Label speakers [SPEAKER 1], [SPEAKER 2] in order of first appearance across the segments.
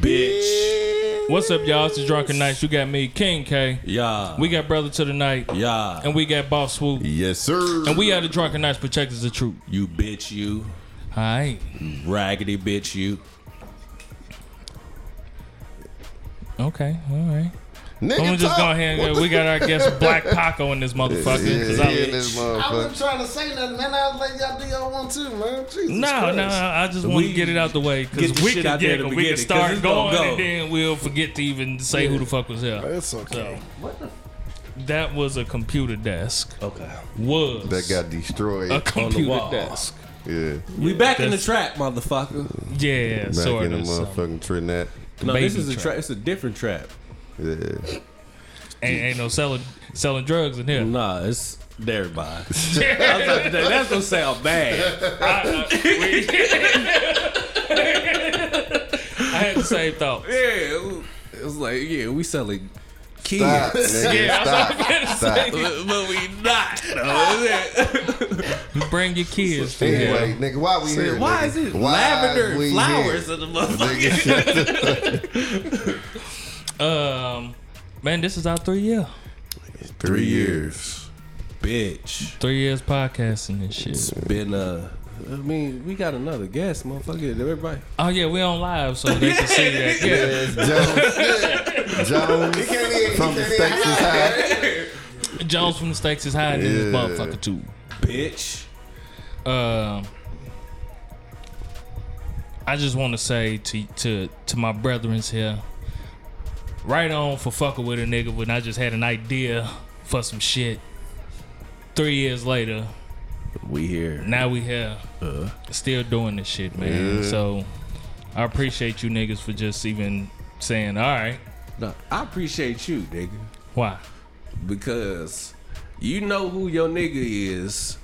[SPEAKER 1] Bitch.
[SPEAKER 2] What's up, y'all? It's the Drunken Knights. You got me, King K.
[SPEAKER 1] Yeah.
[SPEAKER 2] We got Brother to the Night.
[SPEAKER 1] yeah.
[SPEAKER 2] And we got Boss Swoop.
[SPEAKER 1] Yes, sir.
[SPEAKER 2] And we are the Drunken Knights Protectors of Truth.
[SPEAKER 1] You bitch, you
[SPEAKER 2] All right.
[SPEAKER 1] raggedy bitch, you.
[SPEAKER 2] Okay. All right.
[SPEAKER 3] Nigga,
[SPEAKER 2] I'm just
[SPEAKER 3] talk.
[SPEAKER 2] go ahead and go. We got our guest Black Paco in this motherfucker.
[SPEAKER 3] Yeah,
[SPEAKER 2] 'cause
[SPEAKER 3] he
[SPEAKER 2] I-
[SPEAKER 3] in this
[SPEAKER 4] I
[SPEAKER 3] motherfucker.
[SPEAKER 4] wasn't trying to say nothing, man. I was like, y'all do y'all want to, man. Jesus
[SPEAKER 2] No,
[SPEAKER 4] Christ.
[SPEAKER 2] no, I just want to
[SPEAKER 1] We-
[SPEAKER 2] get it out the way because
[SPEAKER 1] Get the
[SPEAKER 2] we
[SPEAKER 1] shit
[SPEAKER 2] can,
[SPEAKER 1] out there
[SPEAKER 2] yeah,
[SPEAKER 1] to
[SPEAKER 2] we
[SPEAKER 1] begin
[SPEAKER 2] can
[SPEAKER 1] it, 'cause
[SPEAKER 2] start
[SPEAKER 1] it's
[SPEAKER 2] going
[SPEAKER 1] gonna
[SPEAKER 2] and
[SPEAKER 1] go.
[SPEAKER 2] then we'll forget to even say who the fuck was here.
[SPEAKER 4] It's okay.
[SPEAKER 2] That was a computer desk.
[SPEAKER 1] Okay.
[SPEAKER 2] Was
[SPEAKER 3] That got destroyed.
[SPEAKER 2] a
[SPEAKER 1] on the
[SPEAKER 2] computer
[SPEAKER 1] wall.
[SPEAKER 2] desk?
[SPEAKER 3] yeah.
[SPEAKER 1] We back in the
[SPEAKER 2] That's-
[SPEAKER 1] trap, motherfucker.
[SPEAKER 2] Yeah,
[SPEAKER 3] Back
[SPEAKER 2] sort
[SPEAKER 3] in the
[SPEAKER 2] of. so-
[SPEAKER 3] motherfucking Trinidad.
[SPEAKER 1] No,
[SPEAKER 2] Baby
[SPEAKER 1] this is a
[SPEAKER 2] trap.
[SPEAKER 1] trap. It's a different trap.
[SPEAKER 3] Yeah.
[SPEAKER 2] Ain't, ain't no selling selling drugs in here.
[SPEAKER 1] Nah, it's there by. That's gonna sound bad.
[SPEAKER 2] I had the same thought.
[SPEAKER 1] Yeah, it was like yeah, we selling kids,
[SPEAKER 3] Stop, nigga. Stop. Stop.
[SPEAKER 1] but, but we not. though.
[SPEAKER 2] Bring your kids. to here.
[SPEAKER 3] Anyway, nigga, why we here?
[SPEAKER 1] Why
[SPEAKER 3] nigga?
[SPEAKER 1] is it
[SPEAKER 3] Why
[SPEAKER 1] lavender
[SPEAKER 3] we
[SPEAKER 1] and flowers in the
[SPEAKER 3] here?
[SPEAKER 1] motherfucker?
[SPEAKER 3] Nigga,
[SPEAKER 2] Um, man, this is our three year,
[SPEAKER 3] three years.
[SPEAKER 1] Bitch,
[SPEAKER 2] three years podcasting and shit.
[SPEAKER 1] it's been uh. I mean, we got another guest, motherfucker. Everybody,
[SPEAKER 2] Oh yeah, we on live, so they can see that. Yeah.
[SPEAKER 3] Jones, Jones from the Texas High.
[SPEAKER 2] Jones from the Stakes is hiding in this
[SPEAKER 3] Yeah.
[SPEAKER 2] motherfucker too.
[SPEAKER 1] bitch.
[SPEAKER 2] Um, I just want to say to to to my brethrens here, right on for fucking with a nigga when I just had an idea for some shit. Three years later,
[SPEAKER 1] We here.
[SPEAKER 2] now we here,
[SPEAKER 3] Uh-huh.
[SPEAKER 2] still doing this shit, man. So I appreciate you niggas for just even saying, all right,
[SPEAKER 1] No, I appreciate you, nigga,
[SPEAKER 2] why?
[SPEAKER 1] because you know who your nigga is.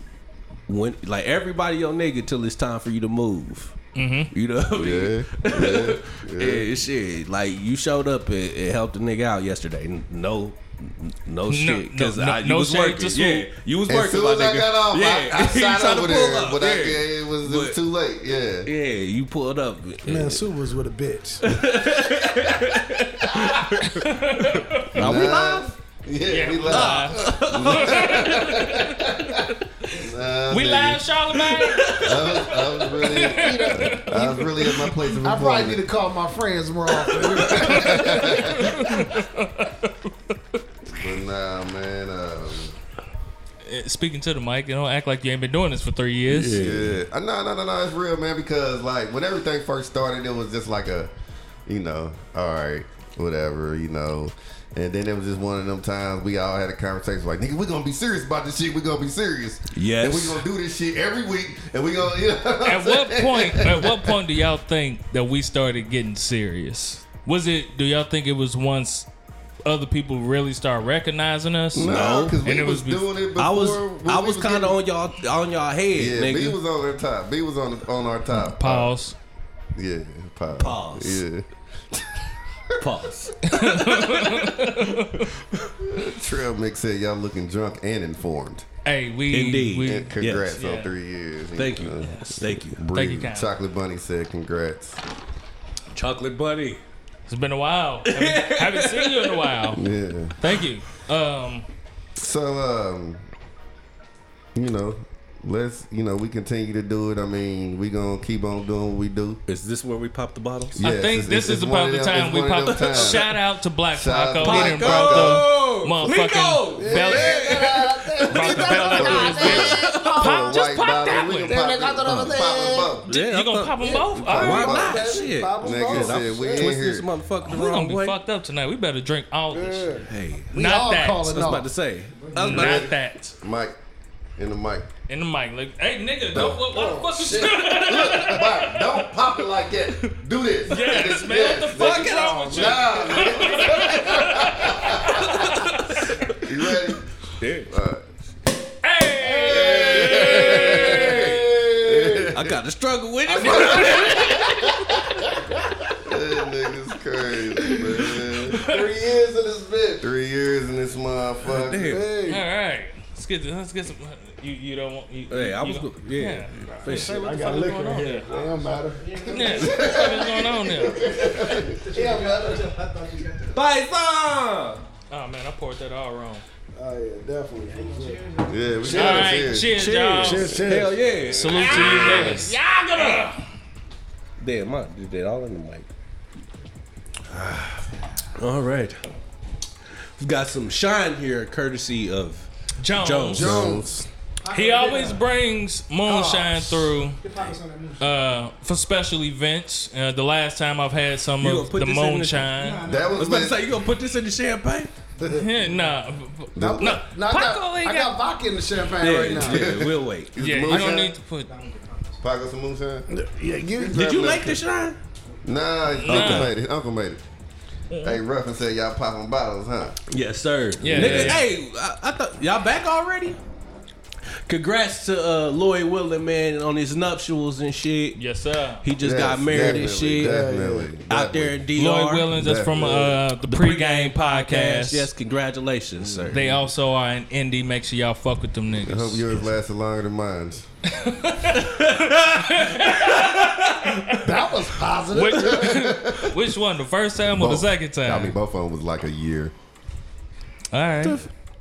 [SPEAKER 1] When like everybody your nigga till it's time for you to move. Mm-hmm. You know, what I mean?
[SPEAKER 3] Yeah.
[SPEAKER 1] Yeah, shit. Like you showed up and, and helped a nigga out yesterday. N- No, n- no shit. Because
[SPEAKER 2] no, no
[SPEAKER 1] you was
[SPEAKER 2] shade
[SPEAKER 1] working.
[SPEAKER 2] to Swoop.
[SPEAKER 1] yeah, you was
[SPEAKER 3] As
[SPEAKER 1] working.
[SPEAKER 3] soon
[SPEAKER 1] my
[SPEAKER 3] as I
[SPEAKER 1] nigga.
[SPEAKER 3] got off,
[SPEAKER 1] yeah,
[SPEAKER 3] I, I
[SPEAKER 1] you
[SPEAKER 3] shot
[SPEAKER 1] tried to
[SPEAKER 3] over
[SPEAKER 1] pull
[SPEAKER 3] there,
[SPEAKER 1] up,
[SPEAKER 3] but
[SPEAKER 1] yeah.
[SPEAKER 3] I, it was, it was
[SPEAKER 1] But-
[SPEAKER 3] too late. Yeah.
[SPEAKER 1] Yeah, you pulled up.
[SPEAKER 4] Man, Sue was with a bitch.
[SPEAKER 1] Are we
[SPEAKER 3] Nah.
[SPEAKER 1] live?
[SPEAKER 3] Yeah,
[SPEAKER 2] Yeah,
[SPEAKER 3] we
[SPEAKER 2] we
[SPEAKER 3] live.
[SPEAKER 2] live.
[SPEAKER 3] Nah,
[SPEAKER 2] We
[SPEAKER 3] nigga.
[SPEAKER 2] live, Charlemagne.
[SPEAKER 3] I was, I was really, I was really at my place of
[SPEAKER 4] I probably need to
[SPEAKER 3] employment.
[SPEAKER 4] call my friends more often.
[SPEAKER 3] But nah, man. Um,
[SPEAKER 2] Eh, speaking to the mic. You don't act like you ain't been doing this for three years.
[SPEAKER 3] Yeah. Uh, No, no, no, no. It's real, man. Because like when everything first started, it was just like a, you know, all right, whatever, you know. And then it was just one of them times we all had a conversation like, nigga, we're gonna be serious about this shit. We're gonna be serious.
[SPEAKER 1] Yes.
[SPEAKER 3] And we're gonna do this shit every week. And we gonna, you know. what I'm
[SPEAKER 2] At what
[SPEAKER 3] saying?
[SPEAKER 2] point? At what point do y'all think that we started getting serious? Was it? Do y'all think it was once other people really start recognizing us?
[SPEAKER 3] No, because we
[SPEAKER 2] And it
[SPEAKER 3] was,
[SPEAKER 2] was bef-
[SPEAKER 3] doing it before.
[SPEAKER 1] I was,
[SPEAKER 3] when
[SPEAKER 1] I
[SPEAKER 3] we
[SPEAKER 1] was kind
[SPEAKER 3] getting-
[SPEAKER 1] of on y'all, on y'all head,
[SPEAKER 3] Yeah,
[SPEAKER 1] nigga.
[SPEAKER 3] B was on our top. B was on on our top.
[SPEAKER 2] Pause.
[SPEAKER 3] Yeah, pause.
[SPEAKER 1] Pause.
[SPEAKER 3] Yeah.
[SPEAKER 1] Pause.
[SPEAKER 3] Trail Mix said y'all looking drunk and informed.
[SPEAKER 2] Hey, we
[SPEAKER 1] Indeed.
[SPEAKER 2] We,
[SPEAKER 3] And congrats
[SPEAKER 2] Yes.
[SPEAKER 3] on
[SPEAKER 2] Yeah.
[SPEAKER 3] three years.
[SPEAKER 1] Thank you.
[SPEAKER 3] know.
[SPEAKER 1] Thank you.
[SPEAKER 2] Thank you,
[SPEAKER 3] Breathe.
[SPEAKER 2] Kyle.
[SPEAKER 3] Chocolate Bunny said congrats.
[SPEAKER 1] Chocolate buddy.
[SPEAKER 2] It's been a while. haven't, haven't seen you in a while.
[SPEAKER 3] Yeah.
[SPEAKER 2] Thank you. Um,
[SPEAKER 3] So um, you know, let's you know we continue to do it. I mean, we gonna keep on doing what we do.
[SPEAKER 1] Is this where we pop the bottles?
[SPEAKER 2] I
[SPEAKER 3] Yes,
[SPEAKER 2] think
[SPEAKER 3] it's-
[SPEAKER 2] this
[SPEAKER 3] it's-
[SPEAKER 2] is
[SPEAKER 3] it's
[SPEAKER 2] about
[SPEAKER 3] one
[SPEAKER 2] the
[SPEAKER 3] of them-
[SPEAKER 2] time
[SPEAKER 3] it's
[SPEAKER 2] we
[SPEAKER 3] one of
[SPEAKER 2] popped up.
[SPEAKER 3] them times.
[SPEAKER 2] Shout out to Black
[SPEAKER 3] Shout
[SPEAKER 2] Paco.
[SPEAKER 3] out to
[SPEAKER 2] He done brought the
[SPEAKER 1] Paco!
[SPEAKER 2] Oh motherfucking belly. Brought the belly out of his bitch. Pop, Oh, just pop that
[SPEAKER 3] We
[SPEAKER 2] one.
[SPEAKER 3] gonna pop it.
[SPEAKER 4] Pop
[SPEAKER 3] Pop it. up.
[SPEAKER 1] Yeah,
[SPEAKER 2] You gonna pop them both? All right.
[SPEAKER 1] Why
[SPEAKER 3] Pop
[SPEAKER 1] not?
[SPEAKER 3] it.
[SPEAKER 1] Shit.
[SPEAKER 3] Nigga said we in
[SPEAKER 1] Twist this
[SPEAKER 3] here.
[SPEAKER 1] motherfucker the
[SPEAKER 2] We're
[SPEAKER 1] wrong
[SPEAKER 2] gonna be
[SPEAKER 1] way.
[SPEAKER 2] fucked up tonight. We better drink all this shit.
[SPEAKER 1] Hey,
[SPEAKER 4] We
[SPEAKER 2] Not
[SPEAKER 4] all
[SPEAKER 2] that.
[SPEAKER 4] calling
[SPEAKER 1] I was about
[SPEAKER 4] off.
[SPEAKER 1] to say. I was about to
[SPEAKER 2] Not that.
[SPEAKER 3] Mic in the mic.
[SPEAKER 2] In the mic. Like, hey nigga, don't, what, what the
[SPEAKER 3] Oh,
[SPEAKER 2] fuck
[SPEAKER 3] shit.
[SPEAKER 2] you
[SPEAKER 3] Look, Mike, don't pop it like that. Do this.
[SPEAKER 2] Yes, man, what the fuck is wrong with you?
[SPEAKER 3] with you? Nah. man. you ready?
[SPEAKER 2] Hey!
[SPEAKER 1] I got to struggle with it.
[SPEAKER 3] That nigga's crazy, man.
[SPEAKER 4] Three years of this bitch.
[SPEAKER 3] Three years in this motherfucker.
[SPEAKER 1] Damn.
[SPEAKER 4] Hey,
[SPEAKER 2] All right. Let's get this, let's get some. uh, You you don't want. You,
[SPEAKER 1] Hey, I
[SPEAKER 2] you
[SPEAKER 1] was
[SPEAKER 2] don't-
[SPEAKER 1] go- yeah. For
[SPEAKER 2] Say
[SPEAKER 1] sure.
[SPEAKER 2] what
[SPEAKER 5] I
[SPEAKER 2] the fuck
[SPEAKER 5] got
[SPEAKER 2] is going
[SPEAKER 5] liquor
[SPEAKER 2] on
[SPEAKER 5] in
[SPEAKER 2] here.
[SPEAKER 5] here. Damn matter.
[SPEAKER 2] Yeah, what the fuck is going on there?
[SPEAKER 5] Yeah, matter.
[SPEAKER 1] Bison!
[SPEAKER 2] Oh man, I poured that all wrong.
[SPEAKER 5] Oh yeah, definitely.
[SPEAKER 3] Yeah, we
[SPEAKER 2] All
[SPEAKER 3] got
[SPEAKER 2] right,
[SPEAKER 3] it.
[SPEAKER 2] cheers,
[SPEAKER 3] Cheers. Ah,
[SPEAKER 2] y'all.
[SPEAKER 5] Cheers,
[SPEAKER 1] Hell
[SPEAKER 5] cheers.
[SPEAKER 1] yeah.
[SPEAKER 2] Salute to you, niggas.
[SPEAKER 1] Damn, I did that all in the mic. all right. We've got some shine here, courtesy of
[SPEAKER 2] Jones.
[SPEAKER 1] Jones.
[SPEAKER 3] Jones.
[SPEAKER 2] He always brings moonshine through uh, for special events. Uh, the last time I've had some
[SPEAKER 1] You
[SPEAKER 2] of
[SPEAKER 1] gonna put
[SPEAKER 2] the
[SPEAKER 1] this in the-
[SPEAKER 2] moonshine.
[SPEAKER 3] That
[SPEAKER 1] I
[SPEAKER 3] was
[SPEAKER 1] was about to
[SPEAKER 3] lit.
[SPEAKER 1] say, you gonna put this in the champagne?
[SPEAKER 2] Yeah, nah, b- b-
[SPEAKER 4] No, no, I,
[SPEAKER 2] Paco
[SPEAKER 4] got, I
[SPEAKER 2] ain't
[SPEAKER 4] got vodka in the champagne
[SPEAKER 1] Yeah,
[SPEAKER 4] right now.
[SPEAKER 1] yeah, we'll wait.
[SPEAKER 2] yeah, you
[SPEAKER 3] moonshine?
[SPEAKER 2] don't need to put.
[SPEAKER 3] Paco some moonshine.
[SPEAKER 5] Yeah, you.
[SPEAKER 1] Did you like the shine?
[SPEAKER 3] Nah, Uncle made it. Uncle made it.
[SPEAKER 2] Mm-hmm.
[SPEAKER 3] Hey, Ruffin said y'all popping bottles, huh?
[SPEAKER 1] Yes, sir.
[SPEAKER 2] Yeah.
[SPEAKER 1] Nigga,
[SPEAKER 2] Yeah.
[SPEAKER 1] hey, I, I thought y'all back already. Congrats to uh, Lloyd Willing, man, on his nuptials and shit.
[SPEAKER 2] Yes, sir.
[SPEAKER 1] He just
[SPEAKER 3] Yes,
[SPEAKER 1] got married and
[SPEAKER 3] definitely,
[SPEAKER 1] shit
[SPEAKER 3] Definitely,
[SPEAKER 1] out
[SPEAKER 3] definitely.
[SPEAKER 1] there in DR.
[SPEAKER 2] Lloyd Willens is from uh, the, pregame podcast.
[SPEAKER 1] Yes, congratulations, sir.
[SPEAKER 2] They also are in indie. Make sure y'all fuck with them
[SPEAKER 3] I hope
[SPEAKER 2] niggas.
[SPEAKER 3] yours lasted longer than mine's.
[SPEAKER 4] That was positive.
[SPEAKER 2] Which, which one? The first time or the
[SPEAKER 3] Both.
[SPEAKER 2] second
[SPEAKER 3] I mean,
[SPEAKER 2] time?
[SPEAKER 3] both of them was like a year.
[SPEAKER 2] All right.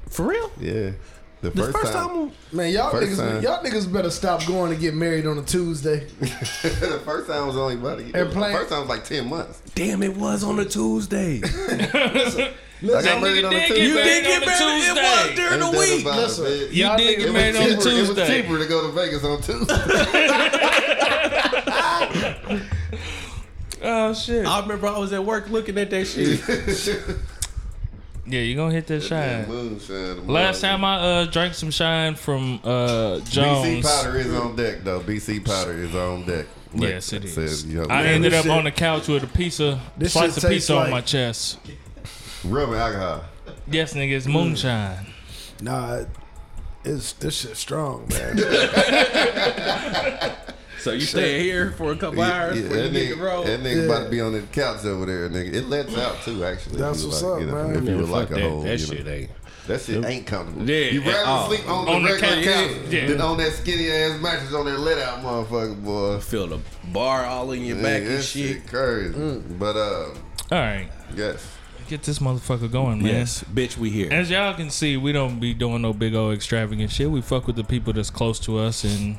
[SPEAKER 1] For real?
[SPEAKER 3] Yeah. The
[SPEAKER 1] The
[SPEAKER 3] first, time,
[SPEAKER 4] Man, y'all
[SPEAKER 3] First
[SPEAKER 4] niggas,
[SPEAKER 3] time.
[SPEAKER 4] y'all niggas better stop going to get married on a Tuesday.
[SPEAKER 3] the first time was only about a year.
[SPEAKER 4] And playing-
[SPEAKER 3] the first time was like ten months.
[SPEAKER 1] Damn, it was on a Tuesday.
[SPEAKER 3] I got
[SPEAKER 2] That
[SPEAKER 3] married
[SPEAKER 2] nigga
[SPEAKER 3] on a
[SPEAKER 2] did
[SPEAKER 3] Tuesday.
[SPEAKER 2] get
[SPEAKER 1] you
[SPEAKER 2] married
[SPEAKER 1] did get
[SPEAKER 2] on a
[SPEAKER 1] married. It
[SPEAKER 2] Tuesday.
[SPEAKER 1] was
[SPEAKER 3] Ain't
[SPEAKER 1] during the
[SPEAKER 3] nothing
[SPEAKER 1] week.
[SPEAKER 3] about it,
[SPEAKER 4] Listen,
[SPEAKER 3] bitch.
[SPEAKER 2] You
[SPEAKER 4] Y'all
[SPEAKER 2] did
[SPEAKER 4] niggas-
[SPEAKER 2] get
[SPEAKER 4] It
[SPEAKER 2] married on a
[SPEAKER 3] cheaper, It was
[SPEAKER 2] Tuesday.
[SPEAKER 3] cheaper to go to Vegas on Tuesday.
[SPEAKER 2] Oh shit.
[SPEAKER 1] I remember I was at work looking at that shit.
[SPEAKER 2] Yeah, you gonna hit that shine.
[SPEAKER 3] Moonshine. tomorrow.
[SPEAKER 2] Last time I uh drank some shine from uh
[SPEAKER 3] BC
[SPEAKER 2] Jones.
[SPEAKER 3] powder is on deck though. BC powder is on deck. Like
[SPEAKER 2] Yes, it
[SPEAKER 3] says,
[SPEAKER 2] is.
[SPEAKER 3] you know,
[SPEAKER 2] I
[SPEAKER 3] yeah.
[SPEAKER 2] ended up
[SPEAKER 4] shit-
[SPEAKER 2] on the couch with a piece of
[SPEAKER 4] This
[SPEAKER 2] slice
[SPEAKER 4] shit
[SPEAKER 2] of
[SPEAKER 4] tastes
[SPEAKER 2] pizza on
[SPEAKER 4] like-
[SPEAKER 2] my chest.
[SPEAKER 3] rubbing alcohol.
[SPEAKER 2] Yes, nigga,
[SPEAKER 4] Mm.
[SPEAKER 2] it's moonshine.
[SPEAKER 4] Nah, it's this shit strong, man.
[SPEAKER 1] so you stay here for a couple hours before
[SPEAKER 3] that
[SPEAKER 1] you hit the
[SPEAKER 3] nigga,
[SPEAKER 1] road.
[SPEAKER 3] that nigga
[SPEAKER 4] Yeah.
[SPEAKER 3] about to be on the couch over there, nigga. It lets out too, actually.
[SPEAKER 4] That's
[SPEAKER 3] if you
[SPEAKER 4] what's
[SPEAKER 3] like,
[SPEAKER 4] up,
[SPEAKER 3] you know,
[SPEAKER 4] man.
[SPEAKER 3] If you would like a
[SPEAKER 6] that,
[SPEAKER 3] whole,
[SPEAKER 6] that
[SPEAKER 3] you know.
[SPEAKER 6] shit ain't.
[SPEAKER 3] That shit ain't comfortable.
[SPEAKER 1] Yeah,
[SPEAKER 3] you
[SPEAKER 1] at
[SPEAKER 3] rather
[SPEAKER 1] all.
[SPEAKER 3] sleep on,
[SPEAKER 2] On
[SPEAKER 3] the
[SPEAKER 2] the
[SPEAKER 3] regular couch,
[SPEAKER 2] couch, yeah, yeah.
[SPEAKER 3] than on that skinny ass mattress on that let out motherfucker, boy.
[SPEAKER 1] Feel the bar all in your back
[SPEAKER 3] Man,
[SPEAKER 1] and
[SPEAKER 3] that
[SPEAKER 1] shit.
[SPEAKER 3] crazy.
[SPEAKER 4] Mm.
[SPEAKER 3] But uh,
[SPEAKER 2] All right,
[SPEAKER 3] yes,
[SPEAKER 2] get this motherfucker going, man.
[SPEAKER 1] Yes, bitch, we here.
[SPEAKER 2] As y'all can see, we don't be doing no big old extravagant shit. We fuck with the people that's close to us, and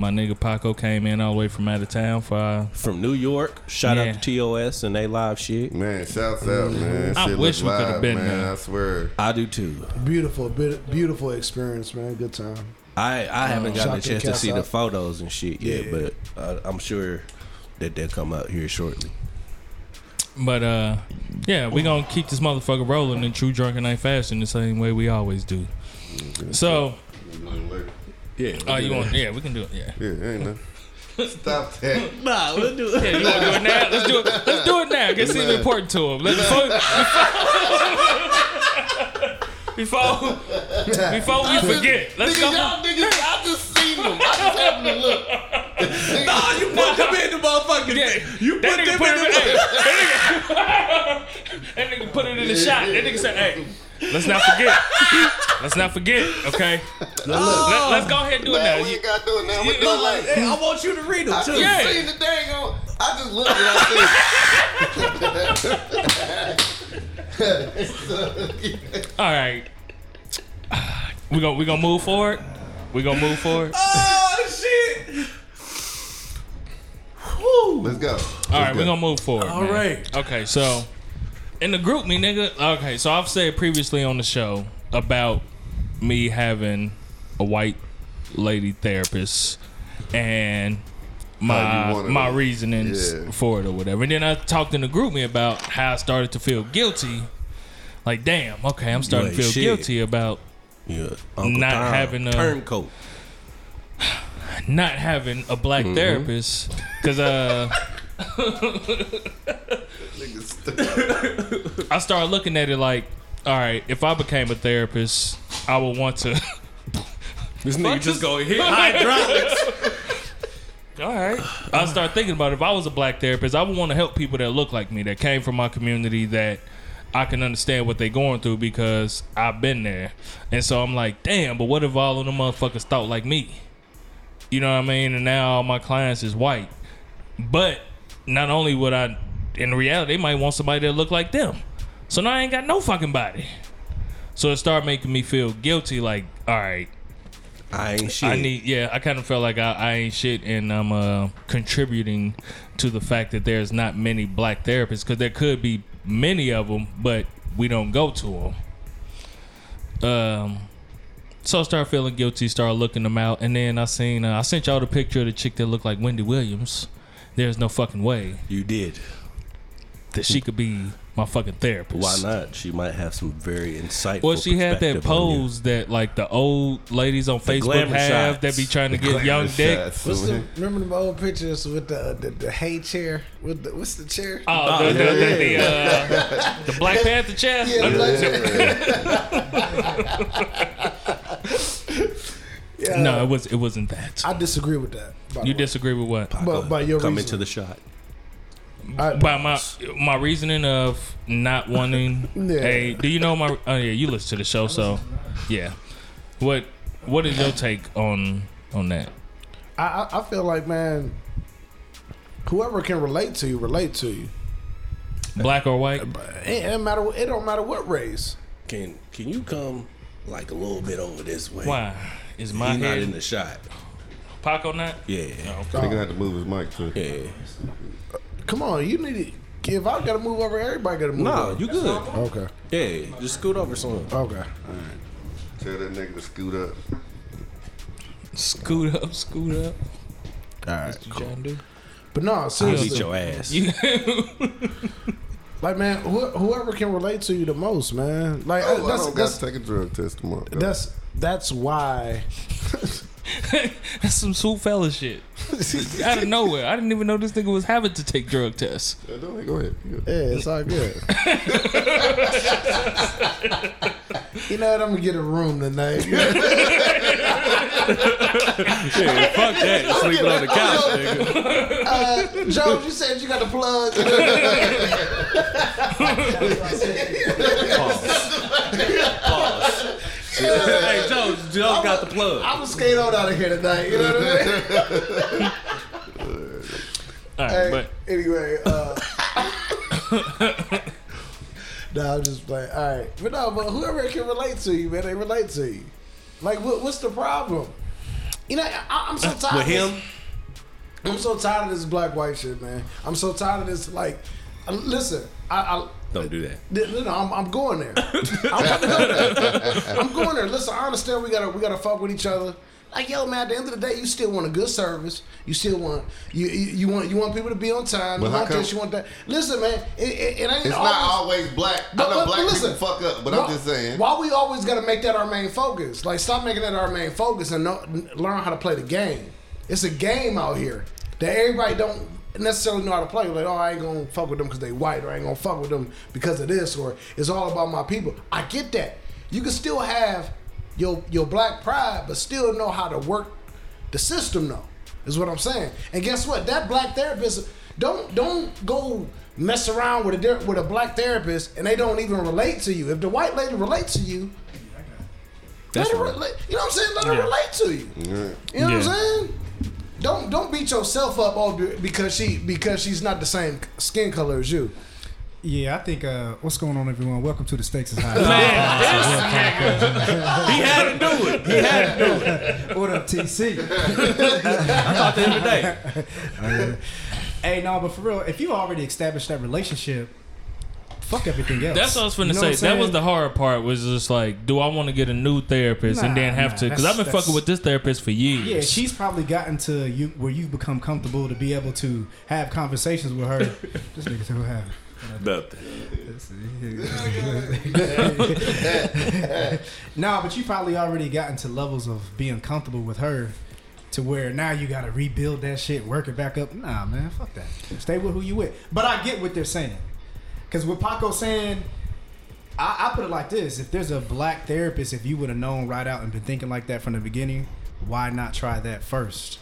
[SPEAKER 2] my nigga Paco came in all the way from out of town for. uh, Our,
[SPEAKER 1] From New York, shout
[SPEAKER 2] Yeah.
[SPEAKER 1] out to TOS and they live shit.
[SPEAKER 3] man, shouts out,
[SPEAKER 4] Mm.
[SPEAKER 3] man.
[SPEAKER 2] I
[SPEAKER 3] Shit
[SPEAKER 2] wish
[SPEAKER 3] look
[SPEAKER 2] we coulda
[SPEAKER 3] live,
[SPEAKER 2] been
[SPEAKER 3] man.
[SPEAKER 2] there.
[SPEAKER 3] I swear.
[SPEAKER 1] I do too.
[SPEAKER 4] beautiful, be- beautiful experience, man. Good time.
[SPEAKER 1] I I haven't gotten a
[SPEAKER 4] Oh, Shout to
[SPEAKER 1] chance to
[SPEAKER 4] Cass
[SPEAKER 1] see the
[SPEAKER 4] out.
[SPEAKER 1] photos and shit yet,
[SPEAKER 4] Yeah.
[SPEAKER 1] but uh, I'm sure that they'll come out here shortly.
[SPEAKER 2] but uh, yeah, we gonna keep this motherfucker rolling in true drunken night fashion, the same way we always do. So,
[SPEAKER 1] Yeah.
[SPEAKER 2] oh, you want? Yeah, we can do it. Yeah.
[SPEAKER 3] Yeah, ain't nothing. Stop that.
[SPEAKER 1] Nah, we'll do it.
[SPEAKER 2] Yeah, you want to do it now? Let's do it. Let's do it now. It seems important to him. Let's, before, before, before we forget, let's go.
[SPEAKER 3] Y'all niggas, I just seen them. I just happened to look.
[SPEAKER 1] Nah, uh, you put them in the motherfucking.
[SPEAKER 2] Yeah.
[SPEAKER 1] You put
[SPEAKER 2] That
[SPEAKER 1] them
[SPEAKER 2] nigga
[SPEAKER 1] in
[SPEAKER 2] put it in.
[SPEAKER 1] the.
[SPEAKER 2] That nigga put it in the shot. That nigga said, "Hey, let's not forget. Let's not forget, okay? Let, us go ahead and do it now."
[SPEAKER 3] Man, we
[SPEAKER 2] You-
[SPEAKER 3] ain't got to do it now. We
[SPEAKER 2] you-
[SPEAKER 3] do it later.
[SPEAKER 1] Hey, I want you to read them
[SPEAKER 3] I
[SPEAKER 1] too.
[SPEAKER 3] just
[SPEAKER 2] Yeah.
[SPEAKER 3] seen the dang on. I just looked and I
[SPEAKER 2] All right, we gonna we gonna move forward. We gonna move forward. All
[SPEAKER 1] Oh shit.
[SPEAKER 3] said, let's go.
[SPEAKER 2] right, we gonna move forward. All
[SPEAKER 1] All
[SPEAKER 2] right.
[SPEAKER 1] right.
[SPEAKER 2] Okay, so in the group me, nigga. Okay, so I've said previously on the show about me having a white lady therapist and
[SPEAKER 3] How
[SPEAKER 2] my
[SPEAKER 3] you wanted
[SPEAKER 2] my
[SPEAKER 3] it.
[SPEAKER 2] reasonings
[SPEAKER 3] Yeah.
[SPEAKER 2] for it or whatever. And then I talked in the group me about how I started to feel guilty. Like, damn, okay, I'm starting to
[SPEAKER 1] Like
[SPEAKER 2] feel
[SPEAKER 1] shit.
[SPEAKER 2] guilty about
[SPEAKER 1] Yeah.
[SPEAKER 2] Not having a-
[SPEAKER 1] turncoat.
[SPEAKER 2] not having a black therapist. Cause uh
[SPEAKER 3] Niggas stupid.
[SPEAKER 2] I started looking at it like, all right, if I became a therapist, I would want to
[SPEAKER 1] This nigga just go hit
[SPEAKER 2] All right. I start thinking about it. if I was a black therapist, I would want to help people that look like me, that came from my community, that I can understand what they going through because I've been there. And so I'm like, damn, but what if all of them motherfuckers thought like me? You know what I mean? And now all my clients is white. But not only would I, in reality, they might want somebody that look like them. So now I ain't got no fucking body. So it started making me feel guilty. Like, all right,
[SPEAKER 1] I ain't shit.
[SPEAKER 2] I need. Yeah, I kind of felt like I, I ain't shit, and I'm uh, contributing to the fact that there's not many black therapists because there could be many of them, but we don't go to them. Um. So I started feeling guilty, started looking them out, and then I seen uh, I sent y'all the picture of the chick that looked like Wendy Williams. There's no fucking way
[SPEAKER 1] you did.
[SPEAKER 2] that she could be my fucking therapist.
[SPEAKER 1] Why not? She might have some very insightful.
[SPEAKER 2] Well, she had that
[SPEAKER 1] perspective on you.
[SPEAKER 2] pose that like the old ladies on Facebook
[SPEAKER 1] glamour
[SPEAKER 2] have that
[SPEAKER 1] shots.
[SPEAKER 2] be trying to get young dick.
[SPEAKER 4] What's the, remember the old pictures with the the, the hay chair? With the what's the chair?
[SPEAKER 2] Oh, the, the, the, the, uh, the Black Panther chair.
[SPEAKER 4] Yeah, the Black Yeah.
[SPEAKER 2] no, it was it wasn't that.
[SPEAKER 4] I disagree with that. by the
[SPEAKER 2] you
[SPEAKER 4] way.
[SPEAKER 2] disagree with what?
[SPEAKER 4] But by your
[SPEAKER 1] come
[SPEAKER 4] reason.
[SPEAKER 1] into the shot.
[SPEAKER 4] I-
[SPEAKER 2] By my my reasoning of not wanting.
[SPEAKER 4] Yeah.
[SPEAKER 2] Hey, do you know my? Oh yeah, you listen to the show, so yeah. What what is your take on on that?
[SPEAKER 4] I, I I feel like man, whoever can relate to you, relate to you.
[SPEAKER 2] Black or white?
[SPEAKER 4] It, it don't matter. It don't matter what race.
[SPEAKER 1] Can Can you come like a little bit over this way?
[SPEAKER 2] Why is my
[SPEAKER 1] He's not
[SPEAKER 2] head Oh,
[SPEAKER 1] in the shot.
[SPEAKER 2] Paco not?
[SPEAKER 1] Yeah.
[SPEAKER 3] They gonna have to move his mic too.
[SPEAKER 1] Yeah.
[SPEAKER 4] Come on, you need to. If I gotta move over, everybody gotta move.
[SPEAKER 1] No,
[SPEAKER 4] over.
[SPEAKER 1] you good.
[SPEAKER 4] Okay.
[SPEAKER 1] Yeah. Just scoot over some.
[SPEAKER 4] Okay.
[SPEAKER 3] Tell that nigga to scoot up. Oh,
[SPEAKER 2] Scoot up, scoot up.
[SPEAKER 4] All right.
[SPEAKER 2] You trying to do?
[SPEAKER 4] But no,
[SPEAKER 1] Beat
[SPEAKER 4] seriously.
[SPEAKER 1] your ass.
[SPEAKER 4] Like man, who, whoever can relate to you the most, man. Like
[SPEAKER 3] Oh, I
[SPEAKER 4] that's
[SPEAKER 3] don't
[SPEAKER 4] that's,
[SPEAKER 3] gotta take a drug test tomorrow.
[SPEAKER 4] that's that's why.
[SPEAKER 2] That's some Sue fella shit. Out of nowhere, I didn't even know this nigga was having to take drug tests.
[SPEAKER 3] Uh, don't- go ahead.
[SPEAKER 4] Yeah, it's all good. you know what? I'm gonna get a room tonight.
[SPEAKER 1] Yeah, fuck that. Sleeping on the couch, nigga.
[SPEAKER 4] Uh, Jones, you said you got the plug.
[SPEAKER 1] hey, Joe, Joe got the plug.
[SPEAKER 4] I'm gonna skate on out of here tonight. You know what I mean?
[SPEAKER 2] All right,
[SPEAKER 4] Hey,
[SPEAKER 2] but
[SPEAKER 4] anyway, uh, nah, I'm just playing. All right, but no, but whoever can relate to you, man, they relate to you. Like, what, what's the problem? You know, I, I'm so tired
[SPEAKER 1] With
[SPEAKER 4] of this-
[SPEAKER 1] him,
[SPEAKER 4] I'm so tired of this black white shit, man. I'm so tired of this. Like, uh, listen, I. I
[SPEAKER 1] don't do that.
[SPEAKER 4] th- no, no, I'm, I'm going there. I'm going there. I'm going there. Listen, I understand we gotta we gotta fuck with each other. Like yo, man. At the end of the day, you still want a good service. You still want you you, you want you want people to be on time.
[SPEAKER 3] But
[SPEAKER 4] you
[SPEAKER 3] how
[SPEAKER 4] want
[SPEAKER 3] come-
[SPEAKER 4] this. You want that. Listen, man. It, it, it ain't
[SPEAKER 3] It's
[SPEAKER 4] always,
[SPEAKER 3] not always black. I know black people fuck up, but I'm
[SPEAKER 4] why-
[SPEAKER 3] just saying.
[SPEAKER 4] Why we always gotta make that our main focus? Like, stop making that our main focus and know, n- learn how to play the game. It's a game out here that everybody don't necessarily know how to play. Like, oh, I ain't gonna fuck with them because they white, or I ain't gonna fuck with them because of this, or it's all about my people. I get that. You can still have your your black pride, but still know how to work the system, though. Is what I'm saying. And guess what? That black therapist don't don't go mess around with a di- with a black therapist and they don't even relate to you. If the white lady relates to you,
[SPEAKER 1] That's
[SPEAKER 4] let her
[SPEAKER 1] right.
[SPEAKER 4] relate. You know what I'm saying? Let her
[SPEAKER 2] Yeah.
[SPEAKER 4] relate to you. You know what I'm saying? Don't don't beat yourself up all be- because she because she's not the same skin color as you.
[SPEAKER 6] Yeah, I think. Uh, what's going on, everyone? Welcome to the Stakes is High.
[SPEAKER 1] Oh,
[SPEAKER 2] man, this nigga, he had to do it. He had to do it.
[SPEAKER 6] What up, TC?
[SPEAKER 1] I talked to him today.
[SPEAKER 6] hey, no, but for real, if you already established that relationship, fuck everything else.
[SPEAKER 2] That's what I was
[SPEAKER 6] You
[SPEAKER 2] finna say.
[SPEAKER 6] know what I'm
[SPEAKER 2] That was
[SPEAKER 6] saying?
[SPEAKER 2] the hard part. Was just like, do I want to get a new therapist and
[SPEAKER 6] Nah,
[SPEAKER 2] then have
[SPEAKER 6] nah,
[SPEAKER 2] to? Because
[SPEAKER 6] that's-
[SPEAKER 2] I've been
[SPEAKER 6] that's-
[SPEAKER 2] fucking with this therapist for years.
[SPEAKER 6] Yeah, she's probably gotten to you where you've become comfortable to be able to have conversations with her. this nigga still have.
[SPEAKER 1] Nothing.
[SPEAKER 6] Nah, but you probably already gotten to levels of being comfortable with her to where now you gotta rebuild that shit, work it back up. Nah, man, fuck that. Stay with who you with. But I get what they're saying. Cause what Paco's saying, I, I put it like this. If there's a black therapist, if you would have known right out and been thinking like that from the beginning, why not try that first?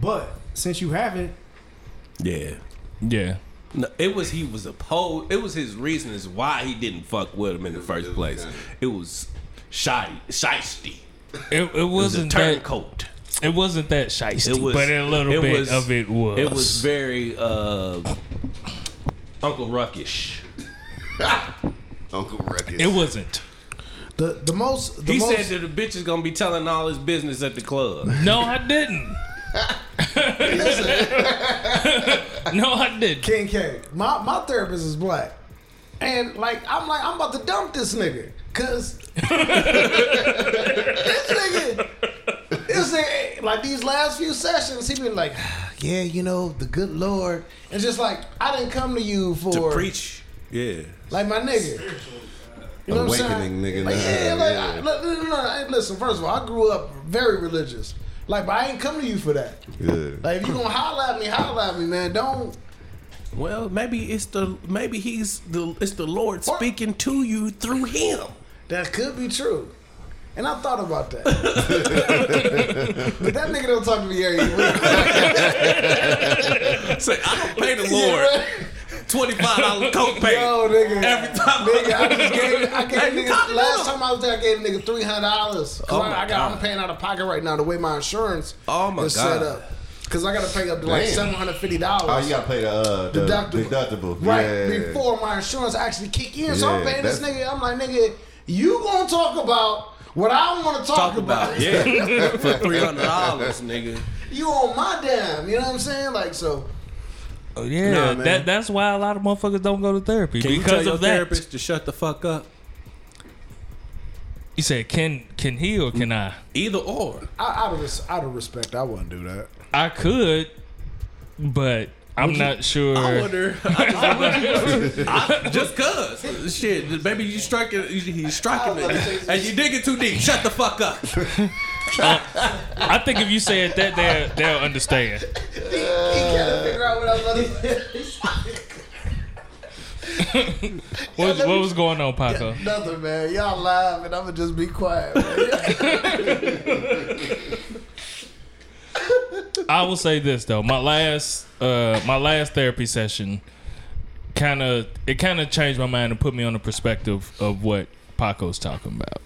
[SPEAKER 6] But since you haven't,
[SPEAKER 1] Yeah.
[SPEAKER 2] yeah.
[SPEAKER 1] No, it was he was opposed. It was his reasons why he didn't fuck with him in the first place. It was shy, shysty.
[SPEAKER 2] It, it
[SPEAKER 1] It was a
[SPEAKER 2] wasn't that.
[SPEAKER 1] turncoat.
[SPEAKER 2] It wasn't that shiesty,
[SPEAKER 1] It was,
[SPEAKER 2] but a little
[SPEAKER 1] it
[SPEAKER 2] bit
[SPEAKER 1] was-
[SPEAKER 2] of it was.
[SPEAKER 1] It was very uh, Uncle Ruckish.
[SPEAKER 3] Uncle Ruckus.
[SPEAKER 2] It wasn't.
[SPEAKER 4] The the most the
[SPEAKER 1] He
[SPEAKER 4] most,
[SPEAKER 1] said that the bitch is gonna be telling all his business at the club.
[SPEAKER 2] No, I didn't. no, I didn't.
[SPEAKER 4] King K. My my therapist is black, and like I'm like I'm about to dump this nigga, cause this nigga, this nigga, like these last few sessions, he been like, yeah, you know, the good Lord, and just like I didn't come to you for
[SPEAKER 1] to preach. Yeah.
[SPEAKER 4] like my nigga. You know what I'm saying?
[SPEAKER 3] Awakening nigga
[SPEAKER 4] Like,
[SPEAKER 3] now,
[SPEAKER 4] yeah, like, I,
[SPEAKER 3] yeah.
[SPEAKER 4] look, no, no, no, I- listen, first of all, I grew up very religious. Like, but I ain't come to you for that.
[SPEAKER 3] Yeah.
[SPEAKER 4] Like, if you gonna holler at me, holler at me, man. Don't
[SPEAKER 1] Well, maybe it's the maybe he's the it's the Lord
[SPEAKER 4] Or-
[SPEAKER 1] speaking to you through him.
[SPEAKER 4] That could be true. And I thought about that. but that nigga don't talk to me every week.
[SPEAKER 1] Say, I don't pay the Lord twenty five dollar copay.
[SPEAKER 4] Yo, nigga.
[SPEAKER 1] Every time-
[SPEAKER 4] Nigga, I just gave, I
[SPEAKER 1] Every
[SPEAKER 4] gave
[SPEAKER 1] time
[SPEAKER 4] nigga,
[SPEAKER 1] you
[SPEAKER 4] last
[SPEAKER 1] know.
[SPEAKER 4] time I was there, I gave a nigga $300.
[SPEAKER 1] Oh
[SPEAKER 4] Oh I,
[SPEAKER 1] my
[SPEAKER 4] I got, I'm
[SPEAKER 1] God.
[SPEAKER 4] paying out of pocket right now the way my insurance
[SPEAKER 1] Oh my
[SPEAKER 4] is
[SPEAKER 1] God.
[SPEAKER 4] set up. Because I got to pay up to like
[SPEAKER 3] Damn.
[SPEAKER 4] $750.
[SPEAKER 3] Oh, you gotta pay the, uh, the
[SPEAKER 4] deductible.
[SPEAKER 3] deductible. deductible.
[SPEAKER 4] Right
[SPEAKER 3] Yeah.
[SPEAKER 4] before my insurance actually kick in. so I'm
[SPEAKER 3] Yeah,
[SPEAKER 4] paying this
[SPEAKER 3] that's-
[SPEAKER 4] nigga. I'm like, nigga, you gonna talk about what I want to talk,
[SPEAKER 1] Talk about
[SPEAKER 4] about.
[SPEAKER 1] yeah for three hundred dollars, nigga.
[SPEAKER 4] you on my damn. You know what I'm saying? Like so.
[SPEAKER 2] Oh, yeah,
[SPEAKER 4] Nah, man.
[SPEAKER 2] that, that's why a lot of motherfuckers don't go to therapy
[SPEAKER 1] Can you tell
[SPEAKER 2] because
[SPEAKER 1] your
[SPEAKER 2] of that.
[SPEAKER 1] therapist to shut the fuck up?
[SPEAKER 2] You said, "Can can he or can I?"
[SPEAKER 1] Either or.
[SPEAKER 4] I, out of res- out of respect, I wouldn't do that.
[SPEAKER 2] I could, but I'm not sure.
[SPEAKER 1] I wonder. I, just cause shit, maybe you striking, he's striking it, and you digging too deep. Shut the fuck up.
[SPEAKER 2] I think if you said that, they'll, they'll understand.
[SPEAKER 4] He can't figure out what I was about to say.
[SPEAKER 2] What, what was going on, Paco?
[SPEAKER 4] Nothing, man. Y'all live, and I'ma just be quiet. Man.
[SPEAKER 2] I will say this though. My last uh my last therapy session kind of it kind of changed my mind and put me on the perspective of what Paco's talking about.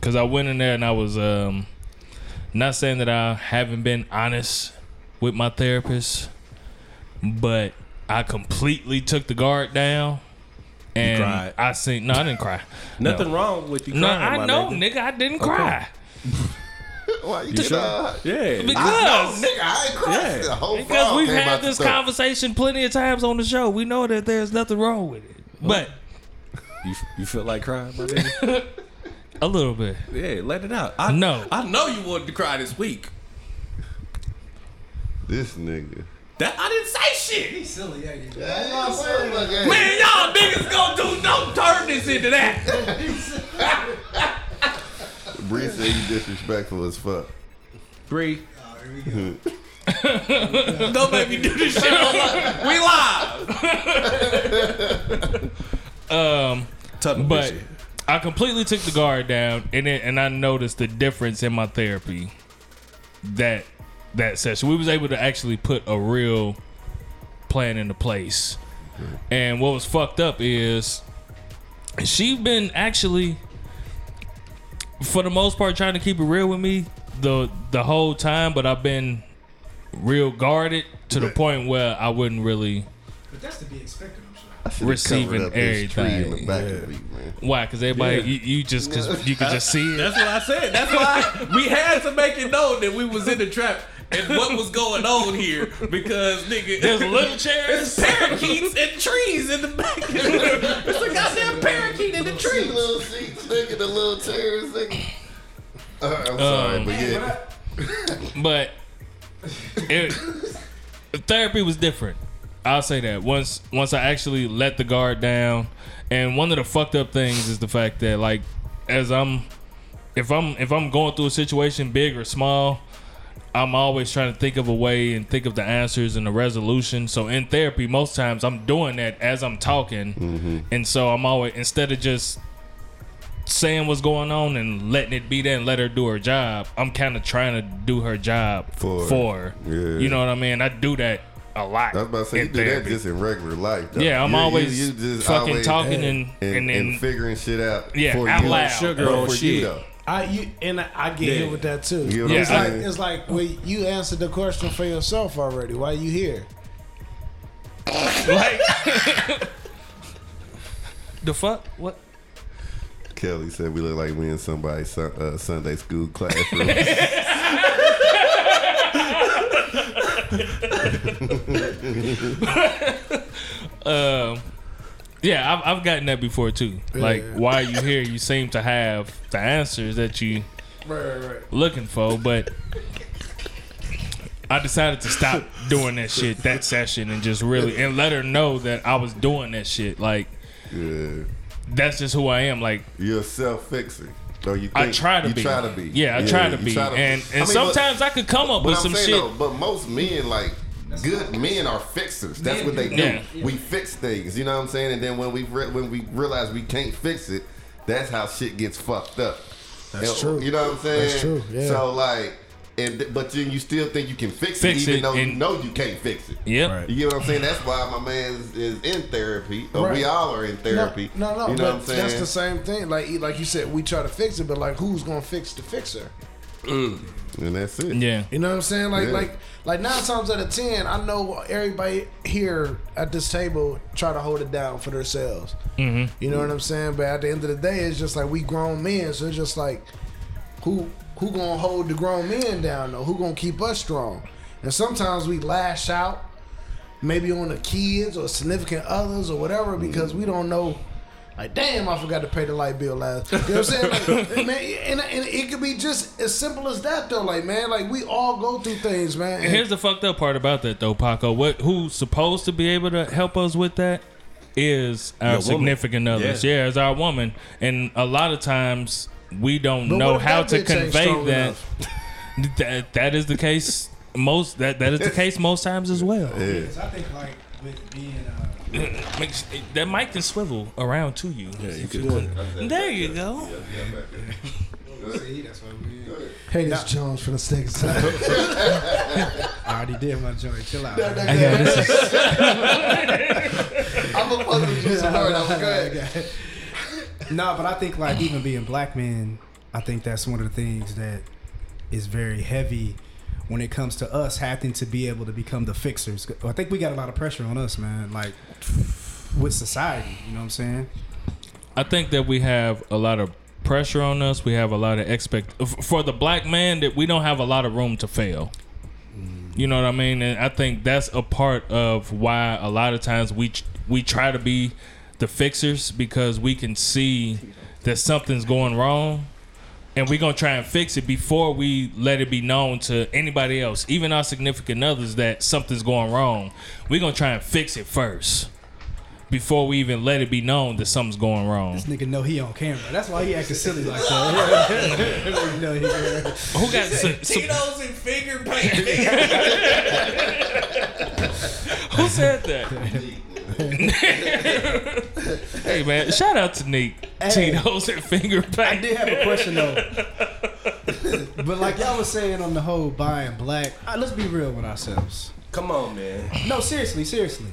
[SPEAKER 2] Cuz I went in there and I was um not saying that I haven't been honest with my therapist, but I completely took the guard down and
[SPEAKER 1] cried.
[SPEAKER 2] I seen no I didn't cry.
[SPEAKER 1] Nothing
[SPEAKER 2] No.
[SPEAKER 1] wrong with you.
[SPEAKER 2] No,
[SPEAKER 1] crying, my
[SPEAKER 2] I know,
[SPEAKER 1] nigga.
[SPEAKER 2] nigga. I didn't cry.
[SPEAKER 3] Why you,
[SPEAKER 1] You
[SPEAKER 3] did
[SPEAKER 1] sure?
[SPEAKER 3] not?
[SPEAKER 1] Yeah.
[SPEAKER 2] Because
[SPEAKER 3] Nigga, I ain't
[SPEAKER 1] Yeah.
[SPEAKER 3] crushed the whole
[SPEAKER 2] Because
[SPEAKER 3] frog
[SPEAKER 2] we've
[SPEAKER 3] came out
[SPEAKER 2] had
[SPEAKER 3] the
[SPEAKER 2] this
[SPEAKER 3] throat.
[SPEAKER 2] conversation plenty of times on the show. We know that there's nothing wrong with it. But
[SPEAKER 1] You, you feel like crying, my nigga?
[SPEAKER 2] a little bit.
[SPEAKER 1] yeah, let it out. I
[SPEAKER 2] No.
[SPEAKER 1] I know you wanted to cry this week.
[SPEAKER 3] This nigga.
[SPEAKER 1] That I didn't say shit.
[SPEAKER 6] He's silly, yeah, you do.
[SPEAKER 1] Man, y'all niggas gonna do don't turn this into that.
[SPEAKER 3] Bree said you disrespectful as fuck.
[SPEAKER 1] Bree. Don't make me do this shit. on my- We live.
[SPEAKER 2] Um,
[SPEAKER 1] Tough
[SPEAKER 2] but I completely took the guard down, and it, and I noticed the difference in my therapy. That that session, we was able to actually put a real plan into place. And what was fucked up is she been actually, for the most part, trying to keep it real with me the the whole time, but I've been real guarded to the point where I wouldn't really.
[SPEAKER 6] But that's to be expected, I'm sure.
[SPEAKER 3] I should've
[SPEAKER 2] Receiving
[SPEAKER 3] covered up this tree in the
[SPEAKER 2] everything.
[SPEAKER 3] back of you, man.
[SPEAKER 2] Why? Because everybody, you, you just because you could just see it.
[SPEAKER 1] That's what I said. That's why we had to make it known that we was in the trap and what was going on here because nigga,
[SPEAKER 2] There's little chairs.
[SPEAKER 1] There's parakeets and trees in the back. It's a goddamn parakeet in the
[SPEAKER 3] Three
[SPEAKER 1] tree.
[SPEAKER 3] little seats, nigga, the little chairs, nigga. Uh, I'm sorry,
[SPEAKER 2] Um, but
[SPEAKER 3] but yeah.
[SPEAKER 6] Hey, what
[SPEAKER 2] it, therapy was different. I'll say that once once I actually let the guard down, and one of the fucked up things is the fact that like as I'm if I'm if I'm going through a situation big or small, I'm always trying to think of a way and think of the answers and the resolution. So in therapy, most times I'm doing that as I'm talking,
[SPEAKER 3] Mm-hmm.
[SPEAKER 2] and so I'm always instead of just saying what's going on and letting it be there and let her do her job. I'm kind of trying to do her job
[SPEAKER 3] For-
[SPEAKER 2] for, her.
[SPEAKER 3] yeah.
[SPEAKER 2] You know what I mean? I do that a lot.
[SPEAKER 3] I was about to say
[SPEAKER 2] in
[SPEAKER 3] you do that
[SPEAKER 2] therapy.
[SPEAKER 3] just in regular life. though.
[SPEAKER 2] yeah, I'm
[SPEAKER 3] You- you-
[SPEAKER 2] always
[SPEAKER 3] you just
[SPEAKER 2] fucking
[SPEAKER 3] always-
[SPEAKER 2] talking and
[SPEAKER 3] and,
[SPEAKER 2] and,
[SPEAKER 3] and
[SPEAKER 2] then
[SPEAKER 3] figuring shit out.
[SPEAKER 2] Yeah,
[SPEAKER 3] for
[SPEAKER 2] out
[SPEAKER 3] you.
[SPEAKER 2] loud.
[SPEAKER 1] Sugar
[SPEAKER 3] But
[SPEAKER 1] on
[SPEAKER 3] for
[SPEAKER 1] shit.
[SPEAKER 3] You, though.
[SPEAKER 4] I you and I, I get
[SPEAKER 1] Yeah.
[SPEAKER 4] hit with that too.
[SPEAKER 3] You know
[SPEAKER 2] Yeah,
[SPEAKER 4] it's
[SPEAKER 3] what I'm
[SPEAKER 4] like
[SPEAKER 3] saying?
[SPEAKER 4] it's like well, you answered the question for yourself already. Why you here?
[SPEAKER 2] like the fuck what.
[SPEAKER 3] Kelly said we look like we in somebody's Sun- uh, Sunday school classroom.
[SPEAKER 2] Um, yeah, I've, I've gotten that before too. Like,
[SPEAKER 4] Yeah.
[SPEAKER 2] why are you here? You seem to have the answers that you
[SPEAKER 4] Right, right, right.
[SPEAKER 2] looking for, but I decided to stop doing that shit that session and just really and let her know that I was doing that shit. Like,
[SPEAKER 3] yeah.
[SPEAKER 2] that's just who I am. Like,
[SPEAKER 3] You're self fixing. So you think,
[SPEAKER 2] I try to
[SPEAKER 3] you
[SPEAKER 2] be.
[SPEAKER 3] try to be.
[SPEAKER 2] Yeah, I try to
[SPEAKER 3] you
[SPEAKER 2] be. and
[SPEAKER 3] I
[SPEAKER 2] and
[SPEAKER 3] mean, but-
[SPEAKER 2] sometimes I could come up
[SPEAKER 3] But
[SPEAKER 2] with
[SPEAKER 3] I'm
[SPEAKER 2] some
[SPEAKER 3] saying
[SPEAKER 2] shit.
[SPEAKER 3] though, but most men like good men are fixers. That's what they do.
[SPEAKER 2] Yeah.
[SPEAKER 3] We fix things. You know what I'm saying? And then when we re- when we realize we can't fix it, that's how shit gets fucked up. That's
[SPEAKER 4] true.
[SPEAKER 3] You know what I'm saying?
[SPEAKER 4] That's true, yeah.
[SPEAKER 3] So like, and th- but then you still think you can fix,
[SPEAKER 2] Fix
[SPEAKER 3] it, even
[SPEAKER 2] it
[SPEAKER 3] though you
[SPEAKER 2] and-
[SPEAKER 3] know you can't fix it.
[SPEAKER 2] Yep.
[SPEAKER 1] Right.
[SPEAKER 3] You get what I'm saying? That's why my man is, is in therapy. Or We
[SPEAKER 4] Right.
[SPEAKER 3] all are in therapy.
[SPEAKER 4] No, no, no
[SPEAKER 3] You know
[SPEAKER 4] but
[SPEAKER 3] what I'm saying?
[SPEAKER 4] that's the same thing. Like, e, like you said, we try to fix it, but like, who's gonna fix the fixer?
[SPEAKER 3] and that's it.
[SPEAKER 2] Yeah.
[SPEAKER 4] You know what I'm saying? Like,
[SPEAKER 3] Yeah.
[SPEAKER 4] like, like nine times out of ten, I know everybody here at this table try to hold it down for themselves. Mm-hmm. You know what I'm saying? But at the end of the day, it's just like we grown men, so it's just like who who gonna hold the grown men down though? Who gonna keep us strong? And sometimes we lash out, maybe on the kids or significant others or whatever, because we don't know. Like, damn, I forgot to pay the light bill last. You know what I'm saying? Like, man, and, and it could be just as simple as that though. Like, man, like we all go through things, man. And-
[SPEAKER 2] Here's the fucked up part about that though, Paco. What who's supposed to be able to help us with that is our
[SPEAKER 1] woman.
[SPEAKER 2] significant others.
[SPEAKER 1] Yeah.
[SPEAKER 2] Yeah. is our woman, and a lot of times we don't
[SPEAKER 4] But what
[SPEAKER 2] know
[SPEAKER 4] if
[SPEAKER 2] how
[SPEAKER 4] that
[SPEAKER 2] to
[SPEAKER 4] bitch ain't
[SPEAKER 2] convey
[SPEAKER 4] strong
[SPEAKER 2] that.
[SPEAKER 4] enough?
[SPEAKER 2] that. That is the case most. That that is the case most times as well.
[SPEAKER 3] Yeah.
[SPEAKER 6] Because I think like with being uh,
[SPEAKER 2] Make s- that mic can swivel around to you.
[SPEAKER 1] you could-
[SPEAKER 2] There you go.
[SPEAKER 6] see, that's what we
[SPEAKER 4] Hey, this Jones for the second time.
[SPEAKER 6] I already did my joint. Chill out.
[SPEAKER 2] I got this.
[SPEAKER 3] I'm a fucking juice alert. I'm good.
[SPEAKER 6] no, but I think like even being black men, I think that's one of the things that is very heavy when it comes to us having to be able to become the fixers. I think we got a lot of pressure on us, man. Like with society, you know what I'm saying?
[SPEAKER 2] I think that we have a lot of pressure on us. We have a lot of expect f- for the black man that we don't have a lot of room to fail. You know what I mean? And I think that's a part of why a lot of times we ch- we try to be the fixers because we can see that something's going wrong and we're gonna try and fix it before we let it be known to anybody else, even our significant others, that something's going wrong. We're gonna try and fix it first before we even let it be known that something's going wrong.
[SPEAKER 6] This nigga know he on camera. That's why he acting silly like that. You know he-
[SPEAKER 2] Who got some, some-
[SPEAKER 7] Tito's and finger painting.
[SPEAKER 2] who said that? hey man, shout out to Neek.
[SPEAKER 6] Hey.
[SPEAKER 2] Tito's and finger
[SPEAKER 6] I did
[SPEAKER 2] paint.
[SPEAKER 6] have a question though. but like y'all was saying on the whole buying black, uh, let's be real with ourselves.
[SPEAKER 1] Come on, man.
[SPEAKER 6] No, seriously, seriously.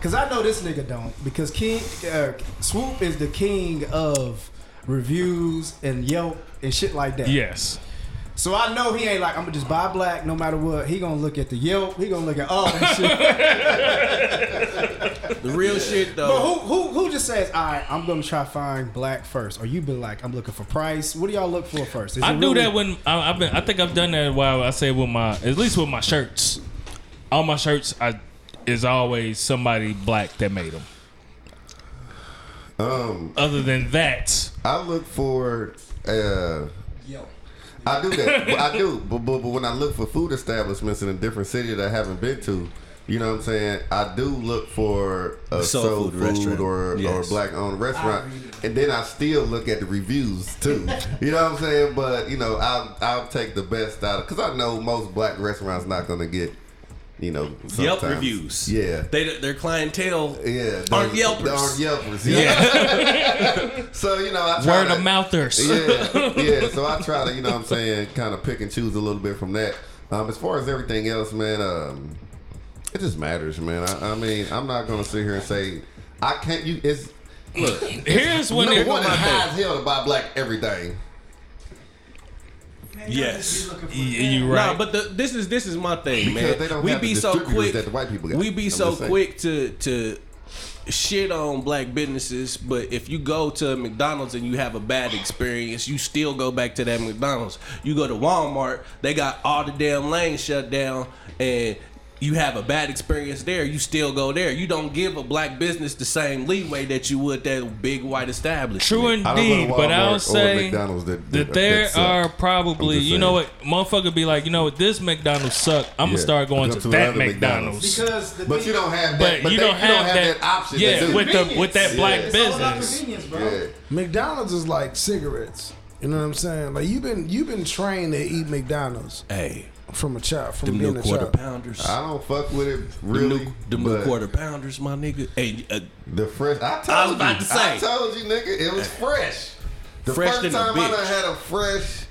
[SPEAKER 6] Cause I know this nigga don't. Because King uh, Swoop is the king of reviews and Yelp and shit like that.
[SPEAKER 2] Yes.
[SPEAKER 6] So I know he ain't like I'm gonna just buy black no matter what. He gonna look at the Yelp. He gonna look at all that shit.
[SPEAKER 1] The real shit
[SPEAKER 6] But
[SPEAKER 1] though.
[SPEAKER 6] who who who just says, all right, I'm gonna try find black first? Or you been like, I'm looking for price. What do y'all look for first? Is
[SPEAKER 2] I
[SPEAKER 6] it
[SPEAKER 2] do
[SPEAKER 6] really-
[SPEAKER 2] that when I, I've been. I think I've done that while I say with my at least with my shirts. All my shirts, I is always somebody black that made them.
[SPEAKER 3] Um,
[SPEAKER 2] Other than that,
[SPEAKER 3] I look for. Uh,
[SPEAKER 6] Yelp.
[SPEAKER 3] I do that. But I do. But, but, but when I look for food establishments in a different city that I haven't been to, you know what I'm saying? I do look for a soul,
[SPEAKER 1] Soul
[SPEAKER 3] food,
[SPEAKER 1] food restaurant.
[SPEAKER 3] or,
[SPEAKER 1] Yes.
[SPEAKER 3] or black owned restaurant. And then I still look at the reviews too. you know what I'm saying? But, you know, I'll, I'll take the best out of Because I know most black restaurants not going to get, you know,
[SPEAKER 1] Yelp
[SPEAKER 3] sometimes-
[SPEAKER 1] reviews.
[SPEAKER 3] Yeah.
[SPEAKER 1] They their clientele.
[SPEAKER 3] yeah,
[SPEAKER 1] Aren't
[SPEAKER 3] they-
[SPEAKER 1] Yelpers.
[SPEAKER 3] they Aren't Yelpers. Yeah.
[SPEAKER 2] yeah,
[SPEAKER 3] so you know, I try
[SPEAKER 2] word
[SPEAKER 3] to,
[SPEAKER 2] of mouthers.
[SPEAKER 3] yeah, yeah. So I try to, you know, what I'm saying, kind of pick and choose a little bit from that. Um, as far as everything else, man, um, It just matters, man. I, I mean, I'm not gonna sit here and say I can't. You, it's look.
[SPEAKER 2] Here's when
[SPEAKER 3] number
[SPEAKER 2] it,
[SPEAKER 3] one, it's high as hell to buy black everything.
[SPEAKER 1] Yes.
[SPEAKER 2] you
[SPEAKER 1] Right.
[SPEAKER 2] right.
[SPEAKER 1] but the, this is this is my thing,
[SPEAKER 3] Because
[SPEAKER 1] man.
[SPEAKER 3] they don't
[SPEAKER 1] we
[SPEAKER 3] have
[SPEAKER 1] be
[SPEAKER 3] the
[SPEAKER 1] so
[SPEAKER 3] distributors
[SPEAKER 1] quick
[SPEAKER 3] that the white people got.
[SPEAKER 1] We be
[SPEAKER 3] I'm
[SPEAKER 1] so
[SPEAKER 3] just saying.
[SPEAKER 1] quick to to shit on black businesses, but if you go to a McDonald's and you have a bad experience, you still go back to that McDonald's. You go to Walmart, they got all the damn lanes shut down and you have a bad experience there, you still go there. You don't give a black business the same leeway that you would that big white establishment.
[SPEAKER 2] True
[SPEAKER 3] I don't go to
[SPEAKER 2] indeed, but
[SPEAKER 3] Walmart
[SPEAKER 2] I'll
[SPEAKER 3] or
[SPEAKER 2] say
[SPEAKER 3] McDonald's that- that-
[SPEAKER 2] there
[SPEAKER 3] that suck.
[SPEAKER 2] are
[SPEAKER 3] I'm
[SPEAKER 2] probably
[SPEAKER 3] just
[SPEAKER 2] you know what
[SPEAKER 3] saying.
[SPEAKER 2] motherfucker be like you know what this McDonald's suck. I'm
[SPEAKER 3] Yeah.
[SPEAKER 2] gonna start going
[SPEAKER 3] Go
[SPEAKER 2] to,
[SPEAKER 3] to
[SPEAKER 2] that
[SPEAKER 3] another
[SPEAKER 2] McDonald's.
[SPEAKER 6] Because the
[SPEAKER 3] But
[SPEAKER 6] thing-
[SPEAKER 3] you don't have that.
[SPEAKER 2] But, you,
[SPEAKER 3] they-
[SPEAKER 2] don't have that,
[SPEAKER 3] option.
[SPEAKER 2] Yeah,
[SPEAKER 3] they do.
[SPEAKER 2] with the with that
[SPEAKER 3] Yeah.
[SPEAKER 2] black
[SPEAKER 3] It's
[SPEAKER 6] It's all about
[SPEAKER 2] business.
[SPEAKER 6] convenience, bro.
[SPEAKER 3] yeah.
[SPEAKER 4] McDonald's is like cigarettes. You know what I'm saying? Like you've been you've been trained to eat McDonald's
[SPEAKER 1] Hey,
[SPEAKER 4] from a child from
[SPEAKER 1] them
[SPEAKER 4] being
[SPEAKER 1] new
[SPEAKER 4] a
[SPEAKER 1] quarter
[SPEAKER 4] child.
[SPEAKER 1] pounders.
[SPEAKER 3] I don't fuck with it really.
[SPEAKER 1] Them
[SPEAKER 3] but
[SPEAKER 1] new quarter pounders, my nigga. Hey, uh,
[SPEAKER 3] The fresh. I told
[SPEAKER 1] I was about
[SPEAKER 3] you.
[SPEAKER 1] to say.
[SPEAKER 3] I told you, nigga. It was fresh. The
[SPEAKER 1] Fresh than
[SPEAKER 3] first
[SPEAKER 1] a
[SPEAKER 3] time I done
[SPEAKER 1] bitch.
[SPEAKER 3] had a fresh.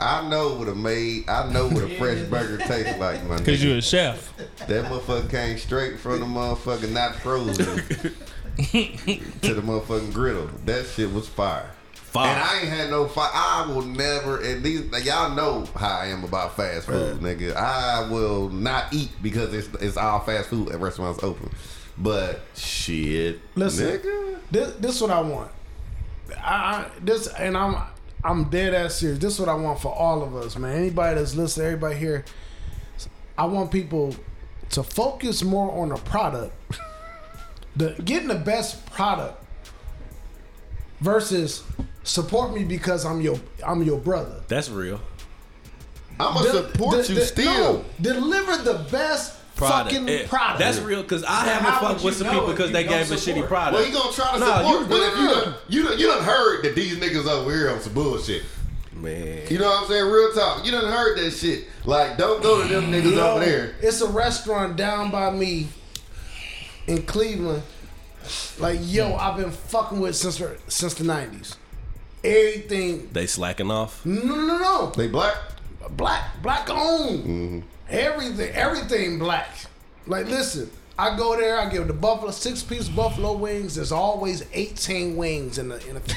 [SPEAKER 3] I know what a made. I know what a fresh burger tastes like, my
[SPEAKER 2] Cause
[SPEAKER 3] nigga.
[SPEAKER 2] you're a chef.
[SPEAKER 3] That motherfucker came straight from the motherfucker not frozen to the motherfucking griddle. That shit was fire.
[SPEAKER 1] Fire.
[SPEAKER 3] And I ain't had no fire. I will never. And these like, y'all know how I am about fast food, nigga. I will not eat because it's it's all fast food at restaurants open. But shit,
[SPEAKER 4] Listen.
[SPEAKER 3] nigga.
[SPEAKER 4] This this what I want. I, I this and I'm I'm dead ass serious. This is what I want for all of us, man. Anybody that's listening, everybody here, I want people to focus more on the product, the getting the best product versus support me because I'm your I'm your brother.
[SPEAKER 1] that's real.
[SPEAKER 3] I'ma
[SPEAKER 4] Del-
[SPEAKER 3] support
[SPEAKER 4] de-
[SPEAKER 3] you
[SPEAKER 4] de-
[SPEAKER 3] still.
[SPEAKER 4] no, deliver the best
[SPEAKER 1] product.
[SPEAKER 4] fucking
[SPEAKER 1] Yeah,
[SPEAKER 4] product.
[SPEAKER 1] That's real because I
[SPEAKER 6] So
[SPEAKER 1] haven't
[SPEAKER 6] how
[SPEAKER 1] fucked
[SPEAKER 6] would
[SPEAKER 1] with
[SPEAKER 6] you
[SPEAKER 1] some
[SPEAKER 6] know
[SPEAKER 1] people
[SPEAKER 6] if
[SPEAKER 1] because
[SPEAKER 6] you
[SPEAKER 1] they
[SPEAKER 6] don't
[SPEAKER 1] gave a shitty
[SPEAKER 6] support?
[SPEAKER 1] product.
[SPEAKER 3] Well, he gonna try to
[SPEAKER 1] Nah,
[SPEAKER 3] support,
[SPEAKER 1] you
[SPEAKER 3] but if you
[SPEAKER 1] good.
[SPEAKER 3] done, you done, you done heard that these niggas over here on some bullshit.
[SPEAKER 1] Man,
[SPEAKER 3] You know what I'm saying? Real talk. You done heard that shit. Like, don't go to them niggas
[SPEAKER 4] Yo,
[SPEAKER 3] over there.
[SPEAKER 4] It's a restaurant down by me in Cleveland. Like, yo, I've been fucking with since since the nineties. Everything,
[SPEAKER 1] they slacking off.
[SPEAKER 4] no, no, no,
[SPEAKER 3] They black.
[SPEAKER 4] no, black, black owned.
[SPEAKER 3] Mm-hmm.
[SPEAKER 4] Everything, everything black. Like, listen, I go there, I give the buffalo six piece buffalo wings. There's always eighteen wings in the in the.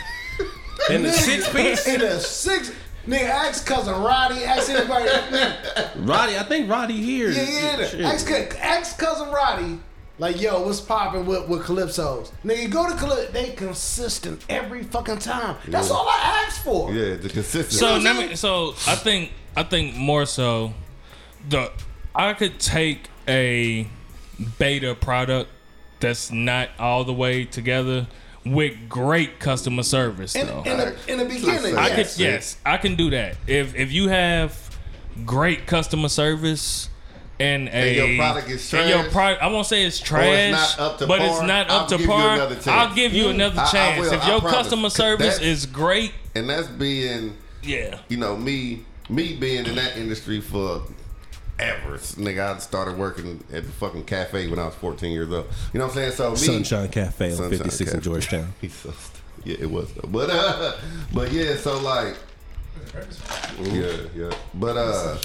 [SPEAKER 1] And the six piece,
[SPEAKER 4] in a six. Nigga, ask cousin Roddy, ask anybody. yeah,
[SPEAKER 1] Roddy. I think Roddy here.
[SPEAKER 4] yeah,
[SPEAKER 1] Shit.
[SPEAKER 4] yeah. Ask, cou- ask cousin Roddy, like, yo, what's popping with, with Calypso's? Nigga, go to Calypso. They consistent every fucking time. That's
[SPEAKER 3] Yeah.
[SPEAKER 4] all I ask for.
[SPEAKER 3] Yeah, the consistency.
[SPEAKER 2] So let me, so I think I think more so the I could take a beta product that's not all the way together with great customer service
[SPEAKER 4] In,
[SPEAKER 2] though.
[SPEAKER 4] in, the, in the beginning,
[SPEAKER 3] I
[SPEAKER 2] I could
[SPEAKER 4] yes.
[SPEAKER 2] yes, I can do that. If if you have great customer service and a
[SPEAKER 3] your product is
[SPEAKER 2] and your
[SPEAKER 3] trash,
[SPEAKER 2] product, I won't say it's trash,
[SPEAKER 3] not up to
[SPEAKER 2] but
[SPEAKER 3] par,
[SPEAKER 2] it's not up
[SPEAKER 3] I'll
[SPEAKER 2] to
[SPEAKER 3] give you
[SPEAKER 2] par.
[SPEAKER 3] another chance. Mm,
[SPEAKER 2] I'll give you another
[SPEAKER 3] I- I
[SPEAKER 2] chance.
[SPEAKER 3] will,
[SPEAKER 2] if
[SPEAKER 3] I
[SPEAKER 2] your
[SPEAKER 3] promise.
[SPEAKER 2] customer service
[SPEAKER 3] That's-
[SPEAKER 2] is great,
[SPEAKER 3] and that's being,
[SPEAKER 2] yeah.
[SPEAKER 3] you know, me, me being in that industry for ever. Nigga, I started working at the fucking cafe when I was 14 years old. You know what I'm saying? So me,
[SPEAKER 1] Sunshine Cafe on
[SPEAKER 3] Sunshine
[SPEAKER 1] 56 in
[SPEAKER 3] Cafe.
[SPEAKER 1] Georgetown.
[SPEAKER 3] He's so st- yeah, it was though. But uh, but yeah, so like, yeah, yeah. But uh,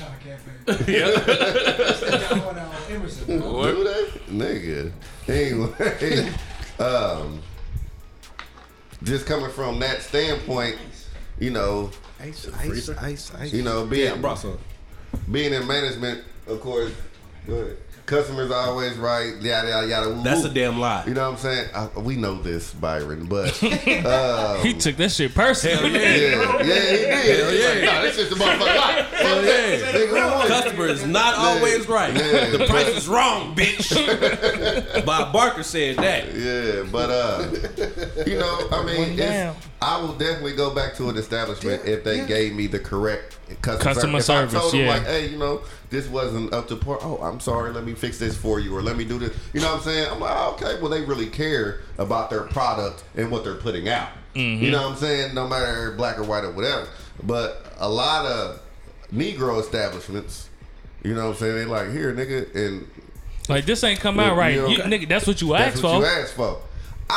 [SPEAKER 3] do they? Nigga. Anyway, um, just coming from that standpoint, you know,
[SPEAKER 4] Ice, ice, ice, ice.
[SPEAKER 3] you know, being
[SPEAKER 1] I brought some.
[SPEAKER 3] being in management, of course, go ahead. customers are always right. Yada yada yada. woo,
[SPEAKER 1] That's
[SPEAKER 3] woo.
[SPEAKER 1] a damn lie.
[SPEAKER 3] You know what I'm saying? I, we know this, Byron, but
[SPEAKER 2] he took that shit personally.
[SPEAKER 3] yeah, yeah, he did.
[SPEAKER 1] Hell
[SPEAKER 3] He's
[SPEAKER 1] yeah.
[SPEAKER 3] like, nah, this is the motherfucker. lie. Fuck
[SPEAKER 1] Yeah.
[SPEAKER 3] that. Nigga, we want it.
[SPEAKER 1] Customer is not always right.
[SPEAKER 3] Yeah.
[SPEAKER 1] The price is wrong, bitch. Bob Barker said that.
[SPEAKER 3] Yeah, but uh, you know, I mean, it's,
[SPEAKER 2] down.
[SPEAKER 3] I will definitely go back to an establishment if they gave me the correct customer,
[SPEAKER 2] Customer
[SPEAKER 3] If I
[SPEAKER 2] service,
[SPEAKER 3] told them,
[SPEAKER 2] yeah.
[SPEAKER 3] like, hey, you know, this wasn't up to par. Oh, I'm sorry. Let me fix this for you, or let me do this. You know what I'm saying? I'm like, oh, okay, well, they really care about their product and what they're putting out.
[SPEAKER 2] Mm-hmm.
[SPEAKER 3] You know what I'm saying? No matter black or white or whatever. But a lot of Negro establishments, you know what I'm saying? They like here, nigga, and
[SPEAKER 2] Like this ain't come out
[SPEAKER 3] Yeah,
[SPEAKER 2] right.
[SPEAKER 3] yeah,
[SPEAKER 2] You-
[SPEAKER 3] okay.
[SPEAKER 2] nigga, that's what you
[SPEAKER 3] that's
[SPEAKER 2] asked
[SPEAKER 3] what
[SPEAKER 2] for.
[SPEAKER 3] you asked for.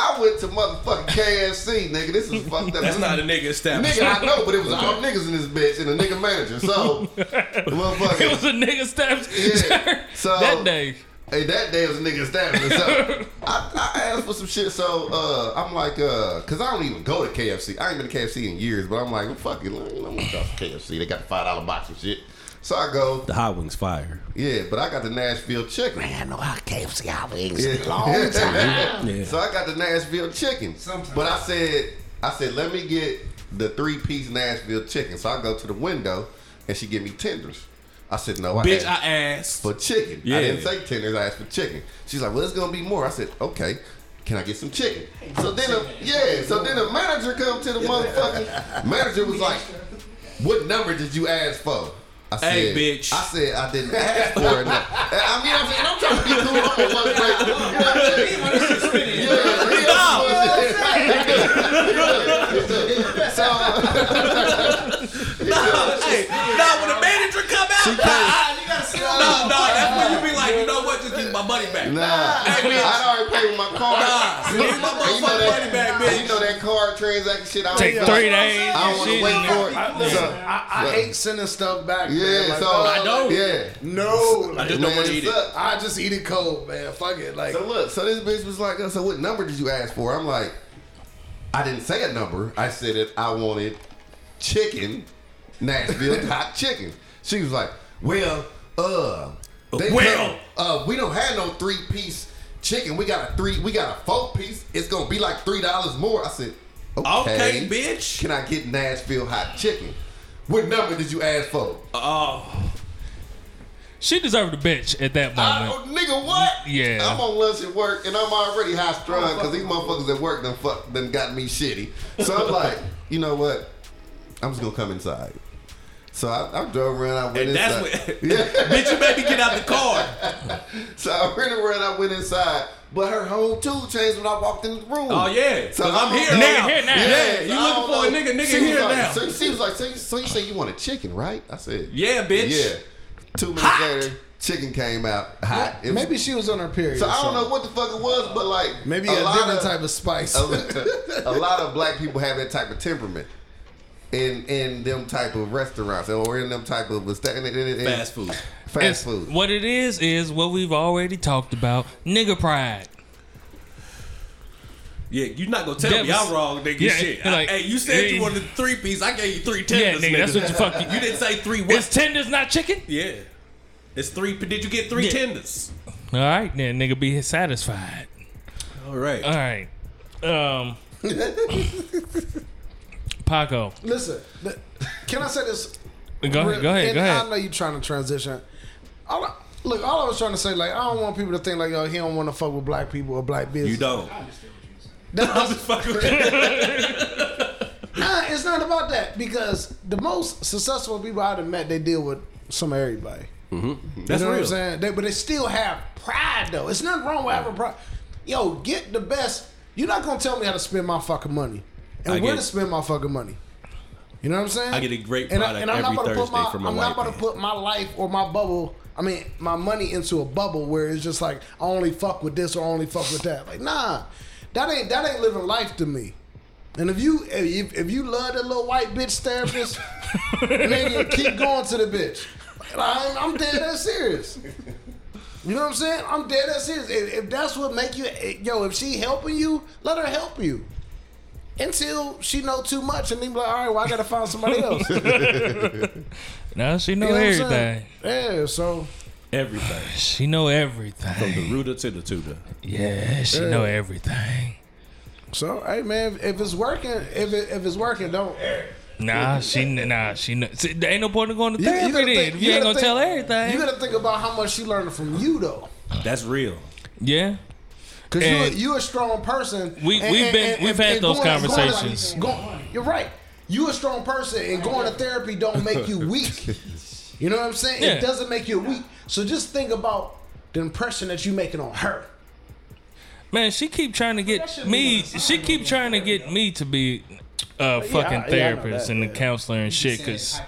[SPEAKER 3] I went to motherfucking KFC, nigga. This is fucked up.
[SPEAKER 1] That's not a nigga establishment.
[SPEAKER 3] Nigga, I know, but it was all niggas in this bitch and a nigga manager. So, motherfucker.
[SPEAKER 2] It was a nigga steps
[SPEAKER 3] Yeah. So-
[SPEAKER 2] that day.
[SPEAKER 3] Hey, that day was a nigga stabbing. So I, I asked for some shit. So uh, I'm like, uh, cause I don't even go to KFC. I ain't been to KFC in years, but I'm like, well, fuck it, like, you know, I'm gonna go to KFC. They got the five dollar box and shit. So I go,
[SPEAKER 1] The hot wings fire.
[SPEAKER 3] yeah, but I got the Nashville chicken. Man, I know how KFC hot wings long
[SPEAKER 1] Yeah.
[SPEAKER 3] So I got the Nashville chicken.
[SPEAKER 6] Sometimes.
[SPEAKER 3] But I said, I said, let me get the three piece Nashville chicken. So I go to the window, and she give me tenders. I said, no, I
[SPEAKER 1] Bitch,
[SPEAKER 3] asked
[SPEAKER 1] I asked.
[SPEAKER 3] for chicken.
[SPEAKER 1] Yeah.
[SPEAKER 3] I didn't say tenders. I asked for chicken. She's like, well, it's gonna be more. I said, okay. Can I get some chicken? So then, a, yeah. So then the manager come to the motherfucking manager was like, "What number did you ask for?" I said,
[SPEAKER 1] Hey, bitch.
[SPEAKER 3] I said I didn't ask for it. No. I mean, I'm, saying, I'm trying to be cool. I'm a motherfucker. You know what I'm saying? Yeah, yeah. So
[SPEAKER 1] Hey, nah, when the manager come out, nah, I- nah, nah, that's when you be like, you know what, just give me my money back.
[SPEAKER 3] nah,
[SPEAKER 1] Hey,
[SPEAKER 3] I
[SPEAKER 1] bitch.
[SPEAKER 3] already paid with my card.
[SPEAKER 1] Nah, give me my
[SPEAKER 3] And you know
[SPEAKER 1] motherfucking
[SPEAKER 3] that,
[SPEAKER 1] money back,
[SPEAKER 3] and you
[SPEAKER 1] bitch.
[SPEAKER 3] know that card transaction shit. I don't
[SPEAKER 2] Take
[SPEAKER 3] feel
[SPEAKER 2] three
[SPEAKER 3] like-
[SPEAKER 2] days.
[SPEAKER 3] I don't want to
[SPEAKER 2] shit,
[SPEAKER 3] wait for it.
[SPEAKER 4] Listen,
[SPEAKER 3] So-
[SPEAKER 4] I, I hate sending stuff back. man.
[SPEAKER 3] Yeah,
[SPEAKER 4] Like,
[SPEAKER 3] so
[SPEAKER 4] oh,
[SPEAKER 1] I don't.
[SPEAKER 3] Yeah,
[SPEAKER 4] No,
[SPEAKER 1] I
[SPEAKER 4] like,
[SPEAKER 1] just don't want to eat it.
[SPEAKER 4] I just eat it cold, man. Fuck it, like
[SPEAKER 3] So look, so this bitch was like, "So what number did you ask for?" I'm like, "I didn't say a number. I said it. I wanted chicken, Nashville hot chicken." She was like, "Well, uh, they
[SPEAKER 1] Well.
[SPEAKER 3] uh, we don't have no three piece chicken. We got a three. We got a four piece. It's gonna be like three dollars more." I said,
[SPEAKER 1] Okay,
[SPEAKER 3] "Okay,
[SPEAKER 1] bitch.
[SPEAKER 3] Can I get Nashville hot chicken?" What number did you ask for?
[SPEAKER 1] Oh,
[SPEAKER 2] She deserved a bitch at that
[SPEAKER 3] I
[SPEAKER 2] moment.
[SPEAKER 3] don't, nigga, what?
[SPEAKER 2] Yeah.
[SPEAKER 3] I'm on lunch at work and I'm already high strung because these motherfuckers at work done fuck done got me shitty. So I'm like, you know what? I'm just gonna come inside. So I, I drove around. I went
[SPEAKER 1] and that's
[SPEAKER 3] inside.
[SPEAKER 1] what.
[SPEAKER 3] yeah.
[SPEAKER 1] Bitch, you made me get out the car.
[SPEAKER 3] So I ran around. I went inside. But her whole tune changed when I walked in the room.
[SPEAKER 1] Oh yeah,
[SPEAKER 3] So
[SPEAKER 1] so
[SPEAKER 3] I'm-
[SPEAKER 1] I'm here
[SPEAKER 3] Nigga
[SPEAKER 1] now.
[SPEAKER 2] here now.
[SPEAKER 1] Yeah,
[SPEAKER 3] so
[SPEAKER 1] you
[SPEAKER 3] I
[SPEAKER 1] looking for a
[SPEAKER 3] don't know.
[SPEAKER 1] nigga? Nigga
[SPEAKER 3] She was
[SPEAKER 1] here
[SPEAKER 3] like-
[SPEAKER 1] now.
[SPEAKER 3] So she was like, so you, so you say you want a chicken, right? I said,
[SPEAKER 1] Yeah, bitch.
[SPEAKER 3] Yeah. Two minutes later, chicken came out hot. It was-
[SPEAKER 4] maybe she was on her period.
[SPEAKER 3] So I
[SPEAKER 4] so
[SPEAKER 3] don't know what the fuck it was, but like
[SPEAKER 4] Maybe a, different type of spice.
[SPEAKER 3] a, a lot of black people have that type of temperament in in them type of restaurants or in them type of in, in, in,
[SPEAKER 1] Fast food.
[SPEAKER 3] Fast
[SPEAKER 2] It's-
[SPEAKER 3] food.
[SPEAKER 2] What it is is what we've already talked about. Nigga pride.
[SPEAKER 1] Yeah, you're not gonna tell
[SPEAKER 2] That
[SPEAKER 1] me
[SPEAKER 2] was-
[SPEAKER 1] I'm wrong, nigga.
[SPEAKER 2] Yeah,
[SPEAKER 1] shit.
[SPEAKER 2] like-
[SPEAKER 1] I- hey, you said
[SPEAKER 2] Yeah.
[SPEAKER 1] you wanted three piece. I gave you three tenders.
[SPEAKER 2] nigga, that's what you fuck-
[SPEAKER 1] You didn't say three. What?
[SPEAKER 2] It's tenders, not chicken.
[SPEAKER 1] yeah, it's three. Did you get three
[SPEAKER 2] Yeah.
[SPEAKER 1] tenders?
[SPEAKER 2] All right, then nigga be satisfied.
[SPEAKER 1] All right.
[SPEAKER 2] All right. Um. Paco,
[SPEAKER 4] Listen, th- can I say this?
[SPEAKER 2] go ahead. Go ahead.
[SPEAKER 4] And
[SPEAKER 2] Go
[SPEAKER 4] I
[SPEAKER 2] ahead.
[SPEAKER 4] know you're trying to transition. All I, look, all I was trying to say, like, I don't want people to think like, yo, he don't want to fuck with black people or black business.
[SPEAKER 1] you don't.
[SPEAKER 4] That-
[SPEAKER 1] I'm just fucking with you.
[SPEAKER 4] Nah, it's not about that because the most successful people I've met, they deal with some of everybody.
[SPEAKER 1] That's
[SPEAKER 4] you know what I'm
[SPEAKER 1] real.
[SPEAKER 4] saying? They, but they still have pride though. It's nothing wrong with having pride. Yo, get the best. You're not gonna tell me how to spend my fucking money and
[SPEAKER 1] I
[SPEAKER 4] where
[SPEAKER 1] get-
[SPEAKER 4] to spend my fucking money. You know what I'm saying?
[SPEAKER 1] I get a great
[SPEAKER 4] And I-
[SPEAKER 1] product
[SPEAKER 4] and I'm not
[SPEAKER 1] every
[SPEAKER 4] about to put
[SPEAKER 1] Thursday
[SPEAKER 4] my-
[SPEAKER 1] from a
[SPEAKER 4] I'm
[SPEAKER 1] white
[SPEAKER 4] not about
[SPEAKER 1] man.
[SPEAKER 4] to put my life or my bubble. I mean, my money into a bubble where it's just like I only fuck with this or I only fuck with that. Like, nah, that ain't that ain't living life to me. And if you if, if you love that little white bitch therapist, nigga, keep going to the bitch. I'm, I'm dead that serious. You know what I'm saying? I'm dead that serious. If, if that's what make you, eh, yo, if she helping you, let her help you. Until she know too much and then be like, all right, well, I gotta find somebody else. You know
[SPEAKER 2] Now she know
[SPEAKER 4] what I'm saying?
[SPEAKER 2] everything.
[SPEAKER 4] Yeah, so
[SPEAKER 1] Everything
[SPEAKER 2] She know everything.
[SPEAKER 1] from the rooter to the tutor.
[SPEAKER 2] Yeah, she know everything.
[SPEAKER 4] so hey man, if, if it's working, if it, if it's working, don't
[SPEAKER 2] Nah, she nah, she know. See, there ain't no point in going to
[SPEAKER 4] You- you
[SPEAKER 2] therapy
[SPEAKER 4] gotta
[SPEAKER 2] then.
[SPEAKER 4] think-
[SPEAKER 2] you, ain't
[SPEAKER 4] gotta
[SPEAKER 2] gonna
[SPEAKER 4] think-
[SPEAKER 2] tell everything.
[SPEAKER 4] You gotta think about how much she learning from you though.
[SPEAKER 1] That's real.
[SPEAKER 2] yeah.
[SPEAKER 4] Cause
[SPEAKER 2] And-
[SPEAKER 4] you you a strong person.
[SPEAKER 2] We- we've been- we've had those conversations.
[SPEAKER 4] going- you're right. You a strong person, and going to therapy don't make you weak. You know what I'm saying?
[SPEAKER 2] Yeah.
[SPEAKER 4] It doesn't make you weak. So just think about the impression that you making on her.
[SPEAKER 2] Man, she keep trying to get me. She keep trying to get me to be a fucking
[SPEAKER 4] I know
[SPEAKER 2] therapist
[SPEAKER 4] that,
[SPEAKER 2] and a
[SPEAKER 4] yeah.
[SPEAKER 2] counselor and shit. Cause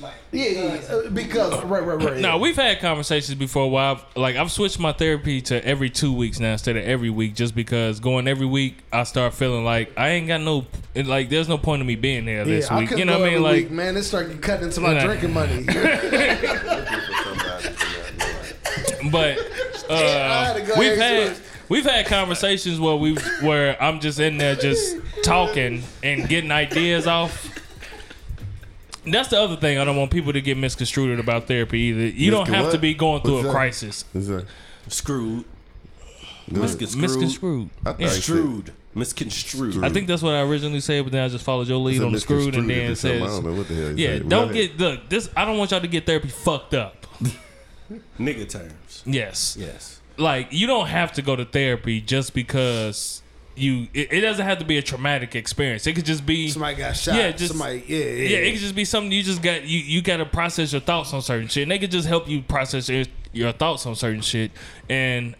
[SPEAKER 5] Like,
[SPEAKER 4] Yeah, yeah, yeah, uh, because right, right, right.
[SPEAKER 2] No, we've had conversations before. Where I've like I've switched my therapy to every two weeks now instead of every week, just because going every week I start feeling like I ain't got no it- like. There's no point in me being here
[SPEAKER 4] yeah,
[SPEAKER 2] this
[SPEAKER 4] I
[SPEAKER 2] week.
[SPEAKER 4] couldn't
[SPEAKER 2] You know
[SPEAKER 4] go
[SPEAKER 2] what I mean?
[SPEAKER 4] every
[SPEAKER 2] Like
[SPEAKER 4] week, man, it started cutting into my
[SPEAKER 2] Nah.
[SPEAKER 4] drinking money.
[SPEAKER 2] but uh,
[SPEAKER 4] had to go
[SPEAKER 2] we've
[SPEAKER 4] ahead
[SPEAKER 2] had we've had conversations where we where I'm just in there just talking and getting ideas off. That's the other thing. I don't want people to get misconstrued about therapy either. You don't
[SPEAKER 3] Miscon-
[SPEAKER 2] have to
[SPEAKER 3] what?
[SPEAKER 2] be going through
[SPEAKER 3] What's
[SPEAKER 2] a
[SPEAKER 3] that?
[SPEAKER 2] crisis.
[SPEAKER 3] Is that
[SPEAKER 1] Screwed.
[SPEAKER 3] good?
[SPEAKER 2] Misconstrued.
[SPEAKER 3] I thought
[SPEAKER 2] Yeah.
[SPEAKER 3] you said-
[SPEAKER 1] Misconstrued. Misconstrued.
[SPEAKER 2] I think that's what I originally said, but then I just followed your
[SPEAKER 3] you
[SPEAKER 2] lead
[SPEAKER 3] said
[SPEAKER 2] on the screwed
[SPEAKER 3] misconstrued
[SPEAKER 2] and then
[SPEAKER 3] or something. I
[SPEAKER 2] says,
[SPEAKER 3] don't know what the hell. you
[SPEAKER 2] "Yeah,
[SPEAKER 3] said.
[SPEAKER 2] don't
[SPEAKER 3] Really?
[SPEAKER 2] get look this. I don't want y'all to get therapy fucked up."
[SPEAKER 1] Nigga terms.
[SPEAKER 2] Yes,
[SPEAKER 1] Yes.
[SPEAKER 2] like you don't have to go to therapy just because you. It, it doesn't have to be a traumatic experience. It could just be
[SPEAKER 4] Somebody got shot.
[SPEAKER 2] Yeah, just-
[SPEAKER 4] somebody. Yeah, yeah.
[SPEAKER 2] yeah, it could just be something you just got you you got to process your thoughts on certain shit. And they could just help you process your, your thoughts on certain shit. And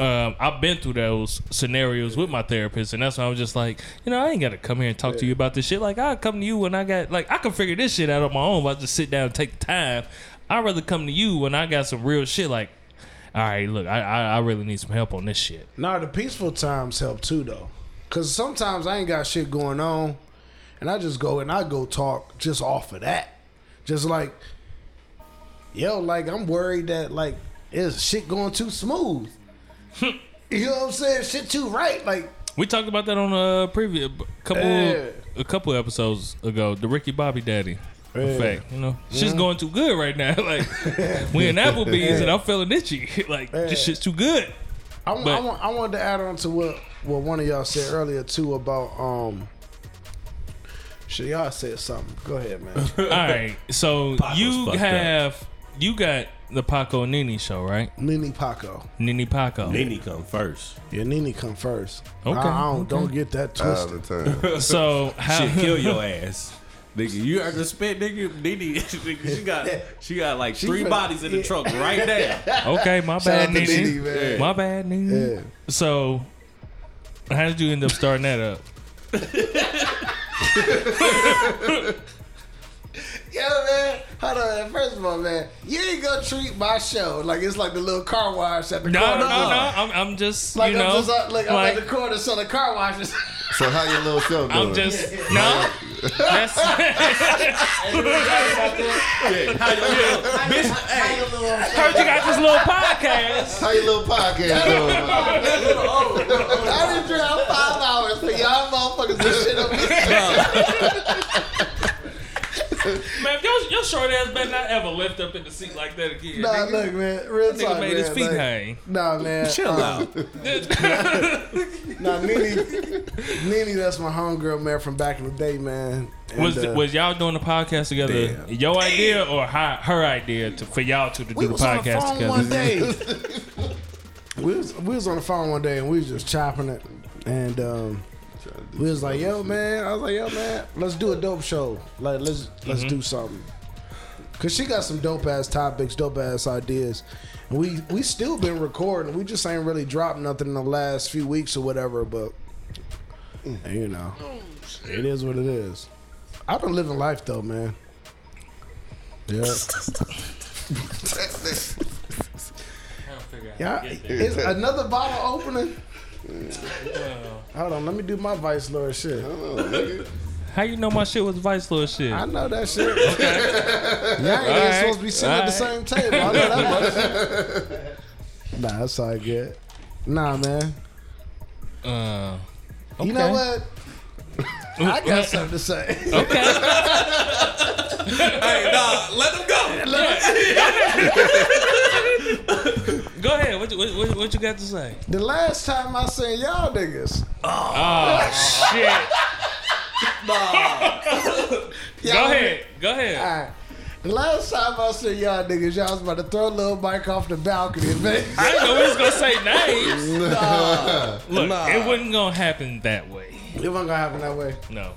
[SPEAKER 2] um, I've been through those scenarios with my therapist, and that's why I was just like, you know, I ain't got to come here and talk to you about this shit. Like I come to you when I got like I can figure this shit out on my own. If I just sit down and take the time. I'd rather come to you when I got some real shit. Like, all right, look, I I, I really need some help on this shit.
[SPEAKER 4] Nah, the peaceful times help too though, cause sometimes I ain't got shit going on, and I just go and I go talk just off of that, just like, yo, like I'm worried that like is shit going too smooth. you know what I'm saying? Shit too right, like
[SPEAKER 2] We talked about that on a previous couple
[SPEAKER 4] Yeah.
[SPEAKER 2] a couple episodes ago. The Ricky Bobby daddy. Effect, you know, shit's going too good right now. Like we in Applebee's and I'm feeling itchy. Like this shit's too good.
[SPEAKER 4] I, wa- I,
[SPEAKER 2] But-
[SPEAKER 4] want, I wanted to add on to what, what one of y'all said earlier too about um. Shit, y'all said something. Go ahead, man.
[SPEAKER 2] All right, so
[SPEAKER 1] Paco's
[SPEAKER 2] you
[SPEAKER 1] fucked up.
[SPEAKER 2] have you got the Paco and Nini show, right?
[SPEAKER 4] Nini Paco.
[SPEAKER 2] Nini Paco.
[SPEAKER 1] Nene come first.
[SPEAKER 4] Yeah, Nini come first.
[SPEAKER 2] Okay,
[SPEAKER 4] I, I don't, don't get that
[SPEAKER 3] all
[SPEAKER 4] twisted.
[SPEAKER 3] the time.
[SPEAKER 2] So how?
[SPEAKER 1] She'll kill your ass. Nigga, you are the spit, nigga. Nene, nigga, she got she got like three
[SPEAKER 4] finna-
[SPEAKER 1] bodies in the trunk right now.
[SPEAKER 2] Okay, my bad, Nini.
[SPEAKER 3] Nene, man.
[SPEAKER 2] My bad, Nini.
[SPEAKER 4] Yeah.
[SPEAKER 2] So how did you end up starting that up?
[SPEAKER 4] Yo, man. Hold on. First of all, man, you ain't gonna treat my show like it's like the little car wash at the
[SPEAKER 2] No,
[SPEAKER 4] corner.
[SPEAKER 2] no, no. I'm, I'm just
[SPEAKER 4] Like
[SPEAKER 2] you
[SPEAKER 4] I'm
[SPEAKER 2] know,
[SPEAKER 4] just out, like, I'm at the corner selling car washes.
[SPEAKER 3] So how your little show going?
[SPEAKER 2] I'm just no. That's
[SPEAKER 1] Bitch, hey,
[SPEAKER 2] heard you got this little podcast.
[SPEAKER 3] how your little podcast going? man?
[SPEAKER 4] I done drive five hours for y'all motherfuckers to shit up. this-
[SPEAKER 2] Man, if your, your short ass better not ever lift up in the seat like that again.
[SPEAKER 4] nah,
[SPEAKER 2] nigga.
[SPEAKER 4] Uh, look, man. Real
[SPEAKER 2] Nigga
[SPEAKER 4] talk,
[SPEAKER 2] made
[SPEAKER 4] man.
[SPEAKER 2] his feet
[SPEAKER 4] like,
[SPEAKER 2] hang.
[SPEAKER 4] Nah, man.
[SPEAKER 1] chill out.
[SPEAKER 4] Nah, uh, Nene, Nene, that's my homegirl, man, from back in the day, man. And,
[SPEAKER 2] Was
[SPEAKER 4] uh,
[SPEAKER 2] was y'all doing the podcast together? Your idea or her, her idea to, for y'all two to do
[SPEAKER 4] we
[SPEAKER 2] the
[SPEAKER 4] was on the
[SPEAKER 2] podcast
[SPEAKER 4] phone
[SPEAKER 2] together?
[SPEAKER 4] one day. we was we was on the phone one day and we was just chopping it, and um, we was like, "Yo, man," I was like, "Yo, man, let's do a dope show. Like, let's let's do something." Cause she got some dope ass topics, dope ass ideas. And we we still been recording. We just ain't really dropped nothing in the last few weeks or whatever. But you know, it is what it is. I've been living life though, man. Yeah. Yeah, is another bottle opening? Hold on, let me do my Vice Lord shit.
[SPEAKER 2] How you know my shit was Vice Lord shit?
[SPEAKER 4] I know that shit. Okay. Y'all ain't even
[SPEAKER 2] Alright,
[SPEAKER 4] supposed to be sitting at the same
[SPEAKER 2] alright.
[SPEAKER 4] table. I know that much. Nah, that's all good. Nah, man.
[SPEAKER 2] Uh,
[SPEAKER 4] You know
[SPEAKER 2] Okay.
[SPEAKER 4] what? I got something to say.
[SPEAKER 2] okay.
[SPEAKER 1] Hey, nah, let them go.
[SPEAKER 2] Go ahead. What you, what, what, what you got to say?
[SPEAKER 4] The last time I seen y'all niggas,
[SPEAKER 2] Oh shit.
[SPEAKER 4] y'all
[SPEAKER 2] Go ahead. Go ahead.
[SPEAKER 4] Alright. The last time I seen y'all niggas, y'all was about to throw little Mike off the balcony, man.
[SPEAKER 2] I didn't know we was gonna say names. Look,
[SPEAKER 1] Nah.
[SPEAKER 2] it wasn't gonna happen that way.
[SPEAKER 4] it wasn't gonna happen that way.
[SPEAKER 2] No,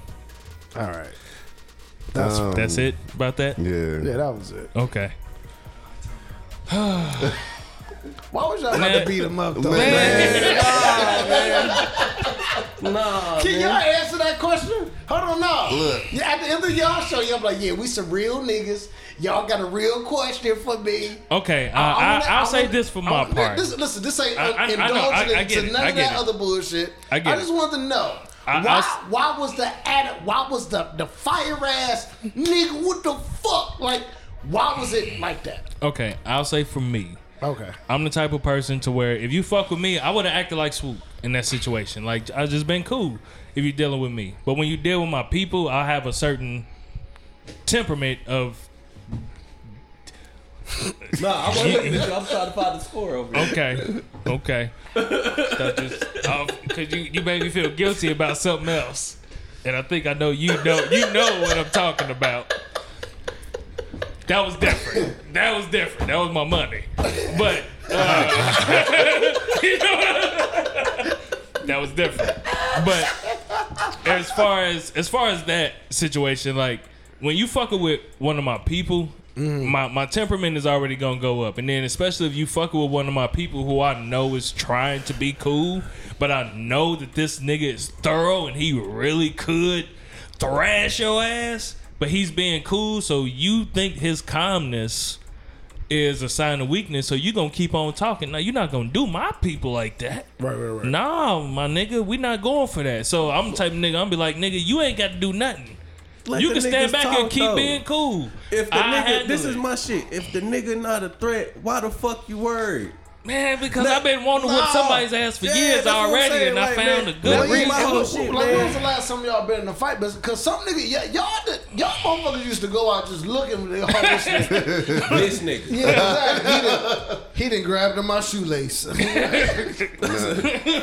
[SPEAKER 4] All right. That's
[SPEAKER 3] Um,
[SPEAKER 2] that's it about that.
[SPEAKER 4] yeah,
[SPEAKER 3] Yeah.
[SPEAKER 4] that was it.
[SPEAKER 2] Okay.
[SPEAKER 4] Why was y'all about to
[SPEAKER 2] Man.
[SPEAKER 4] beat him up though?
[SPEAKER 1] Nah,
[SPEAKER 4] Can y'all answer that question? Hold on, no.
[SPEAKER 3] Look,
[SPEAKER 4] Yeah, at the end of y'all show, y'all be like, yeah, we some real niggas. Y'all got a real question for me.
[SPEAKER 2] Okay, uh,
[SPEAKER 4] I- I
[SPEAKER 2] I,
[SPEAKER 4] wanna-
[SPEAKER 2] I'll
[SPEAKER 4] I
[SPEAKER 2] say
[SPEAKER 4] wanna-
[SPEAKER 2] this for
[SPEAKER 4] I
[SPEAKER 2] my
[SPEAKER 4] wanna-
[SPEAKER 2] part.
[SPEAKER 4] This, listen, this ain't
[SPEAKER 2] I- I- I know.
[SPEAKER 4] indulging
[SPEAKER 2] I- I get
[SPEAKER 4] to
[SPEAKER 2] it.
[SPEAKER 4] none
[SPEAKER 2] I
[SPEAKER 4] of
[SPEAKER 2] get
[SPEAKER 4] that
[SPEAKER 2] it.
[SPEAKER 4] other bullshit.
[SPEAKER 2] I get
[SPEAKER 4] just
[SPEAKER 2] it.
[SPEAKER 4] wanted to know.
[SPEAKER 2] I- I'll s-
[SPEAKER 4] why, why was the ad, why was the, the fire ass nigga what the fuck like why was it like that
[SPEAKER 2] Okay, I'll say for me.
[SPEAKER 4] okay
[SPEAKER 2] I'm the type of person to where if you fuck with me, I would have acted like swoop in that situation. Like I just been cool if you're dealing with me. But when you deal with my people, I have a certain temperament of
[SPEAKER 1] No, I'm looking at you. I'm trying to find the score over here.
[SPEAKER 2] okay, okay. That just because you you made me feel guilty about something else, and I think I know you know you know what I'm talking about. That was different. That was different. That was my money, but uh, you know what- that was different. But as far as as far as that situation, like when you fucking with one of my people, my my temperament is already gonna go up, and then especially if you fucking with one of my people who I know is trying to be cool, but I know that this nigga is thorough and he really could thrash your ass, but he's being cool, so you think his calmness is a sign of weakness, so you gonna keep on talking. Now you're not gonna do my people like that.
[SPEAKER 4] right right right
[SPEAKER 2] Nah, my nigga, we not going for that. So I'm the type of nigga, I'm be like, nigga, you ain't got to do nothing.
[SPEAKER 1] Let
[SPEAKER 2] you can
[SPEAKER 1] the
[SPEAKER 2] stand
[SPEAKER 1] niggas
[SPEAKER 2] back
[SPEAKER 1] talk,
[SPEAKER 2] and keep
[SPEAKER 1] though.
[SPEAKER 2] being cool.
[SPEAKER 1] If the
[SPEAKER 2] I
[SPEAKER 1] nigga,
[SPEAKER 2] handle
[SPEAKER 1] this is
[SPEAKER 2] it.
[SPEAKER 1] my shit. If the nigga not a threat, why the fuck you worried?
[SPEAKER 2] man, because
[SPEAKER 1] Nah,
[SPEAKER 2] I've been wanting to whip
[SPEAKER 1] nah.
[SPEAKER 2] somebody's ass for
[SPEAKER 1] Yeah,
[SPEAKER 2] years
[SPEAKER 1] that's what I'm
[SPEAKER 2] already,
[SPEAKER 1] saying,
[SPEAKER 2] and I
[SPEAKER 1] like,
[SPEAKER 2] found
[SPEAKER 1] man,
[SPEAKER 2] a
[SPEAKER 1] that
[SPEAKER 2] good
[SPEAKER 1] was
[SPEAKER 2] reason.
[SPEAKER 1] my whole
[SPEAKER 4] Like,
[SPEAKER 1] shit,
[SPEAKER 4] when was the
[SPEAKER 1] man.
[SPEAKER 4] last time y'all been in a fight? Because some nigga, y- y'all, did- y'all motherfuckers used to go out just looking. They all this nigga.
[SPEAKER 1] This nigga.
[SPEAKER 4] yeah, exactly. He done, he done grabbed at my shoelace.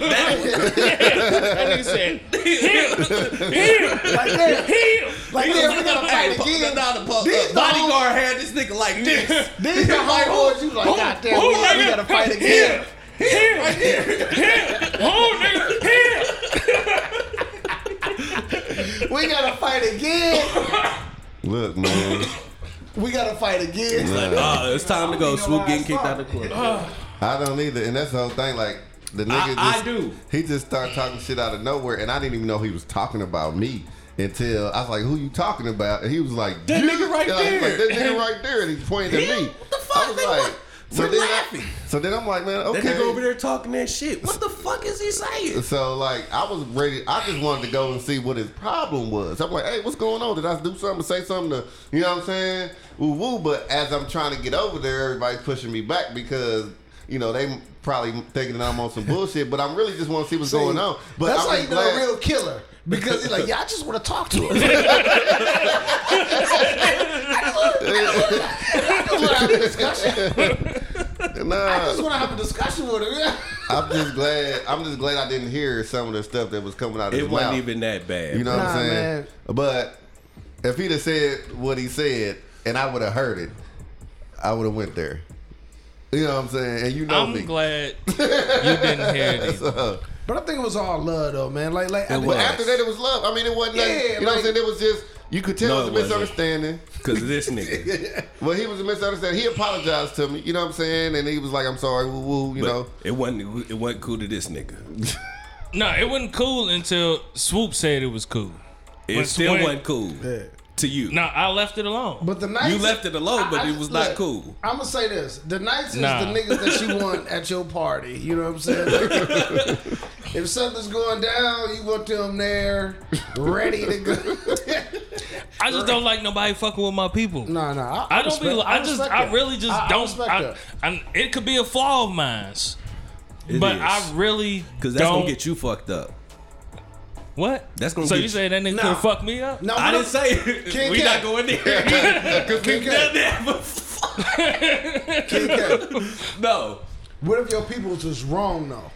[SPEAKER 2] That nigga said, "Him, him,
[SPEAKER 4] like that.
[SPEAKER 2] him."
[SPEAKER 4] Like that. We gotta
[SPEAKER 1] Hey,
[SPEAKER 4] fight
[SPEAKER 1] pu-
[SPEAKER 4] again.
[SPEAKER 1] nah, the pu-
[SPEAKER 4] These
[SPEAKER 1] uh,
[SPEAKER 4] the
[SPEAKER 1] bodyguard had this nigga like this.
[SPEAKER 4] These the hardboards. You like,
[SPEAKER 2] Who-
[SPEAKER 4] goddamn,
[SPEAKER 2] who
[SPEAKER 4] we, we
[SPEAKER 2] nigga?
[SPEAKER 4] gotta fight again.
[SPEAKER 2] Him, him, oh nigga, him.
[SPEAKER 4] We gotta fight again.
[SPEAKER 3] look, man.
[SPEAKER 4] We gotta fight again.
[SPEAKER 1] Like, oh, it's time to go. Swoop getting kicked out of the club.
[SPEAKER 3] I don't either, and that's the whole thing. Like the nigga,
[SPEAKER 1] I
[SPEAKER 3] just,
[SPEAKER 1] do.
[SPEAKER 3] He just started talking shit out of nowhere, and I didn't even know he was talking about me until I was like, "Who you talking about?" And he was like,
[SPEAKER 1] That
[SPEAKER 3] "You?"
[SPEAKER 1] nigga right
[SPEAKER 3] And I was like,
[SPEAKER 1] there.
[SPEAKER 3] that nigga right there, and he pointed at me.
[SPEAKER 1] What the fuck?
[SPEAKER 3] I was
[SPEAKER 1] They
[SPEAKER 3] like,
[SPEAKER 1] what?
[SPEAKER 3] so
[SPEAKER 1] We're
[SPEAKER 3] then,
[SPEAKER 1] laughing.
[SPEAKER 3] I, so then I'm like, man, okay.
[SPEAKER 1] That nigga over there talking that shit. What the fuck is he saying?
[SPEAKER 3] So like I was ready. I just wanted to go and see what his problem was. I'm like, hey, what's going on? Did I do something? Say something to you know what I'm saying? Woo woo. But as I'm trying to get over there, everybody's pushing me back because you know they probably thinking that I'm on some bullshit. But I'm really just want to see what's going on. But
[SPEAKER 4] That's
[SPEAKER 3] I'm
[SPEAKER 4] how
[SPEAKER 3] just
[SPEAKER 4] you know
[SPEAKER 3] glad-
[SPEAKER 4] a real killer. Because he's like, yeah, I just want to talk to him. I just want to have a discussion. I just
[SPEAKER 3] Nah,
[SPEAKER 4] want to have a discussion with him.
[SPEAKER 3] I'm just glad. I'm just glad I didn't hear some of the stuff that was coming out of
[SPEAKER 1] It
[SPEAKER 3] his
[SPEAKER 1] wasn't
[SPEAKER 3] mouth.
[SPEAKER 1] even that bad.
[SPEAKER 3] You know what
[SPEAKER 4] Nah,
[SPEAKER 3] I'm saying?
[SPEAKER 4] man.
[SPEAKER 3] But if he'd have said what he said, and I would have heard it, I would have went there. You know what I'm saying? And you know me.
[SPEAKER 2] I'm glad you didn't hear it. either.
[SPEAKER 3] So,
[SPEAKER 4] But I think it was all love, though, man. Like, like, I
[SPEAKER 1] It
[SPEAKER 4] think-
[SPEAKER 3] but
[SPEAKER 1] was.
[SPEAKER 3] after that, it was love. I mean, it wasn't. nothing-
[SPEAKER 4] Yeah,
[SPEAKER 3] you know what I'm
[SPEAKER 4] like-
[SPEAKER 3] saying? It was just you could tell
[SPEAKER 1] No,
[SPEAKER 3] it
[SPEAKER 1] it
[SPEAKER 3] was a
[SPEAKER 1] wasn't.
[SPEAKER 3] misunderstanding.
[SPEAKER 1] Because this nigga.
[SPEAKER 3] Well, he was a misunderstanding. He apologized to me. You know what I'm saying? And he was like, "I'm sorry." Woo, woo. You
[SPEAKER 1] But
[SPEAKER 3] know.
[SPEAKER 1] It wasn't, it wasn't cool to this nigga.
[SPEAKER 2] No, it wasn't cool until Swoop said it was cool.
[SPEAKER 1] It
[SPEAKER 2] But
[SPEAKER 1] still
[SPEAKER 2] when-
[SPEAKER 1] wasn't cool to you.
[SPEAKER 2] No, I left it alone.
[SPEAKER 4] But the nights.
[SPEAKER 1] You left it alone, but it was not cool.
[SPEAKER 4] I'm gonna say this: the nights
[SPEAKER 2] Nah.
[SPEAKER 4] is the niggas that you want at your party. You know what I'm saying? if something's going down, you want them there, ready to go.
[SPEAKER 2] I just don't like nobody fucking with my people.
[SPEAKER 4] no, no, I,
[SPEAKER 2] I don't be.
[SPEAKER 4] respect-
[SPEAKER 2] I just.
[SPEAKER 4] respect
[SPEAKER 2] I
[SPEAKER 4] that.
[SPEAKER 2] really just
[SPEAKER 4] I- I
[SPEAKER 2] don't.
[SPEAKER 4] respect
[SPEAKER 2] I,
[SPEAKER 4] that.
[SPEAKER 2] I- it could be a flaw of mine,
[SPEAKER 1] It
[SPEAKER 2] but
[SPEAKER 1] is.
[SPEAKER 2] I really
[SPEAKER 1] Cause that's
[SPEAKER 2] don't
[SPEAKER 1] gonna get you fucked up.
[SPEAKER 2] What?
[SPEAKER 1] That's gonna
[SPEAKER 2] So
[SPEAKER 1] get
[SPEAKER 2] you
[SPEAKER 1] you-
[SPEAKER 2] say that nigga
[SPEAKER 4] Nah.
[SPEAKER 2] could fuck me up?
[SPEAKER 4] No,
[SPEAKER 1] I
[SPEAKER 4] no,
[SPEAKER 1] didn't say it.
[SPEAKER 4] Kid
[SPEAKER 1] we not
[SPEAKER 4] Kat.
[SPEAKER 1] going there.
[SPEAKER 4] Kid Kat, Kid Kat,
[SPEAKER 1] no,
[SPEAKER 4] What if your people was just wrong though?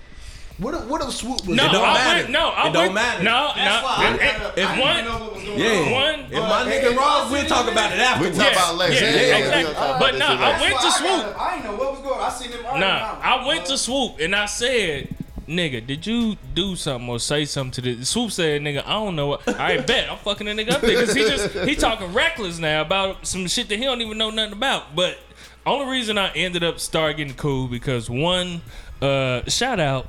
[SPEAKER 4] What if, what if Swoop was
[SPEAKER 2] No,
[SPEAKER 1] don't
[SPEAKER 2] I
[SPEAKER 1] matter.
[SPEAKER 2] went, no, I
[SPEAKER 1] It don't
[SPEAKER 2] went-
[SPEAKER 1] matter.
[SPEAKER 2] No,
[SPEAKER 7] That's
[SPEAKER 2] no.
[SPEAKER 7] why I
[SPEAKER 2] it-
[SPEAKER 7] kinda-
[SPEAKER 2] it-
[SPEAKER 7] I didn't
[SPEAKER 2] one-
[SPEAKER 7] know what was going
[SPEAKER 1] yeah.
[SPEAKER 2] One-
[SPEAKER 1] if my nigga Ross, we'll talk about it
[SPEAKER 3] We
[SPEAKER 1] after.
[SPEAKER 3] can
[SPEAKER 1] Yeah.
[SPEAKER 3] talk about later.
[SPEAKER 2] yeah,
[SPEAKER 3] Yeah,
[SPEAKER 2] yeah,
[SPEAKER 3] yeah,
[SPEAKER 2] exactly.
[SPEAKER 3] we'll talk about
[SPEAKER 2] But
[SPEAKER 3] this
[SPEAKER 2] no,
[SPEAKER 3] later.
[SPEAKER 2] I went to swoop.
[SPEAKER 7] I ain't know what was going. on. I seen him.
[SPEAKER 2] Nah, I went to swoop and I said, "Nigga, did you do something or say something to this?" Swoop said, "Nigga, I don't know what. I bet I'm fucking a nigga up there because he just he talking reckless now about some shit that he don't even know nothing about." But only reason I ended up start getting cool because one, uh, shout out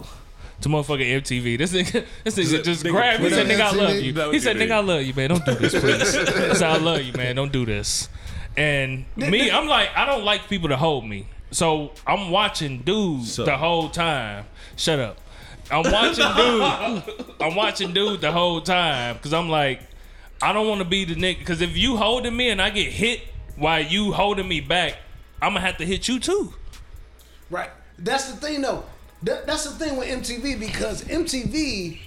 [SPEAKER 2] to motherfucking MTV. This nigga, this nigga just grabbed me. He said,
[SPEAKER 3] click
[SPEAKER 2] "Nigga, I
[SPEAKER 3] on
[SPEAKER 2] love
[SPEAKER 3] MTV?
[SPEAKER 2] you."
[SPEAKER 1] That
[SPEAKER 2] He
[SPEAKER 1] was
[SPEAKER 2] said,
[SPEAKER 1] good.
[SPEAKER 2] "Nigga, I love you, man. Don't do this, please." I said, "I love you, man. Don't do this." And me, I'm like, I don't like people to hold me, so I'm watching dudes
[SPEAKER 1] So-
[SPEAKER 2] the whole time. Shut up. I'm watching dude. I'm watching dude the whole time because I'm like, I don't want to be the nigga. Because if you holding me and I get hit while you holding me back, I'm gonna have to hit you too.
[SPEAKER 4] Right. That's the thing, though. That, that's the thing with MTV because MTV,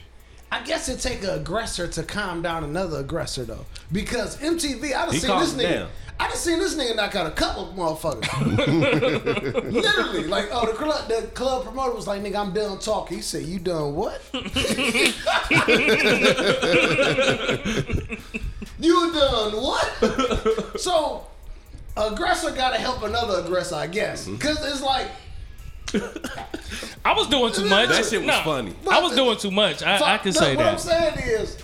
[SPEAKER 4] I guess it take an aggressor to calm down another aggressor though. Because MTV, I done
[SPEAKER 1] He
[SPEAKER 4] seen
[SPEAKER 1] calmed
[SPEAKER 4] this nigga.
[SPEAKER 1] down.
[SPEAKER 4] I done seen this nigga knock out a couple motherfuckers. Literally, like, oh, the club, the club promoter was like, "Nigga, I'm done talking." He said, "You done what? you done what?" so, aggressor gotta help another aggressor, I guess,
[SPEAKER 1] Mm-hmm.
[SPEAKER 4] because it's like
[SPEAKER 2] I was doing too much.
[SPEAKER 1] That shit was
[SPEAKER 2] Nah,
[SPEAKER 1] funny.
[SPEAKER 2] I was doing too much. I, I can
[SPEAKER 4] no,
[SPEAKER 2] say
[SPEAKER 4] what
[SPEAKER 2] that.
[SPEAKER 4] I'm saying is,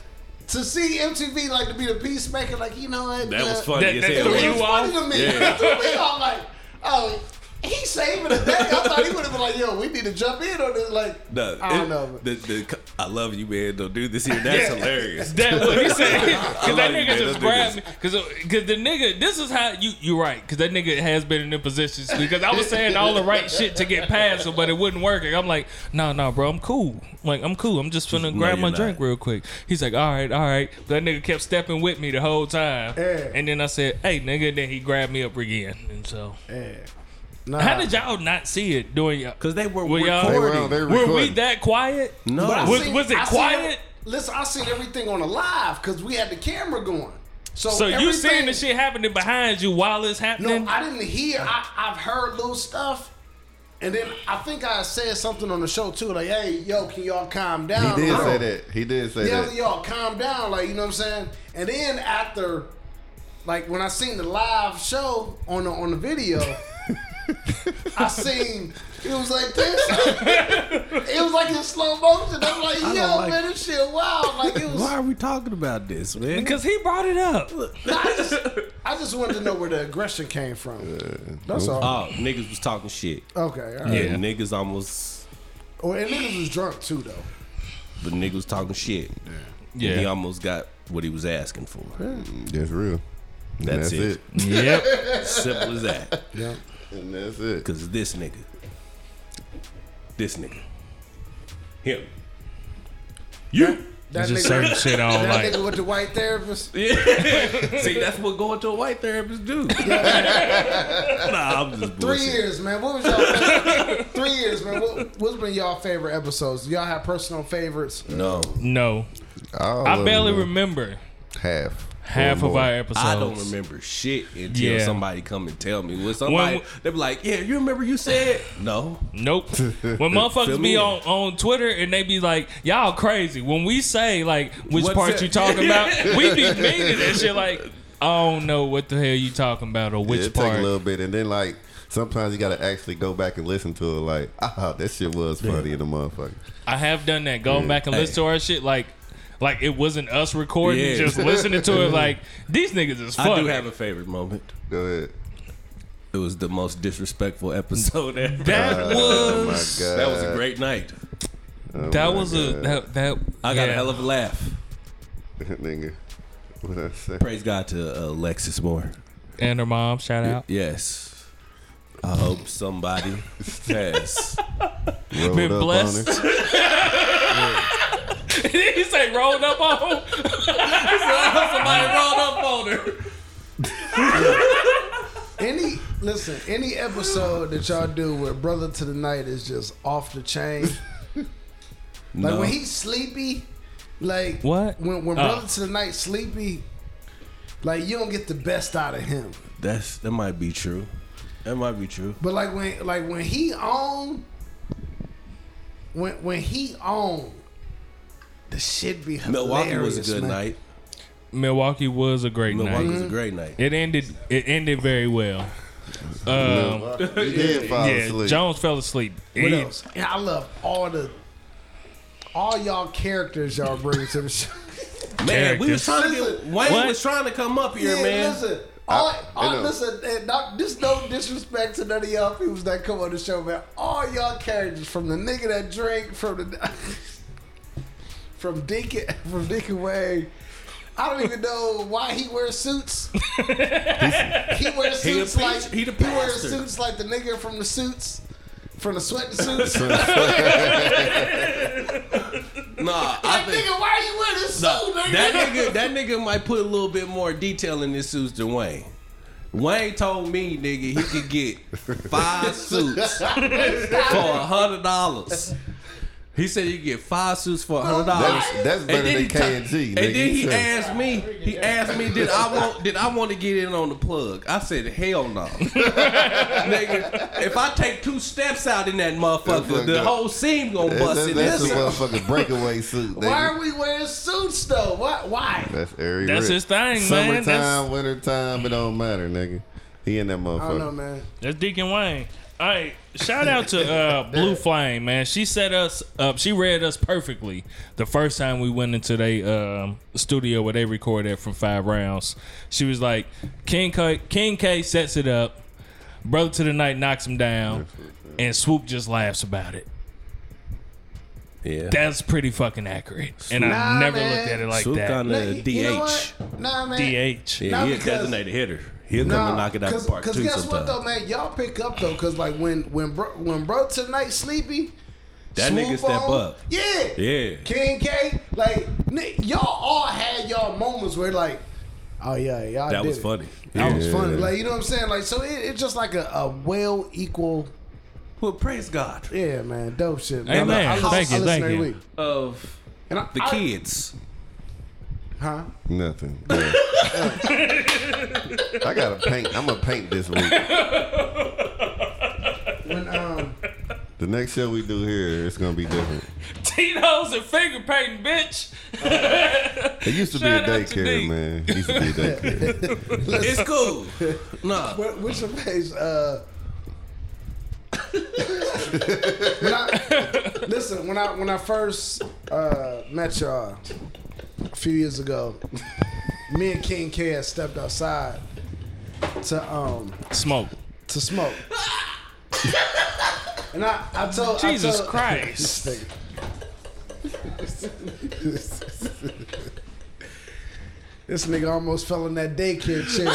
[SPEAKER 4] to see MTV like to be the peacemaker, like you know what?
[SPEAKER 1] That
[SPEAKER 4] uh,
[SPEAKER 1] was funny
[SPEAKER 2] That-
[SPEAKER 1] as
[SPEAKER 2] that
[SPEAKER 1] hell.
[SPEAKER 4] It was
[SPEAKER 2] threw you
[SPEAKER 4] funny
[SPEAKER 2] off?
[SPEAKER 4] to me.
[SPEAKER 1] Yeah.
[SPEAKER 4] It threw me off, like, oh, he's saving the day. I thought he would have been like, yo, we need to jump in on this. Like,
[SPEAKER 1] No,
[SPEAKER 4] I don't
[SPEAKER 1] it-
[SPEAKER 4] know.
[SPEAKER 1] The, the, I love you, man. Don't do this here. That's hilarious.
[SPEAKER 2] That what he said. Cause that
[SPEAKER 1] I like
[SPEAKER 2] nigga
[SPEAKER 1] that.
[SPEAKER 2] just
[SPEAKER 1] Those
[SPEAKER 2] grabbed me. Cause, uh, cause the nigga, this is how you you're right. Cause that nigga has been in them positions. Because I was saying all the right shit to get past him, but it wouldn't work. And I'm like, no, no, bro, I'm cool. I'm like I'm cool. I'm just finna grab
[SPEAKER 1] you're
[SPEAKER 2] my
[SPEAKER 1] not.
[SPEAKER 2] drink real quick. He's like, all right, all right. That nigga kept stepping with me the whole time.
[SPEAKER 4] Yeah.
[SPEAKER 2] And then I said, hey, nigga. And then he grabbed me up again. And so,
[SPEAKER 4] nah.
[SPEAKER 2] how did y'all not see it during? y-
[SPEAKER 1] Because they were
[SPEAKER 2] Were y'all-
[SPEAKER 3] They
[SPEAKER 1] recording.
[SPEAKER 3] were, they were
[SPEAKER 2] Were we
[SPEAKER 3] recording.
[SPEAKER 2] that quiet?
[SPEAKER 1] no,
[SPEAKER 4] But I
[SPEAKER 2] Was-
[SPEAKER 4] seen-
[SPEAKER 2] was it
[SPEAKER 4] I seen
[SPEAKER 2] quiet?
[SPEAKER 4] every- listen, I seen everything on the live because we had the camera going. So,
[SPEAKER 2] So you seeing
[SPEAKER 4] everything-
[SPEAKER 2] the shit happening behind you while it's happening?
[SPEAKER 4] No, I didn't hear. I, I've heard little stuff. And then I think I said something on the show too, like, "Hey, yo, can y'all calm down?"
[SPEAKER 3] He did
[SPEAKER 4] I
[SPEAKER 3] say
[SPEAKER 4] don't-
[SPEAKER 3] that. He did say
[SPEAKER 4] Yeah,
[SPEAKER 3] that.
[SPEAKER 4] y'all calm down, like you know what I'm saying. And then after, like when I seen the live show on the on the video, I seen it was like this. it was like in slow motion. I'm like, yo,
[SPEAKER 1] don't like-
[SPEAKER 4] man, this shit wild. Like it was.
[SPEAKER 1] Why are we talking about this, man?
[SPEAKER 2] Because he brought it up.
[SPEAKER 4] Nah, I, just, I just wanted to know where the aggression came from. That's all.
[SPEAKER 1] oh, niggas was talking shit.
[SPEAKER 4] Okay, all right.
[SPEAKER 1] Uh, Yeah, niggas almost.
[SPEAKER 4] Or and niggas was drunk too though.
[SPEAKER 1] The niggas was talking shit.
[SPEAKER 2] Yeah.
[SPEAKER 1] He almost got what he was asking for.
[SPEAKER 3] That's real. And
[SPEAKER 1] That's
[SPEAKER 3] that's,
[SPEAKER 1] it.
[SPEAKER 3] it.
[SPEAKER 2] Yep.
[SPEAKER 1] Simple as that.
[SPEAKER 3] And that's it.
[SPEAKER 1] Because this nigga. This nigga. Him. You.
[SPEAKER 4] That
[SPEAKER 2] Just
[SPEAKER 4] nigga,
[SPEAKER 2] certain shit I don't
[SPEAKER 4] that
[SPEAKER 2] like.
[SPEAKER 4] nigga with the white therapist.
[SPEAKER 1] See, that's what going to a white therapist do. nah, I'm just
[SPEAKER 4] Three
[SPEAKER 1] bullshit.
[SPEAKER 4] years, man. What was y'all? three years, man. What, what's been y'all favorite episodes? Do y'all have personal favorites?
[SPEAKER 1] No.
[SPEAKER 2] No.
[SPEAKER 3] All
[SPEAKER 2] I
[SPEAKER 3] of
[SPEAKER 2] barely
[SPEAKER 3] them.
[SPEAKER 2] remember
[SPEAKER 3] half.
[SPEAKER 2] half
[SPEAKER 3] or
[SPEAKER 2] of
[SPEAKER 3] more.
[SPEAKER 2] our episodes.
[SPEAKER 1] I don't remember shit until
[SPEAKER 2] Yeah.
[SPEAKER 1] somebody come and tell me. When somebody,
[SPEAKER 2] When-
[SPEAKER 1] they be like, "Yeah, you remember you said no."
[SPEAKER 2] Nope. When
[SPEAKER 1] Fill
[SPEAKER 2] motherfuckers
[SPEAKER 1] me
[SPEAKER 2] be
[SPEAKER 1] in.
[SPEAKER 2] on, on Twitter and they be like, y'all crazy. When we say, like, which
[SPEAKER 1] What's
[SPEAKER 2] part
[SPEAKER 1] that?
[SPEAKER 2] you talking about, we be meaning that shit like, I don't know what the hell you talking about or
[SPEAKER 3] Yeah,
[SPEAKER 2] which
[SPEAKER 3] it take a
[SPEAKER 2] part.
[SPEAKER 3] little bit, and then like sometimes you gotta actually go back and listen to it. Like, ah, that shit was funny in the motherfucker.
[SPEAKER 2] I have done that.
[SPEAKER 1] Mm,
[SPEAKER 2] Going back and listen to our shit, like, like it wasn't us recording,
[SPEAKER 1] Yeah.
[SPEAKER 2] just listening to it. Like these niggas is funny.
[SPEAKER 1] I do have a favorite moment.
[SPEAKER 3] Go ahead.
[SPEAKER 1] It was the most disrespectful episode ever.
[SPEAKER 2] that
[SPEAKER 3] Oh my
[SPEAKER 2] was
[SPEAKER 3] god,
[SPEAKER 1] That was a great night.
[SPEAKER 3] Oh
[SPEAKER 2] that
[SPEAKER 3] my
[SPEAKER 2] was a
[SPEAKER 3] God.
[SPEAKER 2] that that
[SPEAKER 1] I got
[SPEAKER 2] yeah.
[SPEAKER 1] a hell of a laugh.
[SPEAKER 3] nigga. What I say?
[SPEAKER 1] Praise God to uh, Alexis Moore.
[SPEAKER 2] and her mom shout out.
[SPEAKER 1] Yes. I hope somebody has.
[SPEAKER 3] Rolled
[SPEAKER 2] been
[SPEAKER 3] up on
[SPEAKER 2] blessed.
[SPEAKER 3] her.
[SPEAKER 2] he say rolled up on him. "Oh, Somebody rolled up on her.
[SPEAKER 4] Any listen, any episode that y'all do where brother to the night is just off the chain. Like
[SPEAKER 1] No.
[SPEAKER 4] when he's sleepy, like
[SPEAKER 2] Oh. What?
[SPEAKER 4] When when
[SPEAKER 2] Oh.
[SPEAKER 4] brother to the night sleepy, like you don't get the best out of him.
[SPEAKER 1] That's that might be true. That might be true.
[SPEAKER 4] But like when like when he on, when when he on, the shit be hilarious.
[SPEAKER 1] Milwaukee was a good
[SPEAKER 4] man. Mm-hmm.
[SPEAKER 1] night.
[SPEAKER 2] Milwaukee was a great
[SPEAKER 1] Milwaukee
[SPEAKER 2] night.
[SPEAKER 1] was a great night.
[SPEAKER 2] It ended. It ended very well. Um,
[SPEAKER 3] You did fall
[SPEAKER 2] yeah,
[SPEAKER 3] asleep.
[SPEAKER 2] Jones fell asleep.
[SPEAKER 4] What
[SPEAKER 2] He-
[SPEAKER 4] else? And I love all the all y'all characters y'all bring to the show.
[SPEAKER 1] Man,
[SPEAKER 2] Character.
[SPEAKER 1] we was trying to get Wayne
[SPEAKER 2] What?
[SPEAKER 1] was trying to come up here,
[SPEAKER 4] Yeah,
[SPEAKER 1] man.
[SPEAKER 4] Listen, all,
[SPEAKER 3] I-
[SPEAKER 4] all,
[SPEAKER 3] I
[SPEAKER 4] eh,
[SPEAKER 3] know.
[SPEAKER 4] listen, and not, this no disrespect to none of y'all people that come on the show, man. All all y'all characters from the nigga that drink from the from Deacon from Deacon Wayne. I don't even know why he wears suits. he wears
[SPEAKER 1] He the
[SPEAKER 4] suits
[SPEAKER 1] preach-
[SPEAKER 4] like
[SPEAKER 1] he the
[SPEAKER 4] wears
[SPEAKER 1] pastor.
[SPEAKER 4] suits like the nigga from the suits from the sweating suits.
[SPEAKER 1] Nah, I
[SPEAKER 4] like,
[SPEAKER 1] think
[SPEAKER 4] nigga, why are you wearing this
[SPEAKER 1] nah,
[SPEAKER 4] suit, nigga?
[SPEAKER 1] that nigga that nigga might put a little bit more detail in his suits than Wayne. Wayne told me, nigga, he could get five suits for a hundred dollars. He said he could get five suits for a hundred dollars.
[SPEAKER 3] That's, that's
[SPEAKER 1] And
[SPEAKER 3] better
[SPEAKER 1] then,
[SPEAKER 3] than
[SPEAKER 1] he
[SPEAKER 3] K and G.
[SPEAKER 1] and then he asked me, he asked me, did I want did I want to get in on the plug? I said, hell no. nigga, if I take two steps out in that motherfucker,
[SPEAKER 3] That's
[SPEAKER 1] the
[SPEAKER 3] good.
[SPEAKER 1] whole seam gonna bust
[SPEAKER 3] That's,
[SPEAKER 1] in
[SPEAKER 3] that's
[SPEAKER 1] this.
[SPEAKER 3] a motherfucking breakaway suit. nigga.
[SPEAKER 4] Why are we wearing suits though? Why? Why?
[SPEAKER 3] That's Ari
[SPEAKER 2] That's
[SPEAKER 3] Rich.
[SPEAKER 2] his thing, man.
[SPEAKER 3] Summertime,
[SPEAKER 2] That's,
[SPEAKER 3] wintertime, it don't matter, nigga. He in that
[SPEAKER 4] I don't know,
[SPEAKER 3] motherfucker.
[SPEAKER 4] man.
[SPEAKER 2] that's Deacon Wayne. All right, shout out to uh, Blue Flame, man. She set us up. She read us perfectly the first time we went into the um, studio where they recorded from Five Rounds. She was like, "King K, King K sets it up. Brother to the night knocks him down, and Swoop just laughs about it."
[SPEAKER 1] Yeah.
[SPEAKER 2] That's pretty fucking accurate, and
[SPEAKER 4] Nah,
[SPEAKER 2] I never
[SPEAKER 4] man.
[SPEAKER 2] looked at it like
[SPEAKER 1] Swoop
[SPEAKER 2] that.
[SPEAKER 1] kinda
[SPEAKER 4] Nah,
[SPEAKER 1] DH.
[SPEAKER 4] you know what? Nah, man.
[SPEAKER 2] DH.
[SPEAKER 1] Yeah,
[SPEAKER 4] Nah,
[SPEAKER 1] he a
[SPEAKER 4] because-
[SPEAKER 1] designated hitter. He'll come and knock it out
[SPEAKER 4] cause,
[SPEAKER 1] the park
[SPEAKER 4] Cause
[SPEAKER 1] too
[SPEAKER 4] guess
[SPEAKER 1] sometimes.
[SPEAKER 4] what though, man, y'all pick up though, cause like when when bro, when bro tonight sleepy,
[SPEAKER 1] That
[SPEAKER 4] Swoop
[SPEAKER 1] nigga step
[SPEAKER 4] on,
[SPEAKER 1] up.
[SPEAKER 4] yeah,
[SPEAKER 1] Yeah.
[SPEAKER 4] King K, like ni- y'all all had y'all moments where like, oh yeah, y'all
[SPEAKER 1] That
[SPEAKER 4] did
[SPEAKER 1] was
[SPEAKER 4] it.
[SPEAKER 1] funny.
[SPEAKER 4] That was
[SPEAKER 3] Yeah.
[SPEAKER 4] funny, like you know what I'm saying, like so it, it's just like a, a well equal,
[SPEAKER 1] Well, praise God
[SPEAKER 4] yeah, man, dope shit. Man.
[SPEAKER 2] Amen.
[SPEAKER 4] I- I- I
[SPEAKER 2] Thank you,
[SPEAKER 4] listen
[SPEAKER 2] thank
[SPEAKER 4] every
[SPEAKER 2] you.
[SPEAKER 4] week.
[SPEAKER 1] of
[SPEAKER 4] And I,
[SPEAKER 1] the
[SPEAKER 4] I-
[SPEAKER 1] kids.
[SPEAKER 4] huh?
[SPEAKER 3] Nothing. Yeah. I gotta paint. I'm gonna paint this week.
[SPEAKER 4] When um,
[SPEAKER 3] The next show we do here, it's gonna be different.
[SPEAKER 2] Tito's and finger painting, bitch.
[SPEAKER 4] Uh,
[SPEAKER 3] It used to
[SPEAKER 2] Shout
[SPEAKER 3] be a
[SPEAKER 2] out to
[SPEAKER 3] daycare,
[SPEAKER 2] Deke.
[SPEAKER 3] man. It used to be a daycare.
[SPEAKER 1] It's cool. Nah.
[SPEAKER 4] What, what's your face? Uh, when I, listen, when I when I first uh, met y'all a few years ago, me and King K had stepped outside to um
[SPEAKER 2] Smoke.
[SPEAKER 4] to smoke, and I I told I
[SPEAKER 2] Jesus
[SPEAKER 4] told,
[SPEAKER 2] Christ.
[SPEAKER 4] This nigga. This nigga almost fell in that daycare chair.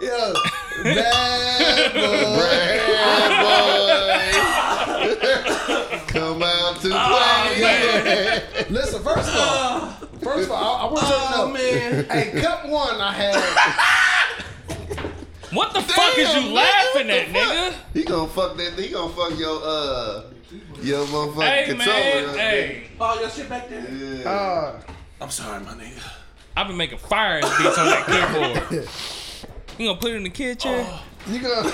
[SPEAKER 4] Yo, bad
[SPEAKER 3] Bad boys, come out to
[SPEAKER 2] Oh,
[SPEAKER 3] play.
[SPEAKER 4] boy. Listen, first of all, first of all, I, I
[SPEAKER 2] Uh,
[SPEAKER 4] want you to know, man. Hey, cup one, I had.
[SPEAKER 2] What the fuck is you
[SPEAKER 3] nigga,
[SPEAKER 2] laughing at,
[SPEAKER 3] what the
[SPEAKER 2] nigga?
[SPEAKER 3] fuck? He gonna fuck that. He gonna fuck your uh your motherfucking
[SPEAKER 2] Hey,
[SPEAKER 3] controller.
[SPEAKER 2] man.
[SPEAKER 3] up,
[SPEAKER 2] Hey.
[SPEAKER 1] Oh, your shit back there.
[SPEAKER 3] nigga. Yeah.
[SPEAKER 4] Uh,
[SPEAKER 1] I'm sorry, my nigga.
[SPEAKER 2] I've been making fire ass beats on that keyboard. You gonna put it in the kitchen?
[SPEAKER 4] you gonna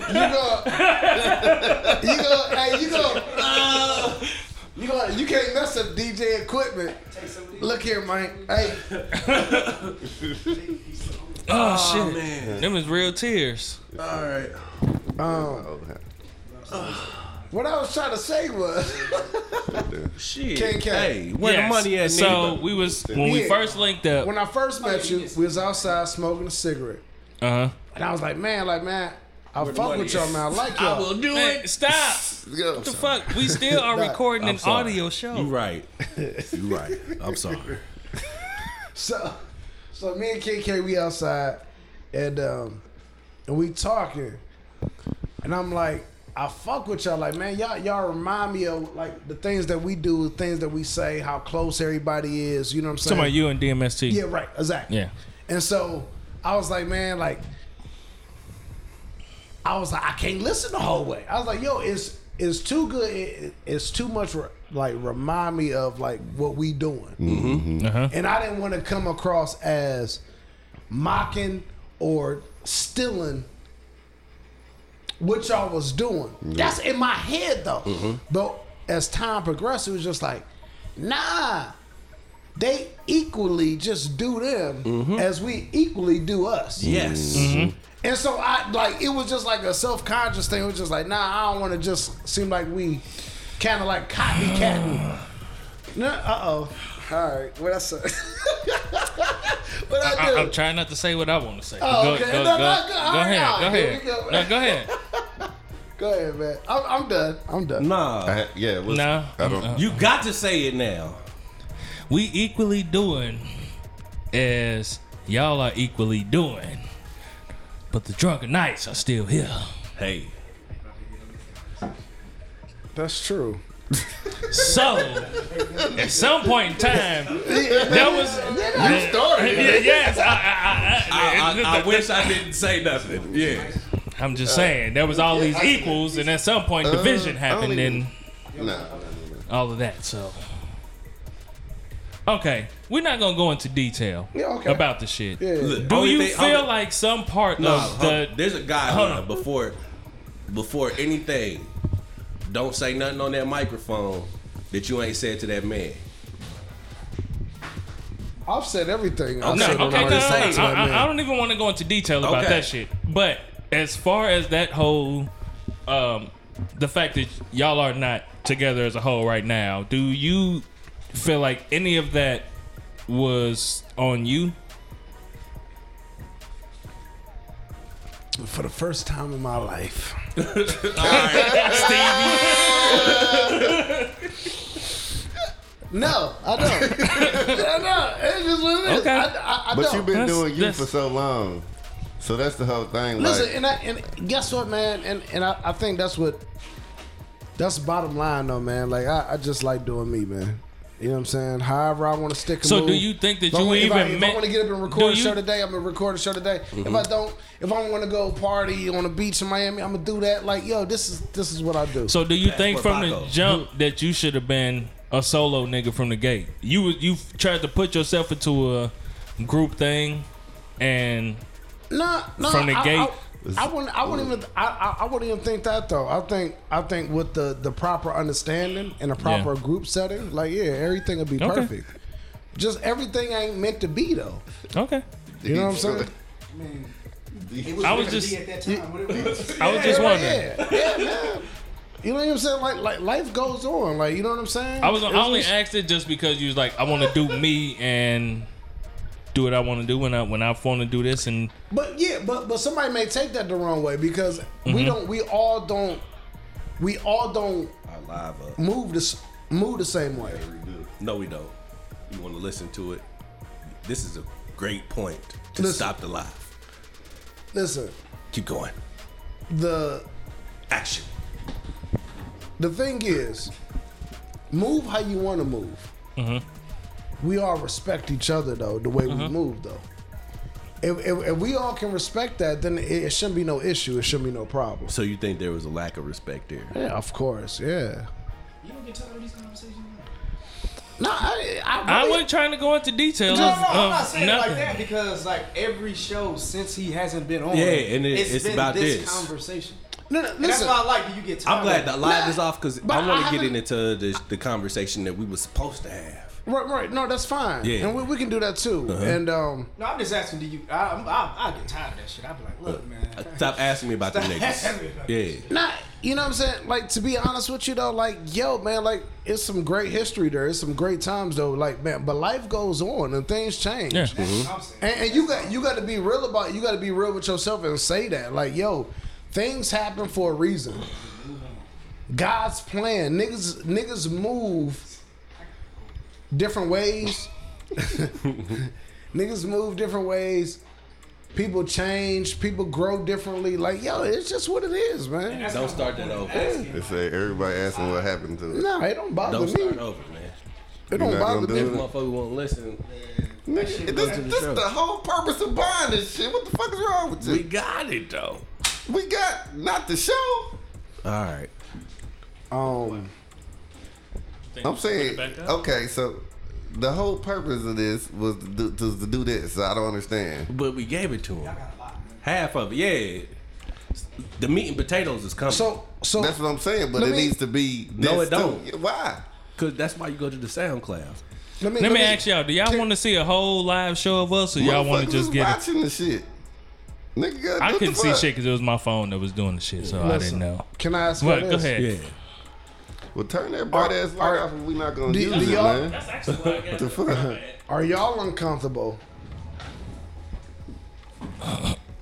[SPEAKER 4] you gonna you gonna hey you gonna uh, you gonna you can't mess up DJ equipment. Look here, Mike. Hey,
[SPEAKER 2] Oh, shit. Them is real tears.
[SPEAKER 1] All right.
[SPEAKER 3] Oh,
[SPEAKER 4] what I was trying to say was
[SPEAKER 1] Shit.
[SPEAKER 4] King K.
[SPEAKER 1] Hey, where
[SPEAKER 2] Yes.
[SPEAKER 1] the money at,
[SPEAKER 2] So
[SPEAKER 1] nigga?
[SPEAKER 2] we was when we
[SPEAKER 4] Yeah.
[SPEAKER 2] first linked up.
[SPEAKER 4] when I first met you, we was outside smoking a cigarette,
[SPEAKER 2] Uh
[SPEAKER 4] and I was like, man, like man, I fuck with y'all, man. I like y'all.
[SPEAKER 2] huh. Man, stop.
[SPEAKER 3] Let's go.
[SPEAKER 2] The fuck. We still are recording an
[SPEAKER 1] sorry.
[SPEAKER 2] audio show.
[SPEAKER 1] You right. You right. I'm sorry.
[SPEAKER 4] So, so me and KK we outside, and um, and we talking, and I'm like, I fuck with y'all, like man, y'all y'all remind me of like the things that we do, things that we say, how close everybody is, you know what I'm saying?
[SPEAKER 2] Talking about you and DMST.
[SPEAKER 4] Yeah, right, exactly.
[SPEAKER 2] Yeah.
[SPEAKER 4] And so I was like, man, like I was like, I can't listen the whole way. I was like, yo, it's it's too good. It, it- it's too much. Re- like remind me of like what we doing.
[SPEAKER 2] Uh-huh.
[SPEAKER 4] And I didn't want to come across as mocking or stealing what y'all was doing. That's in my head though. But as time progressed, it was just like, nah, they equally just do them as we equally do us.
[SPEAKER 1] Yes.
[SPEAKER 4] And so I like it was just like a self conscious thing. It was just like, nah, I don't want to just seem like we kind of like copycatting No, uh oh. All right. What I said. what I,
[SPEAKER 2] I,
[SPEAKER 4] do?
[SPEAKER 2] I'm trying not to say what I want to say.
[SPEAKER 4] Oh,
[SPEAKER 2] go,
[SPEAKER 4] okay.
[SPEAKER 2] go, go,
[SPEAKER 4] No, no,
[SPEAKER 2] go,
[SPEAKER 4] go- all right,
[SPEAKER 2] ahead.
[SPEAKER 4] all
[SPEAKER 2] Go
[SPEAKER 4] right,
[SPEAKER 2] ahead.
[SPEAKER 4] here we go.
[SPEAKER 2] No, go ahead.
[SPEAKER 4] Go ahead, man. I'm, I'm done. I'm done.
[SPEAKER 1] Nah,
[SPEAKER 3] I, yeah, what's,
[SPEAKER 2] No. Uh-uh.
[SPEAKER 3] I don't.
[SPEAKER 1] you got to say it now.
[SPEAKER 2] We equally doing as y'all are equally doing, but the drunken knights are still here.
[SPEAKER 1] Hey,
[SPEAKER 4] That's true.
[SPEAKER 2] So, at some point in time, that was
[SPEAKER 3] you started.
[SPEAKER 2] yeah, yes. I, I, I,
[SPEAKER 1] I, I, I wish I didn't say nothing. Yeah,
[SPEAKER 2] am just saying there was all these equals, and at some point division
[SPEAKER 3] Uh, I don't
[SPEAKER 2] happened,
[SPEAKER 3] even-
[SPEAKER 2] and
[SPEAKER 3] Nah.
[SPEAKER 2] all of that. So, okay, we're not gonna go into detail
[SPEAKER 4] Yeah, okay.
[SPEAKER 2] about the shit.
[SPEAKER 4] Yeah.
[SPEAKER 1] Look,
[SPEAKER 2] Do
[SPEAKER 1] only
[SPEAKER 2] you
[SPEAKER 1] thing-
[SPEAKER 2] feel
[SPEAKER 1] only-
[SPEAKER 2] like some part
[SPEAKER 1] No,
[SPEAKER 2] of
[SPEAKER 1] hold-
[SPEAKER 2] the
[SPEAKER 1] there's a guy
[SPEAKER 2] Hold
[SPEAKER 1] hold on. before before anything. Don't say nothing on that microphone that you ain't said to that man.
[SPEAKER 4] I've said everything. I
[SPEAKER 1] Okay,
[SPEAKER 2] No,
[SPEAKER 4] said
[SPEAKER 2] okay,
[SPEAKER 4] what
[SPEAKER 2] no,
[SPEAKER 4] I
[SPEAKER 2] no,
[SPEAKER 4] already
[SPEAKER 2] no,
[SPEAKER 4] said
[SPEAKER 2] no.
[SPEAKER 4] to that
[SPEAKER 2] I,
[SPEAKER 4] man.
[SPEAKER 2] I- I don't even want to go into detail about
[SPEAKER 1] Okay.
[SPEAKER 2] that shit. But as far as that whole, um, the fact that y'all are not together as a whole right now, do you feel like any of that was on you?
[SPEAKER 4] For the first time in my life, no, I don't. no, no, it's just what it is.
[SPEAKER 2] Okay.
[SPEAKER 4] I, I, I
[SPEAKER 3] But
[SPEAKER 4] don't.
[SPEAKER 3] you've been
[SPEAKER 2] That's-
[SPEAKER 3] doing you
[SPEAKER 2] that's-
[SPEAKER 3] for so long. So that's the whole thing.
[SPEAKER 4] Listen,
[SPEAKER 3] like,
[SPEAKER 4] and, I, and guess what, man? And and I, I think that's what that's bottom line though, man. Like I, I just like doing me, man. You know what I'm saying? However, I want to stick. And
[SPEAKER 2] So
[SPEAKER 4] move.
[SPEAKER 2] do you think that
[SPEAKER 4] If I
[SPEAKER 2] you
[SPEAKER 4] wa- if I,
[SPEAKER 2] even
[SPEAKER 4] if
[SPEAKER 2] met-
[SPEAKER 4] I want to get up and record
[SPEAKER 2] do
[SPEAKER 4] a
[SPEAKER 2] you- Mm-hmm.
[SPEAKER 4] show today, I'm gonna record a show today. If I don't, if I want to go party on the beach in Miami, I'm gonna do that. Like yo, this is this is what I do.
[SPEAKER 2] So do you think
[SPEAKER 1] for
[SPEAKER 2] from the
[SPEAKER 1] Paco.
[SPEAKER 2] jump that you should have been a solo nigga from the gate? You was- you tried to put yourself into a group thing, and
[SPEAKER 4] No, no.
[SPEAKER 2] From the
[SPEAKER 4] I,
[SPEAKER 2] gate.
[SPEAKER 4] I, I wouldn't. I wouldn't even. I, I, I wouldn't even think that though. I think. I think with the the proper understanding and a proper group setting, like yeah, everything would be
[SPEAKER 2] Okay.
[SPEAKER 4] perfect. Just everything ain't meant to be though.
[SPEAKER 2] okay,
[SPEAKER 4] You know what I'm saying?
[SPEAKER 6] Man,
[SPEAKER 3] saying?
[SPEAKER 6] it was
[SPEAKER 2] I was
[SPEAKER 6] meant to
[SPEAKER 2] just-
[SPEAKER 6] be at that time. What it was.
[SPEAKER 2] I was just
[SPEAKER 4] yeah,
[SPEAKER 2] wondering.
[SPEAKER 4] yeah, yeah, man. You know what I'm saying? Like, like life goes on. Like, you know what I'm saying?
[SPEAKER 2] I was I
[SPEAKER 4] It's
[SPEAKER 2] only
[SPEAKER 4] just-
[SPEAKER 2] asked it just because you was like, I want to do me and do what I want to do when I when I want to do this and
[SPEAKER 4] But yeah, but but somebody may take that the wrong way because
[SPEAKER 2] Mm-hmm.
[SPEAKER 4] we don't. We all don't. We all don't
[SPEAKER 1] Our live up.
[SPEAKER 4] move this move the same way.
[SPEAKER 1] No, we don't. You want to listen to it? This is a great point to
[SPEAKER 4] Listen.
[SPEAKER 1] stop the live.
[SPEAKER 4] Listen,
[SPEAKER 1] Keep going.
[SPEAKER 4] the
[SPEAKER 1] Action.
[SPEAKER 4] the thing is, move how you want to move.
[SPEAKER 6] Mm-hmm.
[SPEAKER 4] We all respect each other though, the way we move though. If, if, if we all can respect that, then it, it shouldn't be no issue. It shouldn't be no problem.
[SPEAKER 1] So you think there was a lack of respect there?
[SPEAKER 4] Yeah, of course. Yeah.
[SPEAKER 7] You don't get tired of these conversations.
[SPEAKER 4] No, I I,
[SPEAKER 2] I
[SPEAKER 4] really,
[SPEAKER 2] wasn't trying to go into detail
[SPEAKER 6] No, no,
[SPEAKER 2] of,
[SPEAKER 6] I'm not
[SPEAKER 2] of
[SPEAKER 6] saying it
[SPEAKER 2] nothing.
[SPEAKER 6] like that because like every show since he hasn't been on,
[SPEAKER 1] Yeah, and it- it's
[SPEAKER 6] been
[SPEAKER 1] about
[SPEAKER 6] this,
[SPEAKER 1] this.
[SPEAKER 6] conversation.
[SPEAKER 4] no, no,
[SPEAKER 6] And that's
[SPEAKER 4] listen.
[SPEAKER 6] why I like that you get tired.
[SPEAKER 1] I'm glad
[SPEAKER 6] of
[SPEAKER 1] the
[SPEAKER 6] it.
[SPEAKER 1] live is off because
[SPEAKER 4] but
[SPEAKER 1] I want
[SPEAKER 4] I
[SPEAKER 1] to get
[SPEAKER 4] haven't-
[SPEAKER 1] into the, the conversation that we were supposed to have.
[SPEAKER 4] right, right. No, that's fine.
[SPEAKER 1] Yeah.
[SPEAKER 4] And we, we can do that too. And um,
[SPEAKER 6] No, I'm just asking. Do you? I, I'm- I, I get tired of that shit. I be like,
[SPEAKER 1] Uh,
[SPEAKER 6] look, man.
[SPEAKER 1] Stop asking me about the niggas. Yeah.
[SPEAKER 4] Nah, you know what I'm saying? Like to be honest with you though, like yo, man, like it's some great history there. It's some great times though. Like man, but life goes on and things change.
[SPEAKER 2] Yeah.
[SPEAKER 1] hmm?
[SPEAKER 6] I'm saying.
[SPEAKER 4] And, and you got you got to be real about you got to be real with yourself and say that like yo, things happen for a reason. God's plan, niggas niggas move different ways. niggas move different ways. People change. People grow differently. Like yo, it's just what it is, man.
[SPEAKER 1] Don't start that over.
[SPEAKER 3] They say everybody asking what happened to it.
[SPEAKER 4] Nah, it don't bother
[SPEAKER 1] Don't
[SPEAKER 4] me.
[SPEAKER 1] start over, man.
[SPEAKER 4] It don't
[SPEAKER 3] You're not gonna
[SPEAKER 4] bother
[SPEAKER 3] do
[SPEAKER 4] me.
[SPEAKER 3] it?
[SPEAKER 1] Motherfucker won't listen.
[SPEAKER 3] Nigga, this,
[SPEAKER 1] to the
[SPEAKER 3] this
[SPEAKER 1] show.
[SPEAKER 3] the whole purpose of buying this shit. What the fuck is wrong with
[SPEAKER 1] We
[SPEAKER 3] you?
[SPEAKER 1] got it though.
[SPEAKER 3] We, got not the show.
[SPEAKER 1] All right.
[SPEAKER 4] Um,
[SPEAKER 3] I'm saying
[SPEAKER 2] back up?
[SPEAKER 3] okay, so the whole purpose of this was to do, to, to do this. I don't understand.
[SPEAKER 1] But we gave it to him. Half of it, yeah. The meat and potatoes is coming. So,
[SPEAKER 4] so so
[SPEAKER 3] That's what I'm saying, but
[SPEAKER 4] Let
[SPEAKER 3] it
[SPEAKER 4] me-
[SPEAKER 3] needs to be this
[SPEAKER 1] No, it
[SPEAKER 3] too.
[SPEAKER 1] don't.
[SPEAKER 3] Why?
[SPEAKER 1] Cause that's why you go to the SoundCloud.
[SPEAKER 4] let me
[SPEAKER 2] Let me ask y'all: Do y'all want to see a whole live show of us, or y'all want
[SPEAKER 3] Motherfuckers
[SPEAKER 2] to just
[SPEAKER 3] was
[SPEAKER 2] get? it?
[SPEAKER 3] watching the shit. Nigga, God,
[SPEAKER 2] I
[SPEAKER 3] what
[SPEAKER 2] couldn't
[SPEAKER 3] the
[SPEAKER 2] see
[SPEAKER 3] fuck?
[SPEAKER 2] shit because it was my phone that was doing the shit, so I didn't know.
[SPEAKER 4] Can I ask
[SPEAKER 2] What?
[SPEAKER 4] you
[SPEAKER 2] Go
[SPEAKER 4] this?
[SPEAKER 2] ahead.
[SPEAKER 1] Yeah.
[SPEAKER 3] Well, turn that bright ass light off, and we not gonna
[SPEAKER 4] Do-
[SPEAKER 3] use
[SPEAKER 4] do
[SPEAKER 3] it,
[SPEAKER 4] y'all-
[SPEAKER 3] man.
[SPEAKER 7] That's actually what I got.
[SPEAKER 3] The fuck?
[SPEAKER 4] Are y'all uncomfortable?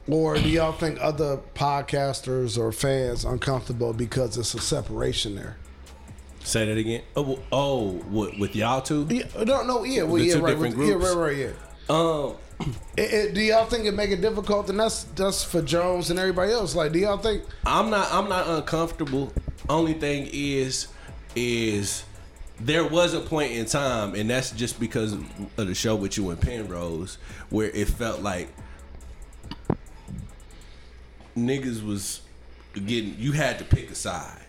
[SPEAKER 4] Or do y'all think other podcasters or fans uncomfortable because it's a separation there?
[SPEAKER 1] Say that again. Oh, well- oh with, with y'all two?
[SPEAKER 4] Yeah, no, no, yeah, well,
[SPEAKER 1] The
[SPEAKER 4] yeah,
[SPEAKER 1] two
[SPEAKER 4] right,
[SPEAKER 1] different
[SPEAKER 4] with- yeah,
[SPEAKER 1] groups?
[SPEAKER 4] right, right, yeah.
[SPEAKER 1] Um,
[SPEAKER 4] It, it- do y'all think it make it difficult? And that's that's for Jones and everybody else. Like, do y'all think?
[SPEAKER 1] I'm not I'm not uncomfortable. Only thing is is there was a point in time, and that's just because of the show with you and Penrose, where it felt like niggas was getting you had to pick a side.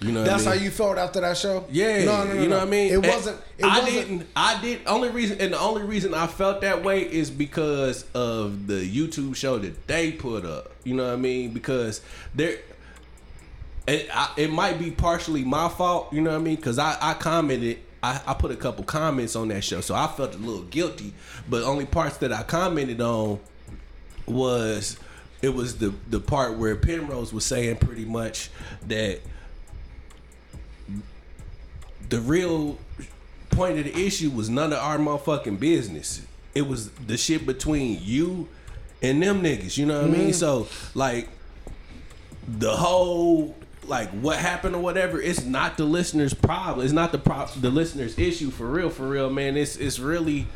[SPEAKER 1] You know what I
[SPEAKER 4] That's
[SPEAKER 1] mean?
[SPEAKER 4] how you felt after that show.
[SPEAKER 1] Yeah,
[SPEAKER 4] no, no, no,
[SPEAKER 1] you know
[SPEAKER 4] no.
[SPEAKER 1] what I mean.
[SPEAKER 4] It
[SPEAKER 1] And
[SPEAKER 4] wasn't. It
[SPEAKER 1] I
[SPEAKER 4] wasn't,
[SPEAKER 1] didn't. I did. Only reason and the only reason I felt that way is because of the YouTube show that they put up. You know what I mean? Because there, it, I, it might be partially my fault. You know what I mean? Because I, I commented. I, I put a couple comments on that show, so I felt a little guilty. But only parts that I commented on was it was the the part where Penrose was saying pretty much that the real point of the issue was none of our motherfucking business. It was the shit between you and them niggas. You know what I mean? So like the whole like what happened or whatever, it's not the listener's problem. It's not the prop the listener's issue for real, for real, man. It's it's really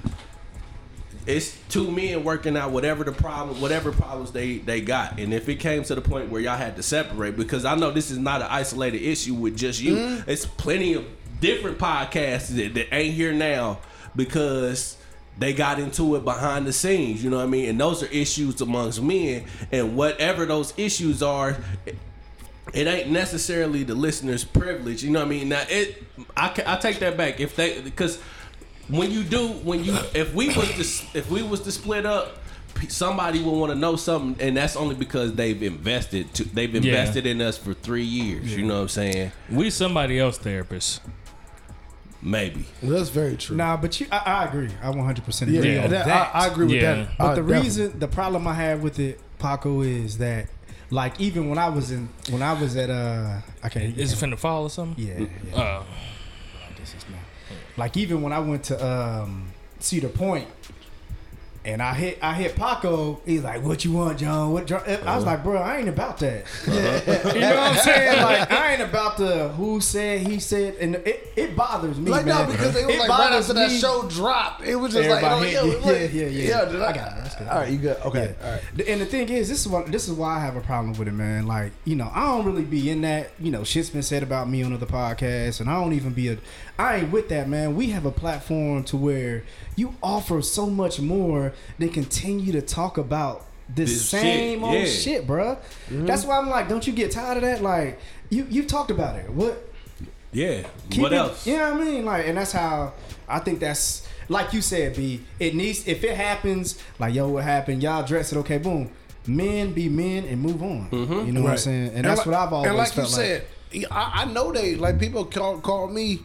[SPEAKER 1] it's two men working out whatever the problem, whatever problems they they got. And if it came to the point where y'all had to separate, because I know this is not an isolated issue with just you. It's plenty of different podcasts that, that ain't here now because they got into it behind the scenes. You know what I mean? And those are issues amongst men. And whatever those issues are, it ain't necessarily the listener's privilege. You know what I mean? Now it, I, ca- I take that back. If they, because when you do, when you, if we was to, s- if we was to split up, p- somebody will want to know something, and that's only because they've invested. To, they've invested in us for three years. You know what I'm saying?
[SPEAKER 2] We somebody else therapist.
[SPEAKER 1] Maybe.
[SPEAKER 4] Well, that's very true.
[SPEAKER 6] Nah, but you, I, I agree. I 100% agree
[SPEAKER 4] yeah,
[SPEAKER 6] on
[SPEAKER 4] that-
[SPEAKER 6] that.
[SPEAKER 4] I, I agree with
[SPEAKER 2] Yeah.
[SPEAKER 4] that.
[SPEAKER 6] But
[SPEAKER 4] I
[SPEAKER 6] the
[SPEAKER 4] definitely-
[SPEAKER 6] reason, the problem I have with it, Paco, is that like even when I was in, when I was at, uh, I can't.
[SPEAKER 2] Is it finna fall or something?
[SPEAKER 6] yeah, yeah.
[SPEAKER 2] Uh,
[SPEAKER 6] I guess it's not. Like even when I went to um, Cedar Point, and I hit I hit Paco. He's like, "What you want, John? What?" John? I
[SPEAKER 4] Uh-huh.
[SPEAKER 6] was like, "Bro, I ain't about that." you know what I'm saying? Like, I ain't about the who said he said, and it, it bothers me.
[SPEAKER 4] Like
[SPEAKER 6] man.
[SPEAKER 4] no, because it was like right
[SPEAKER 6] bothers
[SPEAKER 4] after that
[SPEAKER 6] me.
[SPEAKER 4] show dropped, it was just
[SPEAKER 6] Everybody
[SPEAKER 4] like, oh,
[SPEAKER 6] hit-
[SPEAKER 4] yeah,
[SPEAKER 6] yeah, yeah, yeah.
[SPEAKER 4] yeah. Did I,
[SPEAKER 6] I got it. That's good.
[SPEAKER 4] All right, you good? Okay,
[SPEAKER 6] Yeah.
[SPEAKER 4] all right.
[SPEAKER 6] The- And the thing is, this is what this is why I have a problem with it, man. Like, you know, I don't really be in that. You know, shit's been said about me on other podcasts, and I don't even be a. I ain't with that, man. We have a platform to where you offer so much more than continue to talk about the
[SPEAKER 1] This
[SPEAKER 6] same
[SPEAKER 1] shit,
[SPEAKER 6] old
[SPEAKER 1] yeah.
[SPEAKER 6] shit, bruh. That's why I'm like, don't you get tired of that? Like, you you talked about it. What
[SPEAKER 1] Yeah.
[SPEAKER 6] keep
[SPEAKER 1] what
[SPEAKER 6] it-
[SPEAKER 1] else?
[SPEAKER 6] You know what I mean? Like, and that's how I think that's like you said, B. It needs if it happens, like yo, what happened? Y'all address it, okay? Boom. Men be men and move on.
[SPEAKER 1] Mm-hmm.
[SPEAKER 6] You know what I'm
[SPEAKER 4] Right.
[SPEAKER 6] saying? And, that's
[SPEAKER 4] like-
[SPEAKER 6] what I've always
[SPEAKER 4] And like
[SPEAKER 6] felt
[SPEAKER 4] you
[SPEAKER 6] like.
[SPEAKER 4] said, yeah, I, I know they like people call call me.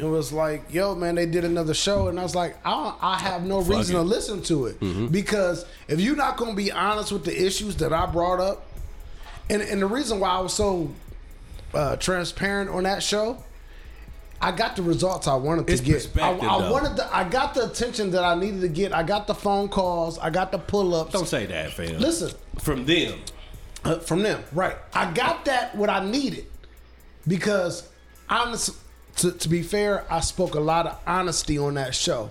[SPEAKER 4] It was like, yo, man, they did another show, and I was like, I, don't- I have no reason
[SPEAKER 1] it. Mm-hmm.
[SPEAKER 4] to listen to it because if you're not gonna be honest with the issues that I brought up, and and the reason why I was so uh, transparent on that show, I got the results I wanted to
[SPEAKER 1] It's
[SPEAKER 4] get. I,
[SPEAKER 1] perspective,
[SPEAKER 4] I
[SPEAKER 1] though.
[SPEAKER 4] wanted, the, I got the attention that I needed to get. I got the phone calls. I got the pull ups.
[SPEAKER 1] Don't say that, fam.
[SPEAKER 4] Listen,
[SPEAKER 1] From them.
[SPEAKER 4] uh, from them. Right. I got that what I needed because honest to, to be fair, I spoke a lot of honesty on that show.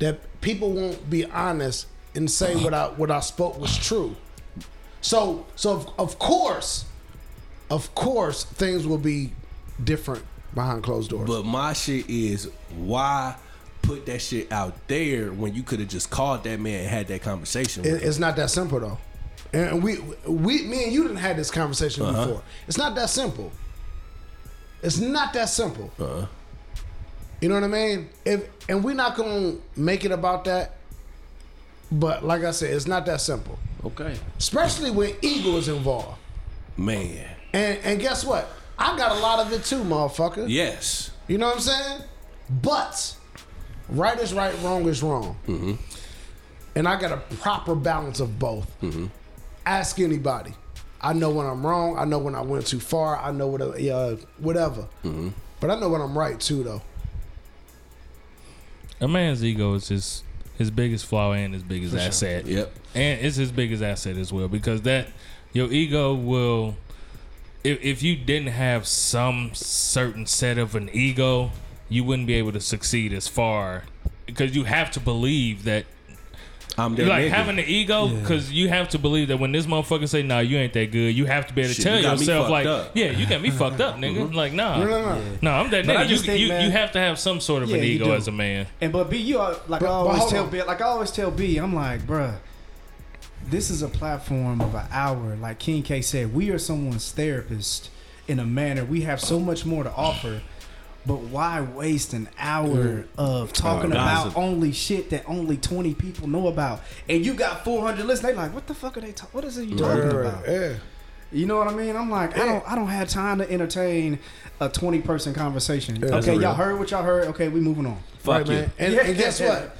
[SPEAKER 4] That people won't be honest and say what I what I spoke was true. So so of, of course, of course things will be different behind closed doors.
[SPEAKER 1] But my shit is why put that shit out there when you could have just called that man and had that conversation with
[SPEAKER 4] It- it's not that simple though. And we, we, me and you didn't had this conversation before. It's not that simple. It's not that simple. You know what I mean? If and we're not gonna make it about that. But like I said, it's not that simple.
[SPEAKER 1] him. Okay.
[SPEAKER 4] Especially when ego is involved.
[SPEAKER 1] Man.
[SPEAKER 4] And and guess what? I got a lot of it too, motherfucker.
[SPEAKER 1] Yes.
[SPEAKER 4] You know what I'm saying? But right is right, wrong is wrong.
[SPEAKER 1] Mm-hmm. Mm-hmm.
[SPEAKER 4] And I got a proper balance of both. Ask anybody. I know when I'm wrong. I know when I went too far. I know what, uh, whatever. But I know when I'm right too, though.
[SPEAKER 2] A man's ego is his his biggest flaw and his biggest asset.
[SPEAKER 1] Yep.
[SPEAKER 2] and it's his biggest asset as well because that your ego will if, if you didn't have some certain set of an ego you wouldn't be able to succeed as far because you have to believe that
[SPEAKER 1] I'm that
[SPEAKER 2] like
[SPEAKER 1] nigga.
[SPEAKER 2] having an ego because you have to believe that when this motherfucker say nah you ain't that good you have to be able to
[SPEAKER 1] Shit,
[SPEAKER 2] tell
[SPEAKER 1] you got me
[SPEAKER 2] yourself
[SPEAKER 1] fucked
[SPEAKER 2] like
[SPEAKER 1] up.
[SPEAKER 2] yeah you got me fucked up nigga like nah
[SPEAKER 4] No, no, no.
[SPEAKER 2] no I'm that
[SPEAKER 6] But I
[SPEAKER 2] nigga you,
[SPEAKER 6] just think,
[SPEAKER 2] you,
[SPEAKER 6] man-
[SPEAKER 2] you have to have some sort of
[SPEAKER 6] Yeah,
[SPEAKER 2] an
[SPEAKER 6] you
[SPEAKER 2] ego
[SPEAKER 6] do.
[SPEAKER 2] as a man
[SPEAKER 6] And but B, you are like
[SPEAKER 4] But-
[SPEAKER 6] I
[SPEAKER 4] but
[SPEAKER 6] always
[SPEAKER 4] hold
[SPEAKER 6] tell
[SPEAKER 4] on.
[SPEAKER 6] B, like I always tell B, I'm like, bruh, this is a platform of an hour. Like King K said, we are someone's therapist in a manner. We have so much more to offer. But why waste an
[SPEAKER 4] Mm.
[SPEAKER 6] hour
[SPEAKER 4] Oh,
[SPEAKER 6] of talking
[SPEAKER 1] that's
[SPEAKER 6] about only shit that only 20 people know about? And you got 400 listeners. They like, what the fuck are they talking? What is it you talking about?
[SPEAKER 4] Yeah.
[SPEAKER 6] You know what I mean? I'm like, I don't, I don't have time to entertain a 20 person conversation.
[SPEAKER 4] That's
[SPEAKER 6] okay,
[SPEAKER 4] real.
[SPEAKER 6] y'all heard what y'all heard. Okay, we moving on.
[SPEAKER 1] Fuck
[SPEAKER 4] right,
[SPEAKER 1] you.
[SPEAKER 4] man. And,
[SPEAKER 6] Yeah.
[SPEAKER 4] and guess what?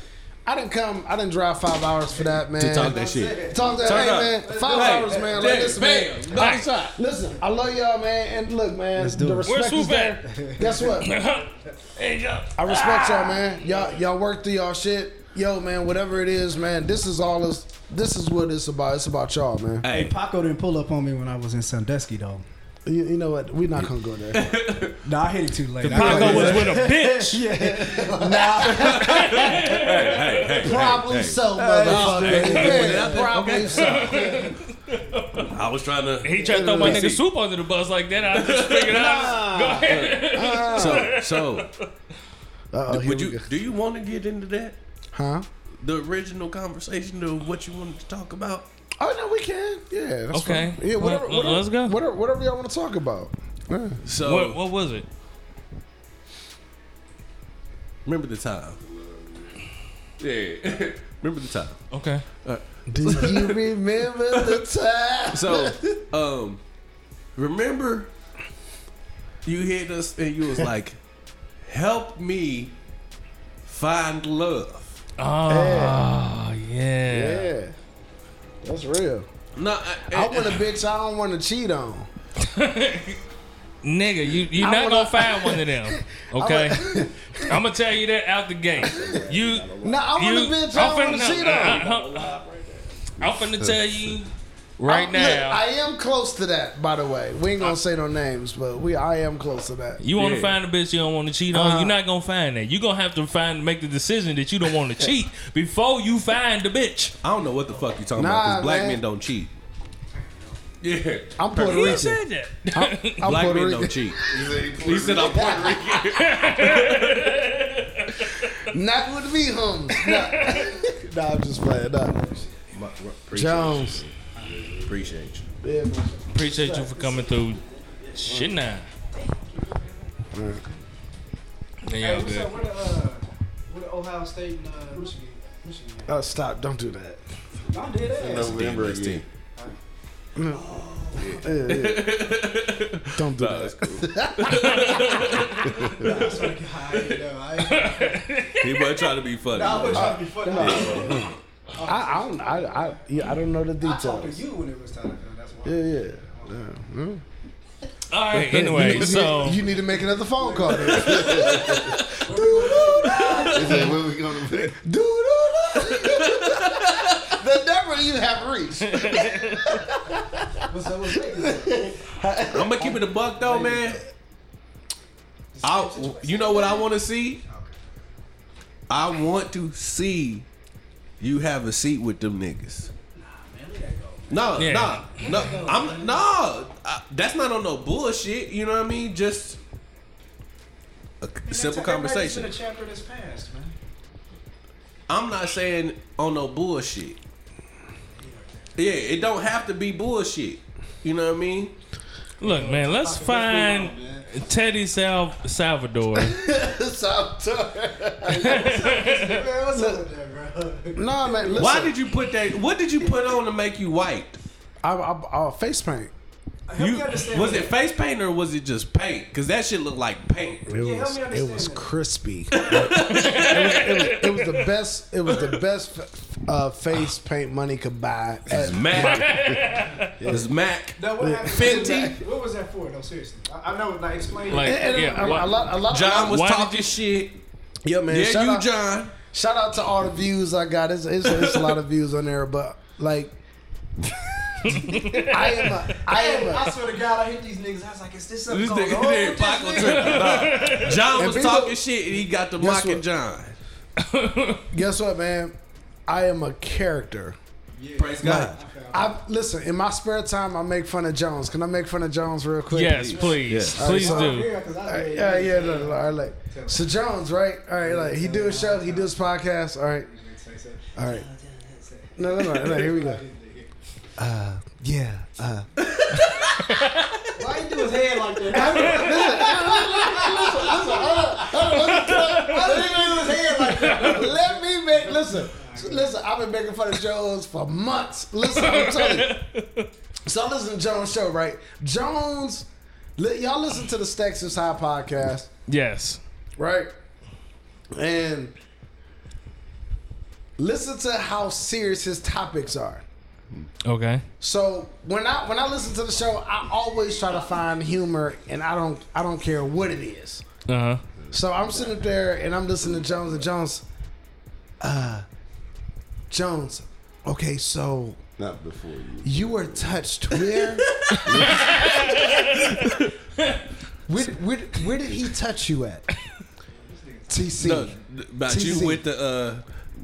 [SPEAKER 4] I didn't come. I didn't drive five hours for that, man.
[SPEAKER 1] to talk that shit.
[SPEAKER 4] Talk that,
[SPEAKER 1] Turn
[SPEAKER 4] hey,
[SPEAKER 1] up.
[SPEAKER 4] man. Five
[SPEAKER 1] Hey,
[SPEAKER 4] hours, man.
[SPEAKER 1] hey,
[SPEAKER 4] Like, listen,
[SPEAKER 1] bam,
[SPEAKER 4] man.
[SPEAKER 1] double
[SPEAKER 4] Alright,
[SPEAKER 1] shot.
[SPEAKER 4] Listen, I love y'all, man. And look, man,
[SPEAKER 6] do
[SPEAKER 4] the
[SPEAKER 6] it.
[SPEAKER 4] respect
[SPEAKER 2] Where's
[SPEAKER 4] is there. Guess what?
[SPEAKER 2] hey yo
[SPEAKER 4] I respect y'all, man. Y'all, y'all work through y'all shit. Yo, man, whatever it is, man. This is all is. This is what it's about. It's about y'all, man.
[SPEAKER 1] Hey,
[SPEAKER 6] Hey, Paco didn't pull up on me when I was in Sandusky, though.
[SPEAKER 4] You, you know what? We're not gonna go there.
[SPEAKER 6] Nah, I hit it too late.
[SPEAKER 2] Paco was with a bitch
[SPEAKER 4] Probably so, motherfucker.
[SPEAKER 1] hey,
[SPEAKER 4] Yeah,
[SPEAKER 1] hey,
[SPEAKER 4] probably so.
[SPEAKER 1] I was trying to.
[SPEAKER 2] he tried to throw my
[SPEAKER 1] Let's
[SPEAKER 2] nigga
[SPEAKER 1] see.
[SPEAKER 2] soup under the bus like that I just figured out go ahead
[SPEAKER 1] So, so
[SPEAKER 4] Uh-oh, here
[SPEAKER 1] would
[SPEAKER 4] we
[SPEAKER 1] you
[SPEAKER 4] go.
[SPEAKER 1] do you want to get into that?
[SPEAKER 4] Huh?
[SPEAKER 1] The original conversation of what you wanted to talk about.
[SPEAKER 4] Oh no, we can. Yeah. That's
[SPEAKER 2] Okay.
[SPEAKER 4] Fine. Yeah.
[SPEAKER 2] Well,
[SPEAKER 4] Whatever.
[SPEAKER 2] well,
[SPEAKER 4] whatever
[SPEAKER 2] let's go.
[SPEAKER 4] Whatever, whatever y'all want to talk about. Yeah.
[SPEAKER 1] So
[SPEAKER 2] What, what was it?
[SPEAKER 1] remember the time. Yeah, remember the time.
[SPEAKER 2] Okay.
[SPEAKER 4] Do you remember the time?
[SPEAKER 1] So, um, remember you hit us and you was like, "Help me find love."
[SPEAKER 2] Oh, yeah.
[SPEAKER 4] Yeah. That's real.
[SPEAKER 1] No,
[SPEAKER 4] I want a bitch I don't want to cheat on.
[SPEAKER 2] Nigga, you, you're not going to find one of them. Okay? I'm going to tell you that out the gate. You.
[SPEAKER 4] No, I want
[SPEAKER 2] you, Uh-huh.
[SPEAKER 4] a bitch I don't want to
[SPEAKER 2] uh,
[SPEAKER 4] cheat on.
[SPEAKER 2] I'm finna tell you right
[SPEAKER 4] Look, I
[SPEAKER 2] now.
[SPEAKER 4] am close to that, by the way. We ain't gonna say no names, but we I am close to that.
[SPEAKER 2] You want to
[SPEAKER 1] Yeah.
[SPEAKER 2] find a bitch you don't want to cheat on?
[SPEAKER 4] Uh-huh.
[SPEAKER 2] you're not gonna find that. You're gonna have to find, make the decision that you don't want to cheat before you find the bitch.
[SPEAKER 1] I don't know what the fuck you talking
[SPEAKER 4] Nah,
[SPEAKER 1] about because black
[SPEAKER 4] man.
[SPEAKER 1] men don't cheat. Yeah,
[SPEAKER 4] I'm Puerto
[SPEAKER 2] Who
[SPEAKER 4] Rican.
[SPEAKER 2] said that?
[SPEAKER 4] I'm
[SPEAKER 1] black
[SPEAKER 4] Puerto
[SPEAKER 1] men
[SPEAKER 4] Rican.
[SPEAKER 1] don't cheat.
[SPEAKER 3] He
[SPEAKER 1] said I'm Puerto Rican.
[SPEAKER 4] Not with me, homes. Nah. nah, I'm just playing. Nah. Jones.
[SPEAKER 1] Appreciate you.
[SPEAKER 4] Yeah, man.
[SPEAKER 2] Appreciate you for coming through. Shit, now. Yeah, y'all good.
[SPEAKER 6] with, uh, with Ohio State and uh, Michigan? Michigan.
[SPEAKER 4] Oh, stop. Don't do that.
[SPEAKER 6] Y'all did that.
[SPEAKER 3] November
[SPEAKER 1] DMX team.
[SPEAKER 3] again.
[SPEAKER 4] Don't do
[SPEAKER 1] Nah,
[SPEAKER 4] that.
[SPEAKER 1] Uh, that's cool.
[SPEAKER 6] I swear to God, I ain't know. I ain't know.
[SPEAKER 1] He wasn't trying to be funny.
[SPEAKER 6] I was trying to be funny.
[SPEAKER 4] I, I don't I, I, yeah, I don't know the
[SPEAKER 6] I talked to
[SPEAKER 4] details.
[SPEAKER 6] you when it was time. That's why.
[SPEAKER 4] Yeah, yeah.
[SPEAKER 2] All right. Anyway,
[SPEAKER 4] you, need-
[SPEAKER 2] so
[SPEAKER 4] you need to make another phone call. then.
[SPEAKER 3] He said, "Where we going to be?"
[SPEAKER 4] the number you have reached.
[SPEAKER 6] What's up with Vegas?
[SPEAKER 1] I'm gonna keep it a buck though, man. I, you know what I want to see? I want to see you have a seat with them niggas. No,
[SPEAKER 2] Yeah.
[SPEAKER 1] no, no. I'm no. I, that's not on no bullshit. You know what I mean? Just a c- simple conversation.
[SPEAKER 6] It's been a chapter that's passed, man.
[SPEAKER 1] I'm not saying on no bullshit. Yeah, it don't have to be bullshit. You know what I mean?
[SPEAKER 2] look, man, let's find Teddy Sal- Salvador.
[SPEAKER 6] Man, what's up with that, bro?
[SPEAKER 4] Nah, man. Listen,
[SPEAKER 1] Why did you put that? What did you put on to make you white?
[SPEAKER 4] I, I, I face paint?
[SPEAKER 1] You,
[SPEAKER 6] me understand
[SPEAKER 1] was
[SPEAKER 6] that.
[SPEAKER 1] it face paint or was it just paint? Because that shit looked like paint.
[SPEAKER 4] It was
[SPEAKER 6] help me
[SPEAKER 4] it was
[SPEAKER 6] understand that.
[SPEAKER 4] crispy. it, was, it, was, it was the best. It was the best f- uh, face paint money could buy.
[SPEAKER 1] It's Mac. It's Mac.
[SPEAKER 6] No, what happened?
[SPEAKER 1] Fenty.
[SPEAKER 6] What was that for? No, seriously. I, I know. Like, explain.
[SPEAKER 2] Like,
[SPEAKER 4] And- and
[SPEAKER 2] yeah,
[SPEAKER 4] a,
[SPEAKER 2] why-
[SPEAKER 4] a lot, a lot,
[SPEAKER 1] John was
[SPEAKER 2] Why did
[SPEAKER 1] talking shit.
[SPEAKER 4] yeah, man.
[SPEAKER 1] Yeah,
[SPEAKER 4] shout
[SPEAKER 1] you,
[SPEAKER 4] out-
[SPEAKER 1] John.
[SPEAKER 4] Shout out to all the views I got. It's, it's, it's a lot of views on there, but like, I am a, I am
[SPEAKER 5] I
[SPEAKER 4] a.
[SPEAKER 5] swear to God, I hit these niggas. I was like, is this something
[SPEAKER 1] This
[SPEAKER 5] going
[SPEAKER 1] nigga
[SPEAKER 5] on? with
[SPEAKER 1] there,
[SPEAKER 5] this
[SPEAKER 1] Paco
[SPEAKER 5] nigga?
[SPEAKER 1] tripping. Nah. John
[SPEAKER 4] And
[SPEAKER 1] was
[SPEAKER 4] people-
[SPEAKER 1] talking shit and he got the
[SPEAKER 4] Guess
[SPEAKER 1] mocking
[SPEAKER 4] what?
[SPEAKER 1] John.
[SPEAKER 4] Guess what, man? I am a character.
[SPEAKER 1] Praise God.
[SPEAKER 4] I listen in my spare time. I make fun of Jones. Can I make fun of Jones real quick?
[SPEAKER 2] yes, please, please
[SPEAKER 4] All right, so-
[SPEAKER 2] do.
[SPEAKER 4] Yeah, yeah, no, no, no, all right, like, so Jones, right? All right, like he do his show, he do his podcast. All right, all right. No, no, no, no. Here we go. Uh, yeah. Uh,
[SPEAKER 5] Why you do his head like that?
[SPEAKER 4] I, Let me make listen. Listen, I've been making fun of Jones for months. Listen, I'm telling you. So I listen to Jones' show, right? Jones, li- y'all listen to the Stacks is High podcast,
[SPEAKER 2] Yes,
[SPEAKER 4] right? And listen to how serious his topics are.
[SPEAKER 2] okay.
[SPEAKER 4] So when I when I listen to the show, I always try to find humor, and I don't I don't care what it is.
[SPEAKER 2] Uh huh.
[SPEAKER 4] So I'm sitting up there and I'm listening to Jones and Jones. Uh, Jones, okay, so
[SPEAKER 3] Not before you.
[SPEAKER 4] you were touched where? where, where? Where did he touch you at? TC.
[SPEAKER 1] No, th- about
[SPEAKER 4] TC.
[SPEAKER 1] you with the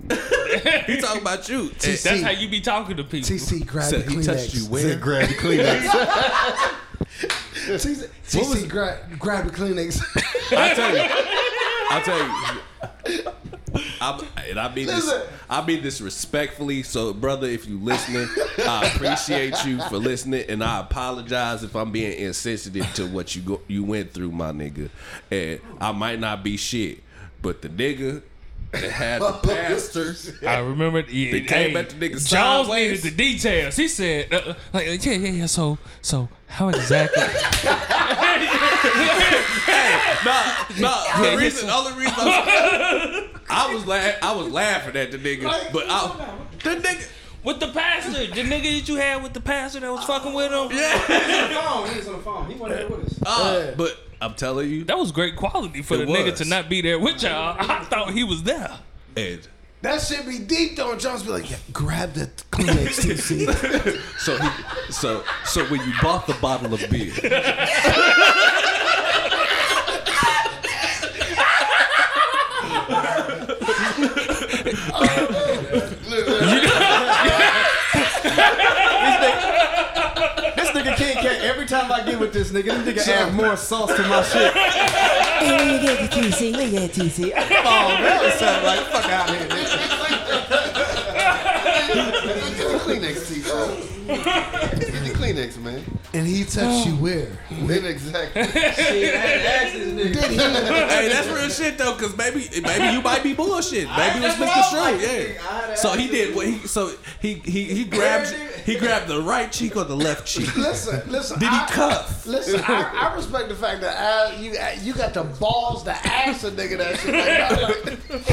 [SPEAKER 1] uh He talking about you. And
[SPEAKER 4] TC.
[SPEAKER 2] That's how you be talking to people.
[SPEAKER 4] TC grabbed
[SPEAKER 1] said
[SPEAKER 4] the
[SPEAKER 1] he
[SPEAKER 4] Kleenex.
[SPEAKER 1] touched you
[SPEAKER 3] Said
[SPEAKER 1] where?
[SPEAKER 3] grab the Kleenex.
[SPEAKER 4] TC, TC gra- grabbed the Kleenex.
[SPEAKER 1] I tell you. I tell you. I, and I mean this.
[SPEAKER 4] Listen.
[SPEAKER 1] I mean this respectfully. So, brother, if you listening, I appreciate you for listening, and I apologize if I'm being insensitive to what you go, you went through, my nigga. And I might not be shit, but the nigga that had the pastor.
[SPEAKER 2] I remember. Yeah,
[SPEAKER 1] They came at the nigga
[SPEAKER 2] Jones
[SPEAKER 1] sideways.
[SPEAKER 2] needed the details. He said, uh, like, yeah, yeah, yeah. So, so how exactly?
[SPEAKER 1] Nah, nah. The
[SPEAKER 2] Yeah,
[SPEAKER 1] reason, only reason I was, I was, la- I was laughing at the nigga, but I, the nigga,
[SPEAKER 2] with the pastor, the nigga that you had with the pastor that was fucking with him.
[SPEAKER 1] yeah.
[SPEAKER 5] phone. He was on the phone. He wasn't there with us.
[SPEAKER 1] Uh, But I'm telling you,
[SPEAKER 2] That was great quality for the
[SPEAKER 1] It
[SPEAKER 2] nigga to
[SPEAKER 1] was.
[SPEAKER 2] not be there with y'all. I thought he was there.
[SPEAKER 1] and
[SPEAKER 4] that shit be deep though. And Jones be like, yeah, grab the Kleenex, TC.
[SPEAKER 1] so, he, so, so when you bought the bottle of beer,
[SPEAKER 3] this nigga King Cat, every time I get with this nigga, this nigga add more sauce to my shit.
[SPEAKER 8] Hey, we get the TC, we get TC.
[SPEAKER 3] Oh, that was something like, fuck out here, nigga. Get the Kleenex, T-shirt. Get the Kleenex, man.
[SPEAKER 4] and he touched you where?
[SPEAKER 3] Then exactly.
[SPEAKER 5] Shit, I had to ask this nigga.
[SPEAKER 1] hey, that's real shit though, because maybe, maybe you might be bullshit. Maybe it's
[SPEAKER 5] that's what I was
[SPEAKER 1] Mr.
[SPEAKER 5] like,
[SPEAKER 1] Shrew, yeah.
[SPEAKER 5] I had
[SPEAKER 1] So he
[SPEAKER 5] asked
[SPEAKER 1] did what he, so he, he, he grabbed, he grabbed the right cheek or the left cheek.
[SPEAKER 4] Listen, listen.
[SPEAKER 1] Did he
[SPEAKER 4] I-
[SPEAKER 1] cuff?
[SPEAKER 4] Listen, I, I respect the fact that I, you you got the balls to ask a nigga that shit. Like, I'm like,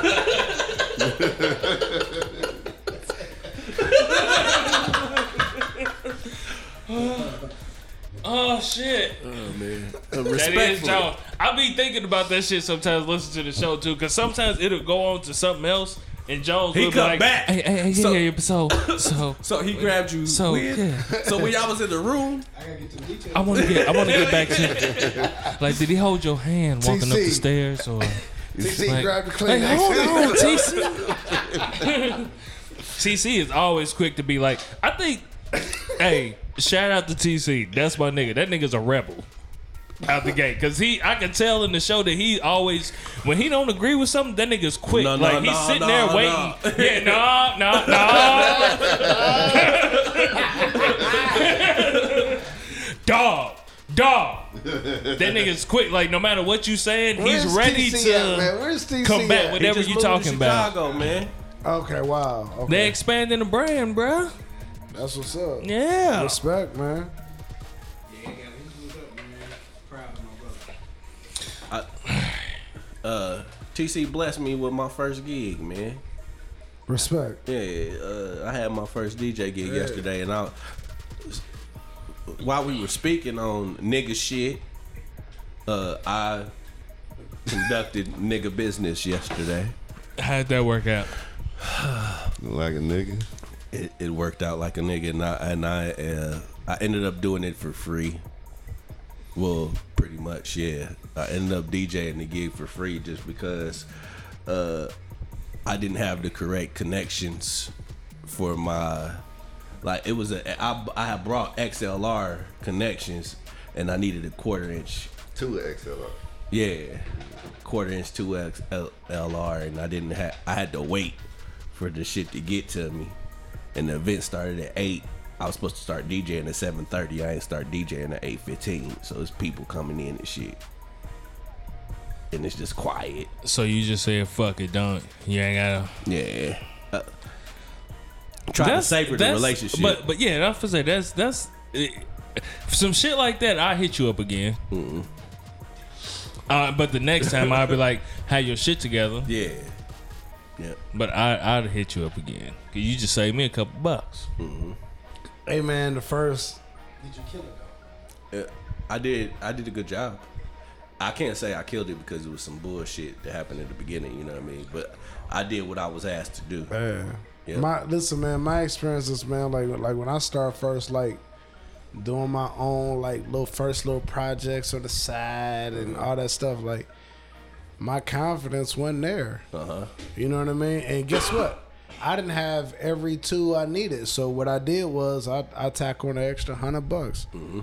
[SPEAKER 4] balls.
[SPEAKER 2] Oh shit. That is
[SPEAKER 1] Respectfully.
[SPEAKER 2] Jones. I be thinking about that shit sometimes. Listen to the show too, because sometimes it'll go on to something else, and Jones
[SPEAKER 1] He
[SPEAKER 2] will be
[SPEAKER 1] come
[SPEAKER 2] like,
[SPEAKER 1] back.
[SPEAKER 2] Hey, hey, hey, yeah,
[SPEAKER 1] So-
[SPEAKER 2] yeah, yeah, so, so,
[SPEAKER 1] So he grabbed you.
[SPEAKER 2] So,
[SPEAKER 1] when?
[SPEAKER 2] yeah.
[SPEAKER 1] so when y'all was in the room,
[SPEAKER 2] I want to get, I want to get back to. Like, did he hold your hand walking up the
[SPEAKER 4] TC.
[SPEAKER 2] stairs, or
[SPEAKER 4] TC
[SPEAKER 2] Like-
[SPEAKER 4] grabbed the
[SPEAKER 2] like,
[SPEAKER 4] Kleenex.
[SPEAKER 2] hold on, TC? TC is always quick to be like, I think. hey, shout out to TC. That's my nigga. That nigga's a rebel. Out the gate, cause he, I can tell in the show that he always, when he don't agree with something, that nigga's quick.
[SPEAKER 1] No, no,
[SPEAKER 2] like he's
[SPEAKER 1] no,
[SPEAKER 2] sitting
[SPEAKER 1] no,
[SPEAKER 2] there
[SPEAKER 1] no.
[SPEAKER 2] waiting. Yeah, no, no, no. dog, dog. That nigga's quick. Like no matter what you saying, he's
[SPEAKER 4] Where's
[SPEAKER 2] ready
[SPEAKER 4] TC
[SPEAKER 2] to
[SPEAKER 4] at, man? Where's TC
[SPEAKER 2] come back
[SPEAKER 4] at?
[SPEAKER 2] with
[SPEAKER 1] He
[SPEAKER 2] whatever
[SPEAKER 1] just
[SPEAKER 2] you
[SPEAKER 1] moved to
[SPEAKER 2] talking about.
[SPEAKER 1] Chicago, man.
[SPEAKER 4] Okay, wow. Okay,
[SPEAKER 2] They expanding the brand, bruh.
[SPEAKER 4] that's what's up.
[SPEAKER 2] Yeah.
[SPEAKER 4] Respect, man.
[SPEAKER 1] TC blessed me with my first gig, man.
[SPEAKER 4] Respect.
[SPEAKER 1] Yeah, uh, I had my first DJ gig yesterday, and I while we were speaking on nigga shit, uh, I conducted nigga business yesterday.
[SPEAKER 2] How'd that work out?
[SPEAKER 3] Like a nigga.
[SPEAKER 1] It, it worked out like a nigga, and I and I uh, I ended up doing it for free. Well, pretty much, yeah. I ended up DJing the gig for free just because uh, I didn't have the correct connections for my like it was a I I had brought XLR connections and I needed a quarter inch
[SPEAKER 3] Two XLR.
[SPEAKER 1] yeah quarter inch two XLR and I didn't have I had to wait for the shit to get to me and the event started at eight I was supposed to start DJing at seven thirty I didn't start DJing at eight fifteen so it's people coming in and shit and it's just quiet
[SPEAKER 2] So you just said fuck it, don't you ain't gotta
[SPEAKER 1] yeah. Uh, trying to savor the
[SPEAKER 2] that's-
[SPEAKER 1] relationship.
[SPEAKER 2] But but yeah, that's to say that's that's eh, some shit like that. I hit you up again. Uh, but the next time I'll be like, have your shit together.
[SPEAKER 1] yeah. Yeah.
[SPEAKER 2] But I I'd hit you up again. Cause you just saved me a couple bucks.
[SPEAKER 4] Hey man, the first
[SPEAKER 1] Uh, I did I did a good job. I can't say I killed it because it was some bullshit that happened at the beginning, you know what I mean? But I did what I was asked to do. Yeah.
[SPEAKER 4] My listen, man. My experiences, man. Like, like when I start first, like doing my own, like little first little projects on the side and
[SPEAKER 1] Mm-hmm.
[SPEAKER 4] all that stuff. Like, my confidence wasn't there.
[SPEAKER 1] Uh-huh.
[SPEAKER 4] You know what I mean? And guess what? I didn't have every tool I needed. So what I did was I I tack on an extra hundred bucks
[SPEAKER 1] Mm-hmm.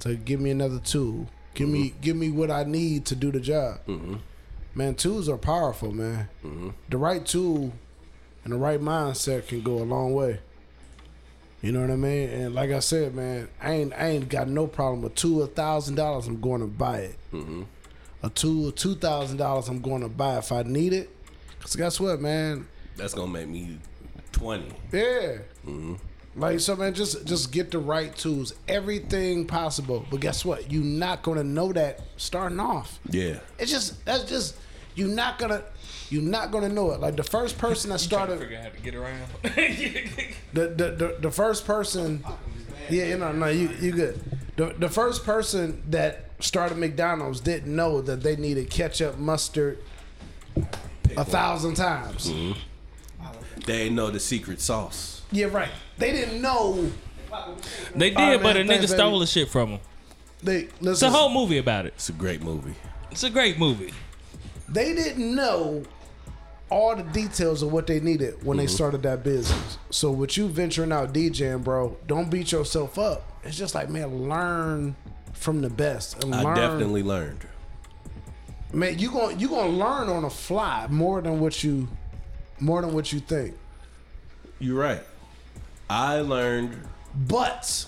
[SPEAKER 4] to give me another tool. Give me give me what I need to do the job.
[SPEAKER 1] Mm-hmm.
[SPEAKER 4] Man, tools are powerful, man. The right tool and the right mindset can go a long way. You know what I mean? And like I said, man, I ain't I ain't got no problem with two a thousand dollars. I'm going to buy it.
[SPEAKER 1] Mm-hmm.
[SPEAKER 4] A two two thousand dollars. I'm going to buy if I need it. Cause guess what, man?
[SPEAKER 1] That's gonna make me twenty.
[SPEAKER 4] Yeah.
[SPEAKER 1] Mm-hmm.
[SPEAKER 4] Like so, man. Just just get the right tools, everything possible. But guess what? You're not gonna know that starting off.
[SPEAKER 1] Yeah.
[SPEAKER 4] It's just that's just you're not gonna you're not gonna know it. Like the first person that started
[SPEAKER 2] out how to get around.
[SPEAKER 4] the the, the, the first person yeah you know no you you good the, the first person that started mcdonald's didn't know that they needed ketchup mustard a thousand times
[SPEAKER 1] They ain't know the secret sauce.
[SPEAKER 4] yeah right they didn't know
[SPEAKER 2] they did,
[SPEAKER 4] Alright,
[SPEAKER 2] but a
[SPEAKER 4] man,
[SPEAKER 2] nigga
[SPEAKER 4] thanks, baby.
[SPEAKER 2] stole the shit from him.
[SPEAKER 4] they
[SPEAKER 2] It's a
[SPEAKER 4] listen
[SPEAKER 2] whole movie about it.
[SPEAKER 1] It's a great movie.
[SPEAKER 2] It's a great movie.
[SPEAKER 4] they didn't know all the details of what they needed when
[SPEAKER 1] Mm-hmm.
[SPEAKER 4] they started that business so with you venturing out djing bro don't beat yourself up it's just like man learn from the best and learn
[SPEAKER 1] I definitely learned.
[SPEAKER 4] man you going you going to learn on the fly more than what you more than what you think
[SPEAKER 1] You're right. I learned
[SPEAKER 4] but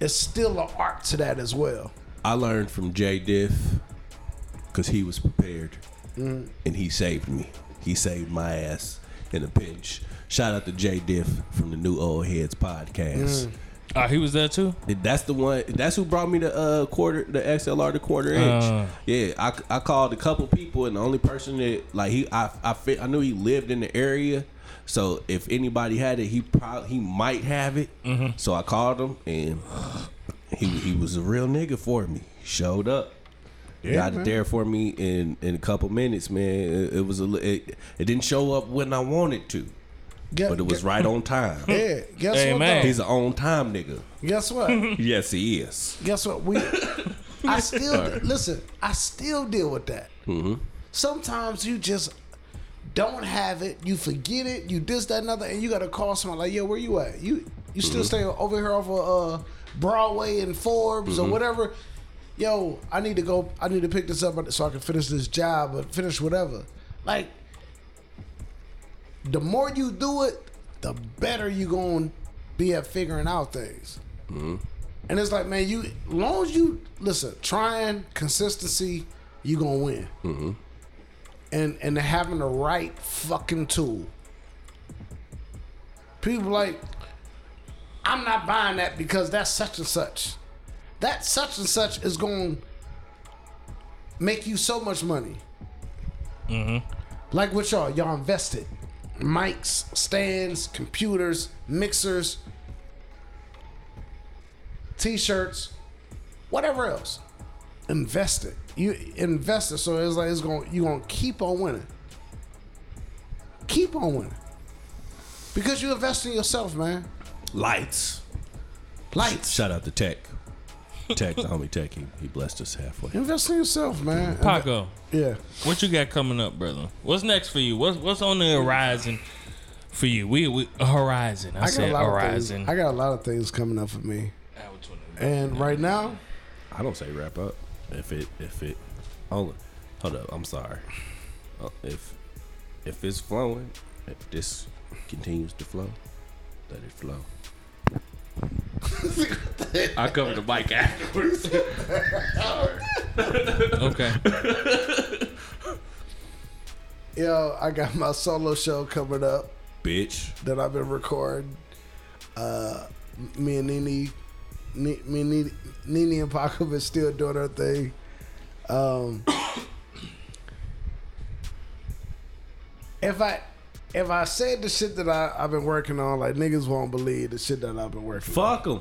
[SPEAKER 4] it's still an art to that as well
[SPEAKER 1] I learned from J Diff because he was prepared and he saved me. He saved my ass in a pinch. Shout out to J Diff from the New Old Heads podcast.
[SPEAKER 2] Oh, he was there too.
[SPEAKER 1] That's the one. That's who brought me the uh, quarter, the XLR, the quarter inch.
[SPEAKER 2] Uh.
[SPEAKER 1] yeah, I, I called a couple people, and the only person that like he, I I, fit, I knew he lived in the area, so if anybody had it, he probably he might have it.
[SPEAKER 2] Mm-hmm.
[SPEAKER 1] So I called him, and he he was a real nigga for me. Showed up. got it there for me in, in a couple minutes, man. It, it was a li- it, it didn't show up when I wanted to,
[SPEAKER 4] Gu-
[SPEAKER 1] but it was
[SPEAKER 4] gu-
[SPEAKER 1] right on time.
[SPEAKER 4] yeah guess
[SPEAKER 2] Hey,
[SPEAKER 4] what
[SPEAKER 2] man.
[SPEAKER 1] He's an on time nigga.
[SPEAKER 4] though? guess what
[SPEAKER 1] Yes, he is.
[SPEAKER 4] guess what we i still listen i still deal with that sometimes you just don't have it you forget it you this that another and you gotta call someone like yo where you at you you still stay over here off of uh broadway and forbes or whatever yo i need to go i need to pick this up so i can finish this job or finish whatever like the more you do it the better you gonna be at figuring out things and it's like, man, you long as you listen, trying consistency, you gonna win. And and having the right fucking tool. People like, I'm not buying that because that's such and such. That such and such is gonna make you so much money. Like with y'all, y'all invested. mics, stands, computers, mixers, t-shirts, whatever else. Invest it. You invest it, so it's like it's going. You're gonna keep on winning. Keep on winning because you invest in yourself, man.
[SPEAKER 1] Lights.
[SPEAKER 4] Lights.
[SPEAKER 1] Shout out to Tech. Tech, the homie Tech, he, he blessed us halfway.
[SPEAKER 4] Invest in yourself, man.
[SPEAKER 2] Paco,
[SPEAKER 4] Yeah.
[SPEAKER 2] what you got coming up, brother? What's next for you? What's what's on the horizon for you? We, we horizon. I,
[SPEAKER 4] I got a
[SPEAKER 2] said
[SPEAKER 4] lot
[SPEAKER 2] horizon.
[SPEAKER 4] of things. I got a lot of things coming up for me.
[SPEAKER 2] Ah, which one is it?
[SPEAKER 4] And right now,
[SPEAKER 1] I don't say wrap up. If it if it hold up, hold up. I'm sorry. Uh, If if it's flowing, if this continues to flow, let it flow. I cover the mic afterwards.
[SPEAKER 2] Okay.
[SPEAKER 4] yo, I got my solo show coming up
[SPEAKER 1] Bitch.
[SPEAKER 4] that I've been recording. Uh, me and Nini, Ni- me and Nini, Nini and Paco been still doing our thing. Um, if I if I said the shit that I, I've been working on, like niggas won't believe the shit that I've been working. on.
[SPEAKER 1] Fuck them.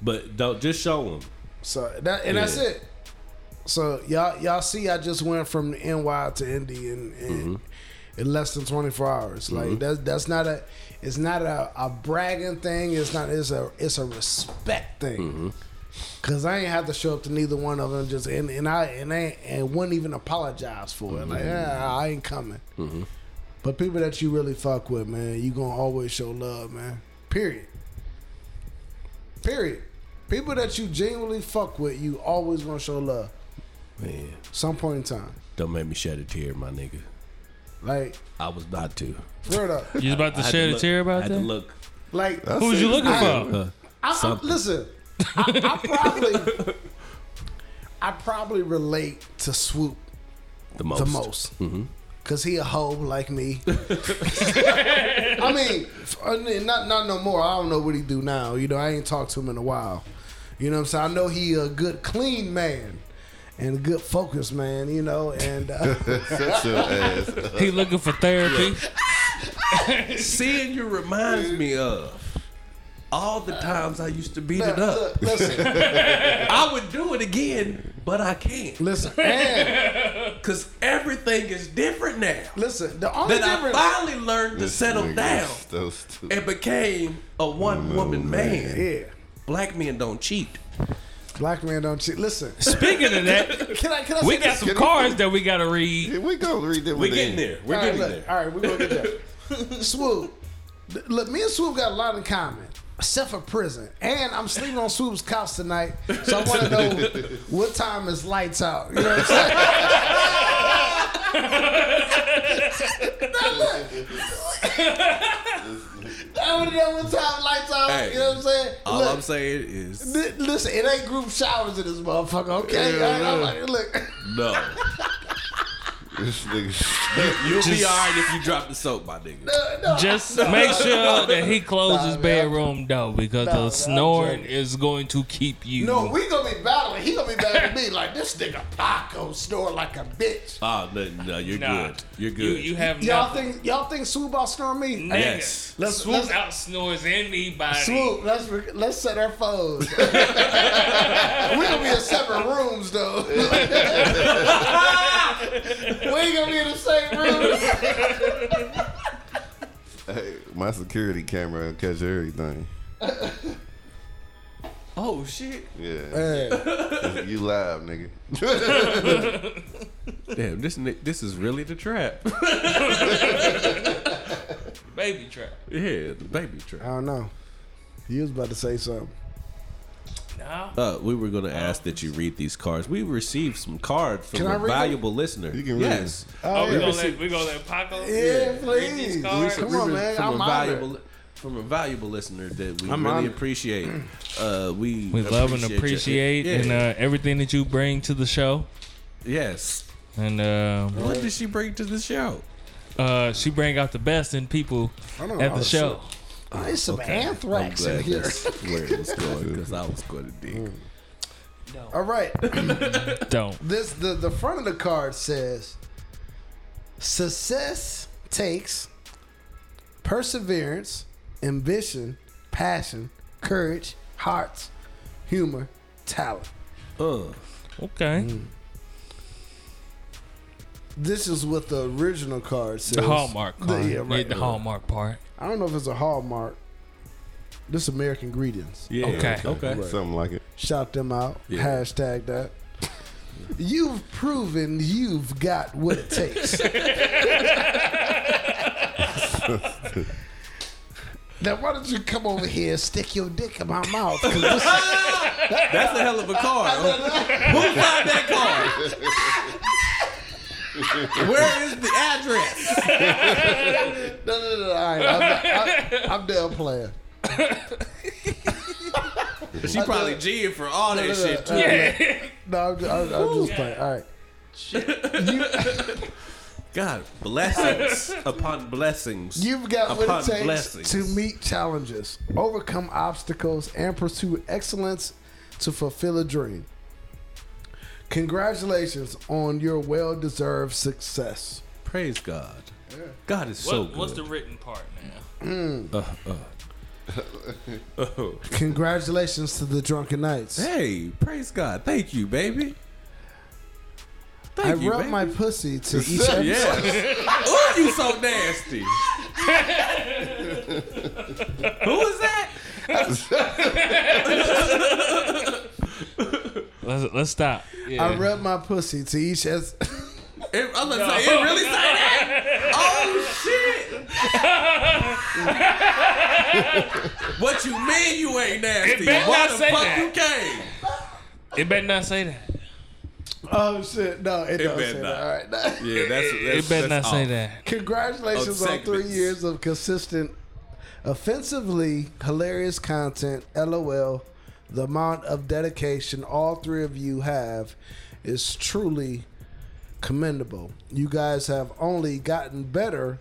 [SPEAKER 1] But don't just show them.
[SPEAKER 4] So that and that's
[SPEAKER 1] Yeah.
[SPEAKER 4] it. So y'all y'all see, I just went from NY to Indy in in, in less than twenty four hours. Like that's that's not a it's not a, a bragging thing. It's not it's a it's a respect thing. Cause I ain't have to show up to neither one of them. Just and, and I and I and wouldn't even apologize for it. Like "Ah, I ain't coming. But people that you really fuck with, man, you gonna always show love, man. Period. Period. People that you genuinely fuck with, you always gonna show love.
[SPEAKER 1] Man,
[SPEAKER 4] Some point in time,
[SPEAKER 1] don't make me shed a tear, my nigga.
[SPEAKER 4] like
[SPEAKER 1] I was about to.
[SPEAKER 4] real though.
[SPEAKER 2] You was about to
[SPEAKER 1] I had
[SPEAKER 2] shed a
[SPEAKER 1] look-
[SPEAKER 2] tear
[SPEAKER 1] I
[SPEAKER 2] about
[SPEAKER 1] had
[SPEAKER 2] that? Oh.
[SPEAKER 1] to look.
[SPEAKER 4] Like
[SPEAKER 2] Who was you looking for?
[SPEAKER 1] Uh,
[SPEAKER 4] I, I,
[SPEAKER 1] Something.
[SPEAKER 4] listen, I, I probably, I probably relate to Swoop
[SPEAKER 1] the most.
[SPEAKER 4] the most. Cause he a hoe like me. I mean, f- uh, not not no more. I don't know what he do now. You know, I ain't talked to him in a while. You know what I'm saying? I know he a good, clean man, and a good focused man. You know, and uh,
[SPEAKER 3] Such a ass.
[SPEAKER 2] He looking for therapy.
[SPEAKER 1] Seeing you reminds me of all the times I used to beat
[SPEAKER 4] look,
[SPEAKER 1] it up.
[SPEAKER 4] look, listen,
[SPEAKER 1] I would do it again, but I can't.
[SPEAKER 4] listen, and
[SPEAKER 1] Cause everything is different now.
[SPEAKER 4] Listen, the only
[SPEAKER 1] That I
[SPEAKER 4] difference.
[SPEAKER 1] finally learned to settle
[SPEAKER 3] Nigga,
[SPEAKER 1] down
[SPEAKER 3] So stupid.
[SPEAKER 1] and became a one woman man.
[SPEAKER 4] yeah,
[SPEAKER 1] Black men don't cheat.
[SPEAKER 4] black man don't cheat. Listen,
[SPEAKER 2] Speaking of that,
[SPEAKER 4] can I? Can I?
[SPEAKER 2] we
[SPEAKER 4] say
[SPEAKER 2] got
[SPEAKER 4] this?
[SPEAKER 2] some cards that we got to read.
[SPEAKER 3] Yeah, we gonna read them.
[SPEAKER 1] We're getting there. We're
[SPEAKER 4] All right,
[SPEAKER 1] getting
[SPEAKER 4] look,
[SPEAKER 1] there.
[SPEAKER 4] all right, we're gonna get there. Swoop, Th- look, me and Swoop got a lot in common. Except for prison, and I'm sleeping on Swoop's couch tonight, so I want to know what time is lights out. You know what I'm saying? I want to know what time lights out.
[SPEAKER 1] Hey,
[SPEAKER 4] you know what I'm saying?
[SPEAKER 1] All
[SPEAKER 4] Look,
[SPEAKER 1] I'm saying is
[SPEAKER 4] Li- Listen, it ain't group showers in this motherfucker, okay?
[SPEAKER 3] Yeah,
[SPEAKER 4] I- I'm
[SPEAKER 3] yeah.
[SPEAKER 4] like, look, uh,
[SPEAKER 1] no.
[SPEAKER 3] This nigga.
[SPEAKER 1] You'll be alright if you drop the soap, my nigga.
[SPEAKER 4] no, no.
[SPEAKER 2] Just make sure that he closes his
[SPEAKER 4] Nah, man.
[SPEAKER 2] bedroom door because
[SPEAKER 4] Nah, man,
[SPEAKER 2] the
[SPEAKER 4] I'm
[SPEAKER 2] snoring
[SPEAKER 4] joking.
[SPEAKER 2] is going to keep you.
[SPEAKER 4] No, we gonna be battling. He gonna be battling me like this nigga Paco snore like a bitch.
[SPEAKER 1] Oh no, no, you're
[SPEAKER 2] Nah.
[SPEAKER 1] good. You're
[SPEAKER 2] You,
[SPEAKER 1] good.
[SPEAKER 2] you have
[SPEAKER 4] Y'all
[SPEAKER 2] nothing.
[SPEAKER 4] think y'all think Swoop out snore me?
[SPEAKER 2] Nigga,
[SPEAKER 1] Yes.
[SPEAKER 4] Let's-
[SPEAKER 2] swoop
[SPEAKER 4] let's-
[SPEAKER 2] out snores anybody.
[SPEAKER 4] Swoop, let's re- let's set our phones. we gonna be in separate rooms though. we ain't gonna be in the same room.
[SPEAKER 3] Hey, my security camera will catch everything.
[SPEAKER 1] oh shit.
[SPEAKER 3] Yeah, you live, nigga.
[SPEAKER 1] Damn, this ni- this is really the trap.
[SPEAKER 2] Baby trap.
[SPEAKER 1] yeah, the baby trap.
[SPEAKER 4] I don't know. You was about to say something.
[SPEAKER 2] Nah.
[SPEAKER 1] Uh, we were going to ask that you read these cards. We received some cards from
[SPEAKER 4] Can I
[SPEAKER 1] a
[SPEAKER 4] read them?
[SPEAKER 1] valuable listener.
[SPEAKER 3] You can read
[SPEAKER 1] yes.
[SPEAKER 2] Oh, we
[SPEAKER 1] yeah.
[SPEAKER 2] gonna let we gonna let Paco. read
[SPEAKER 4] Yeah,
[SPEAKER 2] these
[SPEAKER 4] please.
[SPEAKER 2] cards?
[SPEAKER 4] Come on,
[SPEAKER 1] re-
[SPEAKER 4] man.
[SPEAKER 1] From a
[SPEAKER 4] I'm honored.
[SPEAKER 1] valuable from a valuable listener that we
[SPEAKER 4] I'm
[SPEAKER 1] really
[SPEAKER 4] honored.
[SPEAKER 1] appreciate. Uh, we
[SPEAKER 2] We love and
[SPEAKER 1] your-
[SPEAKER 2] appreciate
[SPEAKER 1] yeah,
[SPEAKER 2] and uh, everything that you bring to the show.
[SPEAKER 1] yes.
[SPEAKER 2] And uh,
[SPEAKER 1] What did she bring to the show?
[SPEAKER 2] uh, she bring out the best in people
[SPEAKER 4] I know
[SPEAKER 2] at
[SPEAKER 4] all
[SPEAKER 2] the
[SPEAKER 4] this
[SPEAKER 2] show.
[SPEAKER 4] Oh, it's some
[SPEAKER 1] I'm
[SPEAKER 4] anthrax in
[SPEAKER 1] glad
[SPEAKER 4] here.
[SPEAKER 1] that's where it was going because I was going to dig.
[SPEAKER 4] All right.
[SPEAKER 2] Don't.
[SPEAKER 4] this the, the front of the card says success takes perseverance, ambition, passion, courage, hearts, humor, talent. Mm.
[SPEAKER 1] Uh,
[SPEAKER 2] Okay.
[SPEAKER 4] This is what the original card says.
[SPEAKER 2] The hallmark
[SPEAKER 4] The-
[SPEAKER 2] card.
[SPEAKER 4] yeah,
[SPEAKER 2] Yeah,
[SPEAKER 4] right.
[SPEAKER 2] the hallmark part.
[SPEAKER 4] I don't know if it's a hallmark. This American Greetings.
[SPEAKER 1] yeah.
[SPEAKER 2] Okay.
[SPEAKER 1] Okay.
[SPEAKER 3] Something like it.
[SPEAKER 4] Shout them out.
[SPEAKER 1] Yeah.
[SPEAKER 4] Hashtag that. You've proven you've got what it takes. now, why don't you come over here and stick your dick in my mouth? 'Cause this is-
[SPEAKER 1] That's a hell of a card. Who found that card? Where is the address?
[SPEAKER 4] no, no, no, no. All right, I'm, not- I- I'm done playing.
[SPEAKER 1] She probably G'ing for all that shit too.
[SPEAKER 2] Yeah.
[SPEAKER 4] No, I'm just, I'm, I'm just playing. All right.
[SPEAKER 1] God, blessings upon blessings.
[SPEAKER 4] You've got what
[SPEAKER 1] Upon
[SPEAKER 4] it takes
[SPEAKER 1] blessings.
[SPEAKER 4] to meet challenges, overcome obstacles, and pursue excellence to fulfill a dream. Congratulations on your well deserved success.
[SPEAKER 1] Praise God. God is so good. Uh,
[SPEAKER 2] What's the written part now?
[SPEAKER 4] Congratulations to the Drunken Knights.
[SPEAKER 1] Oh. hey, praise God. Thank you, baby. Thank
[SPEAKER 4] I
[SPEAKER 1] you,
[SPEAKER 4] rub
[SPEAKER 1] baby.
[SPEAKER 4] my pussy to each other.
[SPEAKER 1] Yes. Ooh, you so nasty. Who is that?
[SPEAKER 2] Let's let's stop. Yeah.
[SPEAKER 4] I rub my pussy to each as
[SPEAKER 1] It, I'm gonna say it really say that. Oh shit! Oh, what you mean you ain't nasty?
[SPEAKER 2] It better
[SPEAKER 1] Why
[SPEAKER 2] not
[SPEAKER 1] the
[SPEAKER 2] say
[SPEAKER 1] fuck
[SPEAKER 2] that.
[SPEAKER 1] you came?
[SPEAKER 2] It better not say that.
[SPEAKER 4] Oh shit, no, it, don't
[SPEAKER 1] better not.
[SPEAKER 4] say that. All right. no.
[SPEAKER 1] Yeah, that's,
[SPEAKER 2] It better not say that.
[SPEAKER 4] Congratulations
[SPEAKER 1] Of
[SPEAKER 4] on three
[SPEAKER 1] segments.
[SPEAKER 4] years of consistent, offensively hilarious content. LOL. The amount of dedication all three of you have is truly commendable. You guys have only gotten better,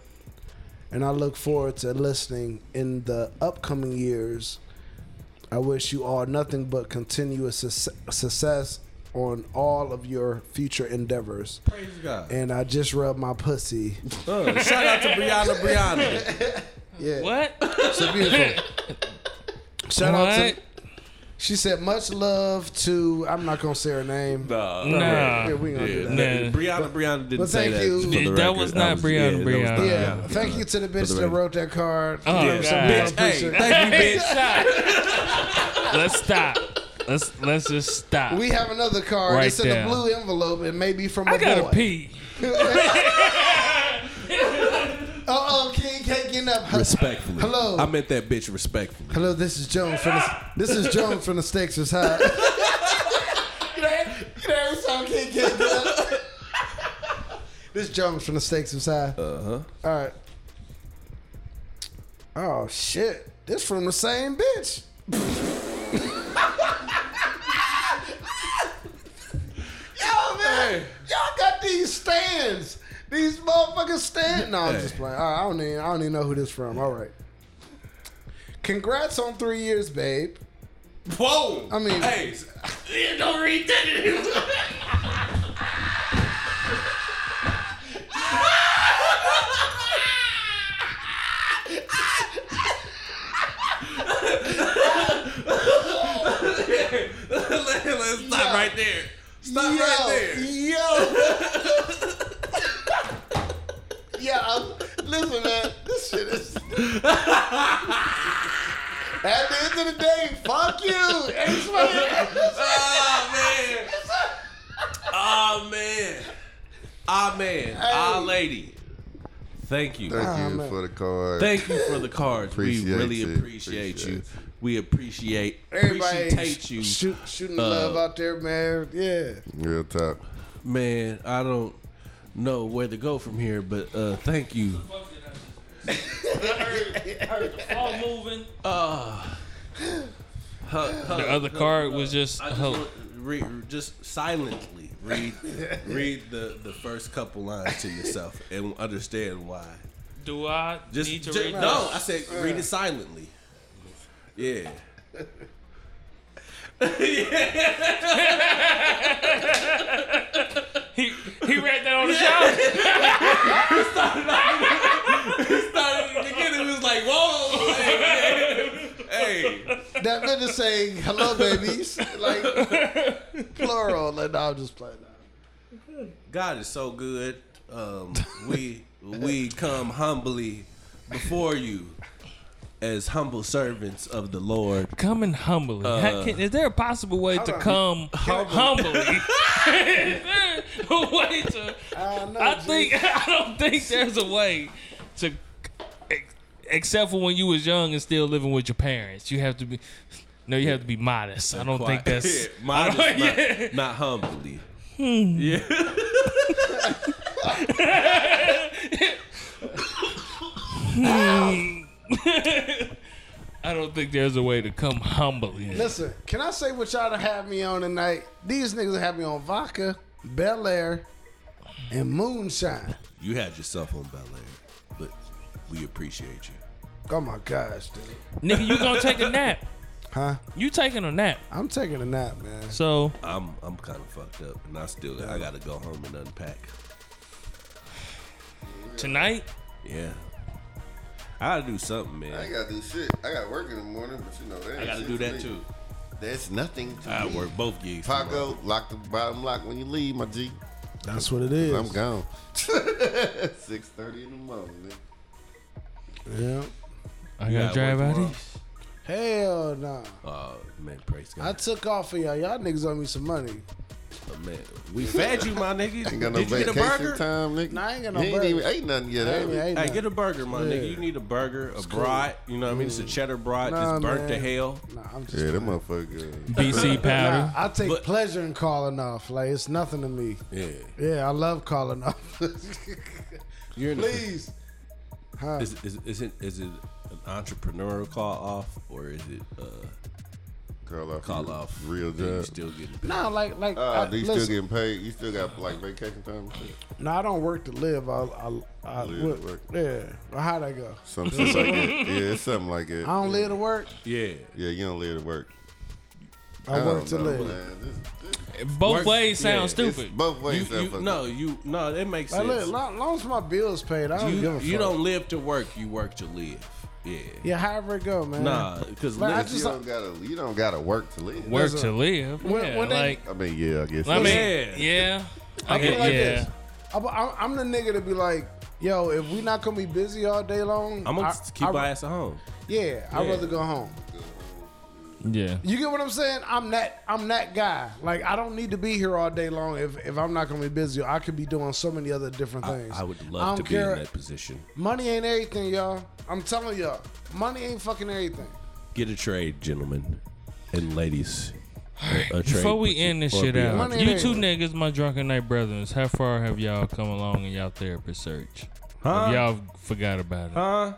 [SPEAKER 4] and I look forward to listening in the upcoming years. I wish you all nothing but continuous suc- success on all of your future endeavors.
[SPEAKER 1] Praise God.
[SPEAKER 4] And I just rubbed my pussy.
[SPEAKER 1] Uh, shout out to Brianna Brianna.
[SPEAKER 2] What?
[SPEAKER 4] So beautiful. Shout out
[SPEAKER 2] What?
[SPEAKER 4] to. She said, "Much love to." I'm not gonna say her name.
[SPEAKER 1] Nah.
[SPEAKER 2] Nah.
[SPEAKER 4] Yeah, we gonna do that.
[SPEAKER 2] Nah.
[SPEAKER 1] Brianna Brianna didn't
[SPEAKER 4] But
[SPEAKER 1] say
[SPEAKER 4] thank
[SPEAKER 1] that.
[SPEAKER 4] you.
[SPEAKER 1] for the
[SPEAKER 4] Yeah,
[SPEAKER 2] that
[SPEAKER 1] record.
[SPEAKER 2] was not Brianna
[SPEAKER 1] that was
[SPEAKER 2] Brianna.
[SPEAKER 1] not
[SPEAKER 4] Yeah,
[SPEAKER 1] Brianna
[SPEAKER 4] thank
[SPEAKER 1] Brianna.
[SPEAKER 4] you to the
[SPEAKER 1] For
[SPEAKER 4] bitch
[SPEAKER 1] the
[SPEAKER 4] that
[SPEAKER 1] record.
[SPEAKER 4] wrote that card.
[SPEAKER 2] Oh,
[SPEAKER 4] You know what I'm
[SPEAKER 2] God.
[SPEAKER 4] saying?
[SPEAKER 1] Bitch, hey,
[SPEAKER 4] Appreciate it.
[SPEAKER 1] thank you, bitch.
[SPEAKER 2] Stop. let's stop. Let's let's just stop.
[SPEAKER 4] We have another card.
[SPEAKER 2] Right
[SPEAKER 4] it's in
[SPEAKER 2] there.
[SPEAKER 4] a blue envelope. It may be from a
[SPEAKER 2] I gotta
[SPEAKER 4] boy.
[SPEAKER 2] pee.
[SPEAKER 4] Uh oh, King can't get up.
[SPEAKER 1] Respectfully.
[SPEAKER 4] Hello.
[SPEAKER 1] I meant that bitch respectfully.
[SPEAKER 4] Hello, this is Joan from the this is Joan from the Stakes is High. This is Jones from the Stakes is High. Uh huh. All right. Oh shit! This from the same bitch. Yo man, y'all got these stands. These motherfucking stands. No, I'm just playing. All right, I don't even. I don't even know who this from. All right. Congrats on three years, babe.
[SPEAKER 1] Whoa.
[SPEAKER 4] I mean-
[SPEAKER 1] hey,
[SPEAKER 2] Don't read that.
[SPEAKER 1] let's stop right there. Stop
[SPEAKER 4] yo,
[SPEAKER 1] right there.
[SPEAKER 4] Yo. yeah, I'm, listen, man. This shit is. At the end of the day, fuck you. Ain't funny.
[SPEAKER 1] Oh man. Oh man. Ah man. Ah lady. Thank you.
[SPEAKER 3] Thank you
[SPEAKER 4] man.
[SPEAKER 3] for the card.
[SPEAKER 1] Thank you for the cards. we
[SPEAKER 3] Appreciate
[SPEAKER 1] really
[SPEAKER 3] it.
[SPEAKER 1] appreciate you.
[SPEAKER 3] Appreciate
[SPEAKER 1] We appreciate
[SPEAKER 4] Everybody
[SPEAKER 1] appreciate you.
[SPEAKER 4] Shoot, shooting love out there, man. Yeah.
[SPEAKER 3] Real talk.
[SPEAKER 1] Man, I don't know where to go from here, but uh thank you.
[SPEAKER 2] All moving. the other card was just.
[SPEAKER 1] I just,
[SPEAKER 2] hel-
[SPEAKER 1] want, re, just silently read read the, the first couple lines to yourself and understand why.
[SPEAKER 2] do I
[SPEAKER 1] Just,
[SPEAKER 2] need to
[SPEAKER 1] ju-
[SPEAKER 2] read?
[SPEAKER 1] no, I said read it silently. Yeah.
[SPEAKER 2] He he read that on the show.
[SPEAKER 1] Started at the beginning, it was hey,
[SPEAKER 9] that bitch is saying hello, babies, like plural. Like, nah, I'm just playing.
[SPEAKER 1] God is so good. Um, we we come humbly before you as humble servants of the Lord.
[SPEAKER 2] Coming humbly.
[SPEAKER 1] Uh,
[SPEAKER 2] How can- is there a possible way to come humbly? is there a way to?
[SPEAKER 4] I know.
[SPEAKER 2] I think I don't think there's a way to, ex- except for when you was young and still living with your parents. You have to be. No, you have to be modest. I don't think that's.
[SPEAKER 1] Yeah, modest,
[SPEAKER 2] I don't-
[SPEAKER 1] not,
[SPEAKER 2] yeah.
[SPEAKER 1] not humbly.
[SPEAKER 2] I don't think there's a way to come humbly.
[SPEAKER 4] Listen, can I say what y'all done had me on tonight? These niggas have me on vodka, Bel Air, and moonshine.
[SPEAKER 1] You had yourself on Bel Air, but we appreciate you.
[SPEAKER 4] Oh my gosh, dude.
[SPEAKER 2] Nigga, you gonna take a nap?
[SPEAKER 4] Huh?
[SPEAKER 2] You taking a nap?
[SPEAKER 4] I'm taking a nap, man.
[SPEAKER 2] So
[SPEAKER 1] I'm I'm kind of fucked up, and I still I gotta go home and unpack.
[SPEAKER 2] tonight,
[SPEAKER 1] Yeah, I gotta do something,
[SPEAKER 3] I ain't
[SPEAKER 1] man.
[SPEAKER 3] gotta do shit. I gotta work in the morning, but you know that.
[SPEAKER 1] I
[SPEAKER 3] ain't
[SPEAKER 1] gotta
[SPEAKER 3] shit
[SPEAKER 1] do
[SPEAKER 3] for
[SPEAKER 1] that
[SPEAKER 3] me.
[SPEAKER 1] too.
[SPEAKER 3] That's nothing. To
[SPEAKER 1] I
[SPEAKER 3] me.
[SPEAKER 1] work both gigs. tomorrow.
[SPEAKER 3] Paco, lock the bottom lock when you leave, my G.
[SPEAKER 4] That's what it is.
[SPEAKER 3] I'm gone. Six thirty in the morning. nigga.
[SPEAKER 4] yeah.
[SPEAKER 2] I
[SPEAKER 1] You
[SPEAKER 2] gotta
[SPEAKER 1] gotta
[SPEAKER 2] drive
[SPEAKER 1] work
[SPEAKER 2] out
[SPEAKER 1] tomorrow.
[SPEAKER 2] here.
[SPEAKER 4] Hell no.
[SPEAKER 1] Oh man, praise
[SPEAKER 4] I
[SPEAKER 1] God.
[SPEAKER 4] took off for y'all. Y'all niggas owe me some money.
[SPEAKER 1] Oh, man, we fed you, my nigga.
[SPEAKER 3] Ain't got no
[SPEAKER 1] Did you get a burger?
[SPEAKER 3] vacation time, nigga.
[SPEAKER 4] Nah, I ain't got no
[SPEAKER 3] You ain't even
[SPEAKER 4] burger.
[SPEAKER 3] ate nothing yet.
[SPEAKER 4] I
[SPEAKER 3] have
[SPEAKER 4] ain't-
[SPEAKER 3] you?
[SPEAKER 4] I ain't
[SPEAKER 1] Hey,
[SPEAKER 4] nothing.
[SPEAKER 1] get a burger, my
[SPEAKER 4] Yeah. Mm.
[SPEAKER 1] nigga. You need a burger, a brat. You know what I mean? It's a cheddar brat,
[SPEAKER 4] Nah,
[SPEAKER 1] just burnt to
[SPEAKER 4] man.
[SPEAKER 1] hell.
[SPEAKER 4] Nah, I'm just.
[SPEAKER 3] Yeah, that motherfucker. good.
[SPEAKER 2] BC
[SPEAKER 4] Nah,
[SPEAKER 2] powder.
[SPEAKER 4] I take
[SPEAKER 1] But-
[SPEAKER 4] pleasure in calling off. Like it's nothing to me.
[SPEAKER 1] Yeah,
[SPEAKER 4] Yeah, I love calling off.
[SPEAKER 1] you're in
[SPEAKER 4] Please. Huh?
[SPEAKER 1] The, is, is, is it is it an entrepreneurial call off or is it uh,
[SPEAKER 3] Call off.
[SPEAKER 1] call
[SPEAKER 3] your
[SPEAKER 1] off?
[SPEAKER 3] Real
[SPEAKER 1] and You
[SPEAKER 3] job.
[SPEAKER 1] still getting paid?
[SPEAKER 4] No, like like
[SPEAKER 3] Ah,
[SPEAKER 4] I,
[SPEAKER 3] do you
[SPEAKER 4] Uh, listen,
[SPEAKER 3] still getting paid? You still got like vacation time? and shit?
[SPEAKER 4] No, I don't work to live. I, I, I
[SPEAKER 3] Live to
[SPEAKER 4] work.
[SPEAKER 3] work.
[SPEAKER 4] Yeah. Well, how'd I go?
[SPEAKER 3] Something like that. Yeah, it's something like that.
[SPEAKER 4] I don't live to work.
[SPEAKER 1] Yeah,
[SPEAKER 3] Yeah, you don't live to work.
[SPEAKER 4] I,
[SPEAKER 3] don't
[SPEAKER 4] work to
[SPEAKER 3] know,
[SPEAKER 4] live.
[SPEAKER 3] man. This- this-
[SPEAKER 2] Both
[SPEAKER 1] Work-
[SPEAKER 2] ways
[SPEAKER 1] yeah,
[SPEAKER 2] sound
[SPEAKER 3] it's
[SPEAKER 2] stupid.
[SPEAKER 3] Both
[SPEAKER 1] you,
[SPEAKER 3] ways. that
[SPEAKER 1] you,
[SPEAKER 3] fuck
[SPEAKER 1] no, you no, it makes
[SPEAKER 4] Like,
[SPEAKER 1] sense.
[SPEAKER 4] look, long, long as my bills paid, I don't give
[SPEAKER 1] you
[SPEAKER 4] a fuck.
[SPEAKER 1] you don't live to work, you work to live. Yeah,
[SPEAKER 4] Yeah, however it go, man.
[SPEAKER 1] nah, because
[SPEAKER 4] Like, I
[SPEAKER 1] live,
[SPEAKER 4] just-
[SPEAKER 3] you don't gotta. You don't gotta work to live.
[SPEAKER 2] Work
[SPEAKER 4] Listen,
[SPEAKER 2] to live.
[SPEAKER 4] when-
[SPEAKER 2] yeah,
[SPEAKER 4] when they-
[SPEAKER 2] like
[SPEAKER 3] I mean, yeah, I guess.
[SPEAKER 2] I mean, yeah,
[SPEAKER 3] that's-
[SPEAKER 1] Yeah.
[SPEAKER 2] I
[SPEAKER 4] put it
[SPEAKER 2] get-
[SPEAKER 4] like
[SPEAKER 2] yeah.
[SPEAKER 4] this. I'm, I'm- I'm the nigga to be like, yo, if we not gonna be busy all day long,
[SPEAKER 1] I'm gonna
[SPEAKER 4] I-
[SPEAKER 1] keep
[SPEAKER 4] I-
[SPEAKER 1] my ass at home.
[SPEAKER 4] Yeah, I'd
[SPEAKER 1] Yeah.
[SPEAKER 4] rather go home.
[SPEAKER 2] yeah,
[SPEAKER 4] You get what I'm saying? I'm that I'm that guy. Like I don't need to be here all day long if, if I'm not gonna be busy. I could be doing so many other different things.
[SPEAKER 1] I would
[SPEAKER 4] I
[SPEAKER 1] love to
[SPEAKER 4] don't
[SPEAKER 1] be
[SPEAKER 4] care.
[SPEAKER 1] in that position.
[SPEAKER 4] Money ain't everything, y'all. I'm telling y'all, money ain't fucking everything.
[SPEAKER 1] Get a trade, gentlemen and ladies. A- a trade
[SPEAKER 2] Before we
[SPEAKER 1] puts
[SPEAKER 2] end
[SPEAKER 1] you-
[SPEAKER 2] this
[SPEAKER 1] or
[SPEAKER 2] shit
[SPEAKER 1] be a-
[SPEAKER 2] out,
[SPEAKER 4] Money
[SPEAKER 2] you
[SPEAKER 4] ain't-
[SPEAKER 2] two niggas, my drunken night brothers, how far have y'all come along in y'all therapist search? Have
[SPEAKER 1] Huh?
[SPEAKER 2] y'all forgot about it?
[SPEAKER 1] Huh?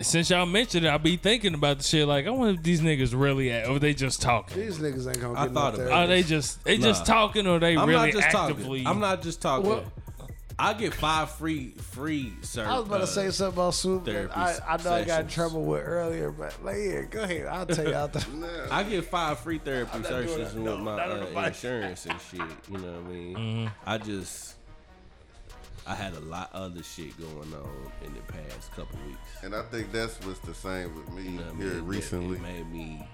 [SPEAKER 2] Since y'all mentioned it, I be thinking about the shit. Like, I wonder if these niggas really, at, or they just talking?
[SPEAKER 4] These niggas ain't gonna
[SPEAKER 1] I thought
[SPEAKER 4] get no
[SPEAKER 1] about
[SPEAKER 4] therapy.
[SPEAKER 2] Are they just they just
[SPEAKER 1] Nah.
[SPEAKER 2] talking, or they
[SPEAKER 1] I'm
[SPEAKER 2] really
[SPEAKER 1] not just
[SPEAKER 2] actively?
[SPEAKER 1] talking. I'm not just talking.
[SPEAKER 4] Well-
[SPEAKER 1] I get five free free uh, sir.
[SPEAKER 4] I was about to say something about Snoop that
[SPEAKER 1] therapy
[SPEAKER 4] I, I know I got in
[SPEAKER 1] sessions.
[SPEAKER 4] trouble with earlier, but like, yeah, go ahead. I'll tell you after.
[SPEAKER 3] Nah.
[SPEAKER 1] I get five free therapy sessions with my uh, insurance and shit. You know what I mean?
[SPEAKER 2] Mm-hmm.
[SPEAKER 1] I just I had a lot other shit going on in the past couple weeks.
[SPEAKER 3] And I think that's what's the same with me
[SPEAKER 1] You know what I mean?
[SPEAKER 3] here
[SPEAKER 1] That-
[SPEAKER 3] recently.
[SPEAKER 1] it made me.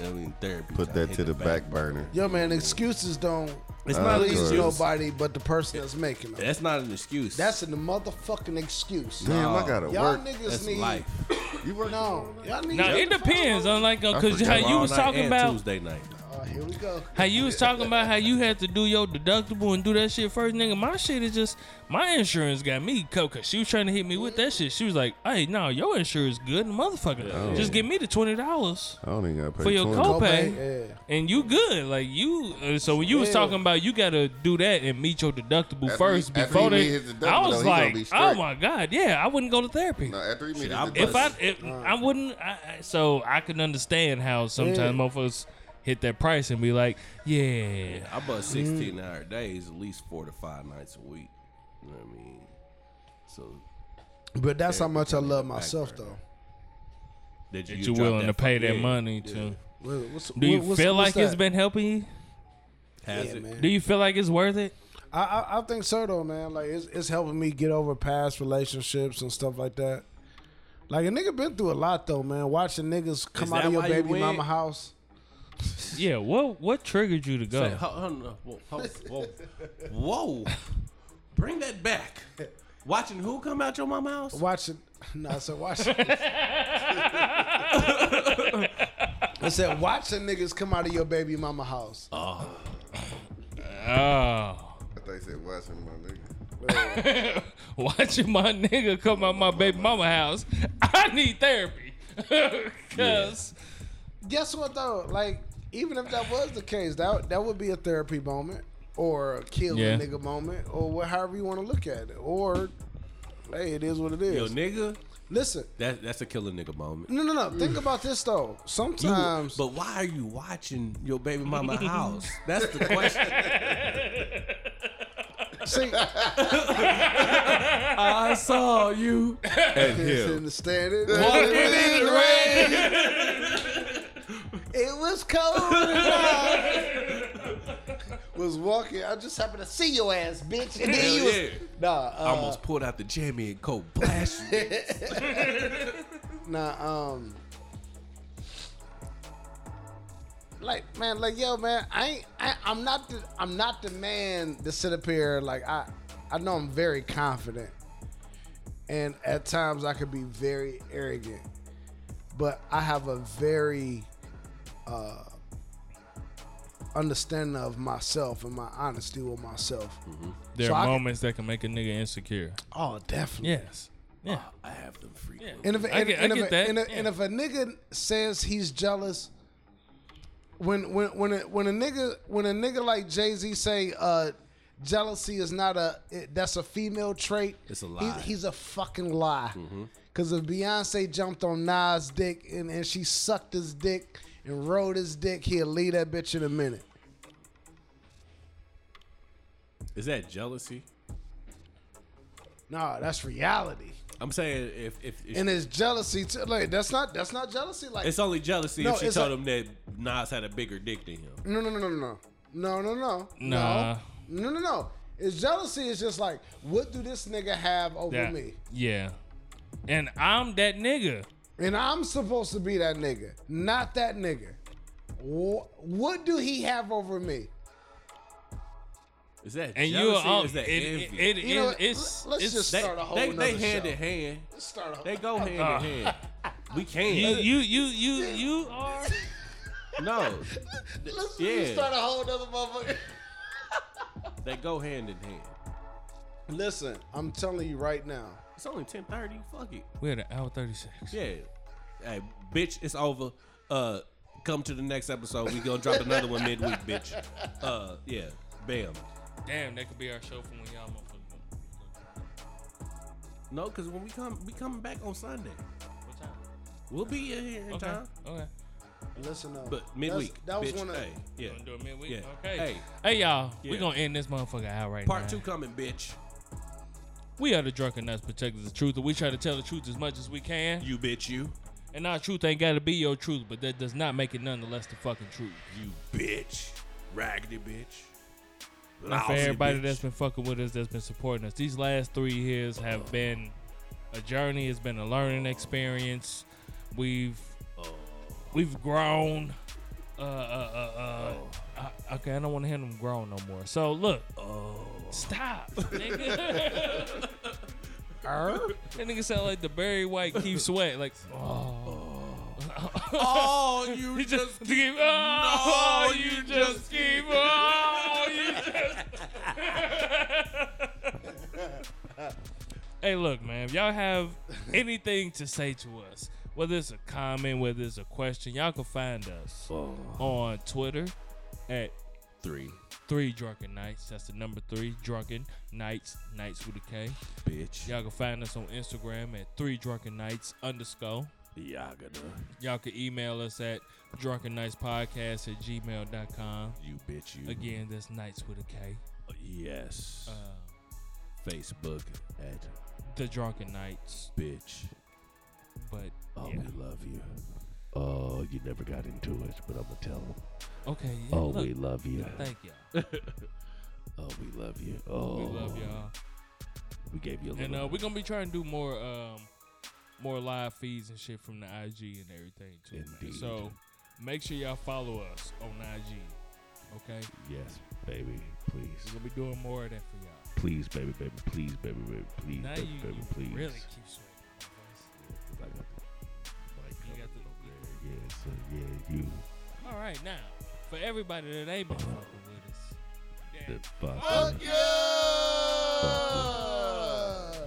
[SPEAKER 1] I mean, therapy.
[SPEAKER 3] Put
[SPEAKER 1] time
[SPEAKER 3] that
[SPEAKER 1] hit
[SPEAKER 3] to the back burner.
[SPEAKER 4] Yo, man, excuses don't
[SPEAKER 1] It's
[SPEAKER 3] Uh,
[SPEAKER 1] not an
[SPEAKER 3] please
[SPEAKER 4] please
[SPEAKER 3] Correct.
[SPEAKER 1] excuse.
[SPEAKER 4] nobody but the person that's making them.
[SPEAKER 1] That's not an excuse.
[SPEAKER 4] That's the motherfucking excuse.
[SPEAKER 3] Damn,
[SPEAKER 1] Nah.
[SPEAKER 3] I gotta
[SPEAKER 4] Y'all
[SPEAKER 3] work.
[SPEAKER 4] niggas
[SPEAKER 1] That's
[SPEAKER 4] need
[SPEAKER 1] life.
[SPEAKER 3] You work.
[SPEAKER 4] no. Y'all need
[SPEAKER 2] Now it depends on like because
[SPEAKER 3] forgot
[SPEAKER 2] how
[SPEAKER 1] All
[SPEAKER 2] you was
[SPEAKER 1] night
[SPEAKER 2] talking
[SPEAKER 1] and
[SPEAKER 2] about
[SPEAKER 1] Tuesday night.
[SPEAKER 4] Oh, here we go.
[SPEAKER 2] how you was talking about how you had to do your deductible and do that shit first, nigga. My shit is just my insurance got me covered. 'cause She was trying to hit me with that shit. She was like, "Hey, no, your insurance good, motherfucker. Just give me the twenty dollars
[SPEAKER 3] I don't even gotta pay
[SPEAKER 2] for your
[SPEAKER 3] 20.
[SPEAKER 4] co-
[SPEAKER 2] copay,
[SPEAKER 4] Copay, yeah.
[SPEAKER 2] and you good. Like you. Uh, so when you was
[SPEAKER 4] Yeah.
[SPEAKER 2] talking about you got to do that and meet your deductible
[SPEAKER 3] After
[SPEAKER 2] first
[SPEAKER 3] he- after
[SPEAKER 2] before
[SPEAKER 3] he
[SPEAKER 2] they,
[SPEAKER 3] meet his deductible,
[SPEAKER 2] I
[SPEAKER 3] though,
[SPEAKER 2] was
[SPEAKER 3] he gonna
[SPEAKER 2] like,
[SPEAKER 3] be
[SPEAKER 2] oh
[SPEAKER 3] straight.
[SPEAKER 2] my god, yeah, I wouldn't go to therapy.
[SPEAKER 3] No, after you meet
[SPEAKER 1] Shit,
[SPEAKER 3] the
[SPEAKER 1] I
[SPEAKER 3] deductible-
[SPEAKER 2] If I if I wouldn't, I, I- so I can understand how sometimes
[SPEAKER 4] Yeah.
[SPEAKER 2] motherfuckers hit that price and be like, yeah,
[SPEAKER 1] I bust 16
[SPEAKER 4] Mm.
[SPEAKER 1] hour days at least four to five nights a week. You know what I mean? So
[SPEAKER 4] But that's how much I love myself, though.
[SPEAKER 1] that
[SPEAKER 2] that you willing to pay that money to.
[SPEAKER 4] What- What's,
[SPEAKER 2] Do you
[SPEAKER 4] what- what's-
[SPEAKER 2] feel
[SPEAKER 4] what's
[SPEAKER 2] like it's
[SPEAKER 4] that?
[SPEAKER 2] been helping you?
[SPEAKER 1] Has
[SPEAKER 4] Yeah,
[SPEAKER 1] it?
[SPEAKER 4] man.
[SPEAKER 2] Do you feel like it's worth it?
[SPEAKER 4] I, I I think so though, man. Like it's it's helping me get over past relationships and stuff like that. Like a nigga been through a lot though, man. Watching niggas come out
[SPEAKER 1] that
[SPEAKER 4] of your
[SPEAKER 1] why you
[SPEAKER 4] baby
[SPEAKER 1] went?
[SPEAKER 4] mama house.
[SPEAKER 2] Yeah, what what triggered you to
[SPEAKER 1] Say,
[SPEAKER 2] go?
[SPEAKER 1] ho- ho- no, whoa, ho- whoa, whoa. Bring that back. Watching who come out your mama house?
[SPEAKER 4] Watching, no, I said watching. I said watching niggas come out of your baby mama house.
[SPEAKER 2] Oh,
[SPEAKER 3] I thought you said watching my nigga.
[SPEAKER 2] watching my nigga come out my baby mama house. I need therapy. Cause
[SPEAKER 4] Guess what though? Like even if that was the case, that that would be a therapy moment or a kill
[SPEAKER 2] Yeah.
[SPEAKER 4] a nigga moment or wha- however you want to look at it. Or hey, it is what it
[SPEAKER 1] Yo,
[SPEAKER 4] is.
[SPEAKER 1] nigga,
[SPEAKER 4] Listen,
[SPEAKER 1] that that's a killer nigga moment.
[SPEAKER 4] no, no, no.
[SPEAKER 2] Mm.
[SPEAKER 4] Think about this though.
[SPEAKER 1] You-
[SPEAKER 4] Sometimes,
[SPEAKER 1] but why are you watching your baby mama house? That's the question.
[SPEAKER 4] see,
[SPEAKER 1] I saw you.
[SPEAKER 4] understand it.
[SPEAKER 1] Walking in the rain.
[SPEAKER 9] It was cold. was walking. I just happened to see your ass, bitch. And then
[SPEAKER 1] Hell
[SPEAKER 9] you was
[SPEAKER 1] yeah.
[SPEAKER 9] nah. Uh,
[SPEAKER 1] I almost pulled out the jammy and cold blast you.
[SPEAKER 9] nah. Um.
[SPEAKER 4] like man, like yo, man, I, ain't, I I'm not the I'm not the man to sit up here like I I know I'm very confident, and at times I could be very arrogant, but I have a very uh, understanding of myself and my honesty with myself.
[SPEAKER 2] there
[SPEAKER 4] So I
[SPEAKER 2] are
[SPEAKER 4] can-
[SPEAKER 2] moments that can make a nigga insecure.
[SPEAKER 4] Oh, definitely.
[SPEAKER 2] Yes.
[SPEAKER 4] Uh,
[SPEAKER 2] Yeah.
[SPEAKER 1] I have them freak.
[SPEAKER 4] And if,
[SPEAKER 2] I
[SPEAKER 4] and,
[SPEAKER 2] get- I
[SPEAKER 4] and
[SPEAKER 2] get
[SPEAKER 4] if,
[SPEAKER 2] that,
[SPEAKER 4] And, a,
[SPEAKER 2] yeah.
[SPEAKER 4] and if a nigga says he's jealous, when when when a, when a nigga when a nigga like Jay Z say uh, jealousy is not a it, that's a female trait.
[SPEAKER 1] It's a
[SPEAKER 4] he-
[SPEAKER 1] lie. Mm-hmm.
[SPEAKER 4] he's a fucking lie. Cause if Beyonce jumped on Nas' dick and, and she sucked his dick and rode his dick, he'll leave that bitch in a minute.
[SPEAKER 1] Is that jealousy?
[SPEAKER 4] Nah, that's reality.
[SPEAKER 1] I'm saying if if, if
[SPEAKER 4] And it's jealousy too. Like that's not that's not jealousy. Like
[SPEAKER 1] it's only jealousy
[SPEAKER 4] No,
[SPEAKER 1] if she
[SPEAKER 4] it's
[SPEAKER 1] told
[SPEAKER 4] a-
[SPEAKER 1] him that Nas had a bigger dick than him.
[SPEAKER 4] No, no, no, no, no, no, no, no,
[SPEAKER 2] Nah.
[SPEAKER 4] no, no, no, no. It's jealousy. It's just like, what do this nigga have over
[SPEAKER 2] That-
[SPEAKER 4] me?
[SPEAKER 2] Yeah. And I'm that nigga.
[SPEAKER 4] And I'm supposed to be that nigga, not that nigga. Wha what do he have over me?
[SPEAKER 1] Is that
[SPEAKER 2] And you
[SPEAKER 1] jealousy?
[SPEAKER 2] are um,
[SPEAKER 1] or is that
[SPEAKER 2] it,
[SPEAKER 1] envy?
[SPEAKER 2] it, it,
[SPEAKER 4] You know,
[SPEAKER 2] it- it's
[SPEAKER 4] let's
[SPEAKER 2] it's
[SPEAKER 4] just
[SPEAKER 1] they
[SPEAKER 4] start a whole
[SPEAKER 1] they, they
[SPEAKER 4] nother
[SPEAKER 1] hand
[SPEAKER 4] show.
[SPEAKER 1] in hand.
[SPEAKER 4] Start a whole.
[SPEAKER 1] They go hand
[SPEAKER 2] Uh.
[SPEAKER 1] in hand. We can't.
[SPEAKER 2] you you you you you are
[SPEAKER 1] no.
[SPEAKER 9] Let's
[SPEAKER 1] Yeah.
[SPEAKER 9] start a whole nother motherfucker.
[SPEAKER 1] They go hand in hand.
[SPEAKER 4] Listen, I'm telling you right now.
[SPEAKER 1] It's only 10:30. Fuck it.
[SPEAKER 2] we're at an hour thirty six.
[SPEAKER 1] Yeah. Hey, bitch, it's over. Uh come to the next episode. We gonna drop another one midweek, bitch. Uh yeah. Bam.
[SPEAKER 2] Damn, that could be our show from when y'all motherfuckers.
[SPEAKER 1] No, cause when we come we coming back on Sunday.
[SPEAKER 2] What time?
[SPEAKER 1] We'll be in here in
[SPEAKER 2] Okay.
[SPEAKER 1] time.
[SPEAKER 2] Okay.
[SPEAKER 4] Listen up.
[SPEAKER 1] But midweek.
[SPEAKER 4] That's- That was
[SPEAKER 1] bitch,
[SPEAKER 4] one of.
[SPEAKER 1] hey, yeah.
[SPEAKER 2] Gonna do it midweek?
[SPEAKER 1] Yeah.
[SPEAKER 2] Okay.
[SPEAKER 1] Hey.
[SPEAKER 2] Hey, y'all.
[SPEAKER 1] Yeah.
[SPEAKER 2] We're gonna end this motherfucker out right
[SPEAKER 1] Part
[SPEAKER 2] now.
[SPEAKER 1] two coming, bitch.
[SPEAKER 2] We are the drunken nuts protectors of truth, and we try to tell the truth as much as we can.
[SPEAKER 1] You bitch you.
[SPEAKER 2] And our truth ain't gotta be your truth, but that does not make it nonetheless the fucking truth.
[SPEAKER 1] You bitch. Raggedy bitch.
[SPEAKER 2] And for
[SPEAKER 1] Lousy
[SPEAKER 2] everybody
[SPEAKER 1] bitch.
[SPEAKER 2] that's been fucking with us, that's been supporting us, these last three years have been a journey. It's been a learning experience. We've we've grown. Uh, uh, uh, uh, I- okay, I don't want to hear them grown no more. So look, stop, nigga. that nigga sound like the Barry White Keith Sweat. Like,
[SPEAKER 1] Oh, you
[SPEAKER 2] you just keep. Oh, you, just keep. Oh, you just. hey, look, man. If y'all have anything to say to us, whether it's a comment, whether it's a question, y'all can find us on Twitter at
[SPEAKER 1] three,
[SPEAKER 2] Three Drunken Nights. That's the number three Drunken Nights. Nights with a K.
[SPEAKER 1] bitch.
[SPEAKER 2] Y'all can find us on Instagram at Three Drunken Nights underscore.
[SPEAKER 1] Yagada.
[SPEAKER 2] Y'all can email us at drunken nights podcast at gmail.com.
[SPEAKER 1] You bitch you.
[SPEAKER 2] Again, Uh. that's nights with a K. Um,
[SPEAKER 1] Yes. Facebook at
[SPEAKER 2] The Drunken Nights.
[SPEAKER 1] bitch.
[SPEAKER 2] But
[SPEAKER 1] Oh,
[SPEAKER 2] yeah.
[SPEAKER 1] we love you. Oh, you never got into it, but I'm gonna tell them.
[SPEAKER 2] okay. Yeah,
[SPEAKER 1] Oh,
[SPEAKER 2] look,
[SPEAKER 1] we love you.
[SPEAKER 2] thank y'all.
[SPEAKER 1] Oh, we love you. Oh,
[SPEAKER 2] We love y'all.
[SPEAKER 1] We gave you a little.
[SPEAKER 2] uh, And uh, we're gonna be trying to do more um more live feeds and shit from the IG and everything too. man. So make sure y'all follow us on IG. Okay,
[SPEAKER 1] Yes, baby. Please.
[SPEAKER 2] we're gonna be doing more of that for y'all.
[SPEAKER 1] Please, baby, baby. Please, baby, baby. Please,
[SPEAKER 2] Now
[SPEAKER 1] baby,
[SPEAKER 2] you,
[SPEAKER 1] baby,
[SPEAKER 2] you
[SPEAKER 1] please.
[SPEAKER 2] really keep sweating. my
[SPEAKER 1] I got the mic
[SPEAKER 2] boys. You got the
[SPEAKER 1] covered. Yeah, so yeah, you
[SPEAKER 2] All right, now for everybody that ain't been
[SPEAKER 1] Uh-huh.
[SPEAKER 2] fucking with us,
[SPEAKER 1] the fuck.
[SPEAKER 10] Fuck
[SPEAKER 1] yeah!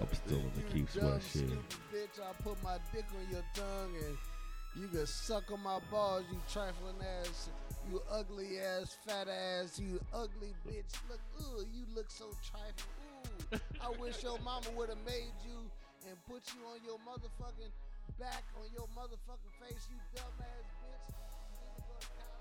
[SPEAKER 1] I'm still in the
[SPEAKER 4] You
[SPEAKER 1] keep
[SPEAKER 4] dumb,
[SPEAKER 1] sweat shit.
[SPEAKER 4] stupid Bitch, I put my dick on your tongue and you can suck on my balls, you trifling ass, you ugly ass, fat ass, you ugly bitch. Look, ooh, you look so trifling. Ooh, I wish your mama would have made you and put you on your motherfucking back, on your motherfucking face, you dumb ass bitch. You need to go to college.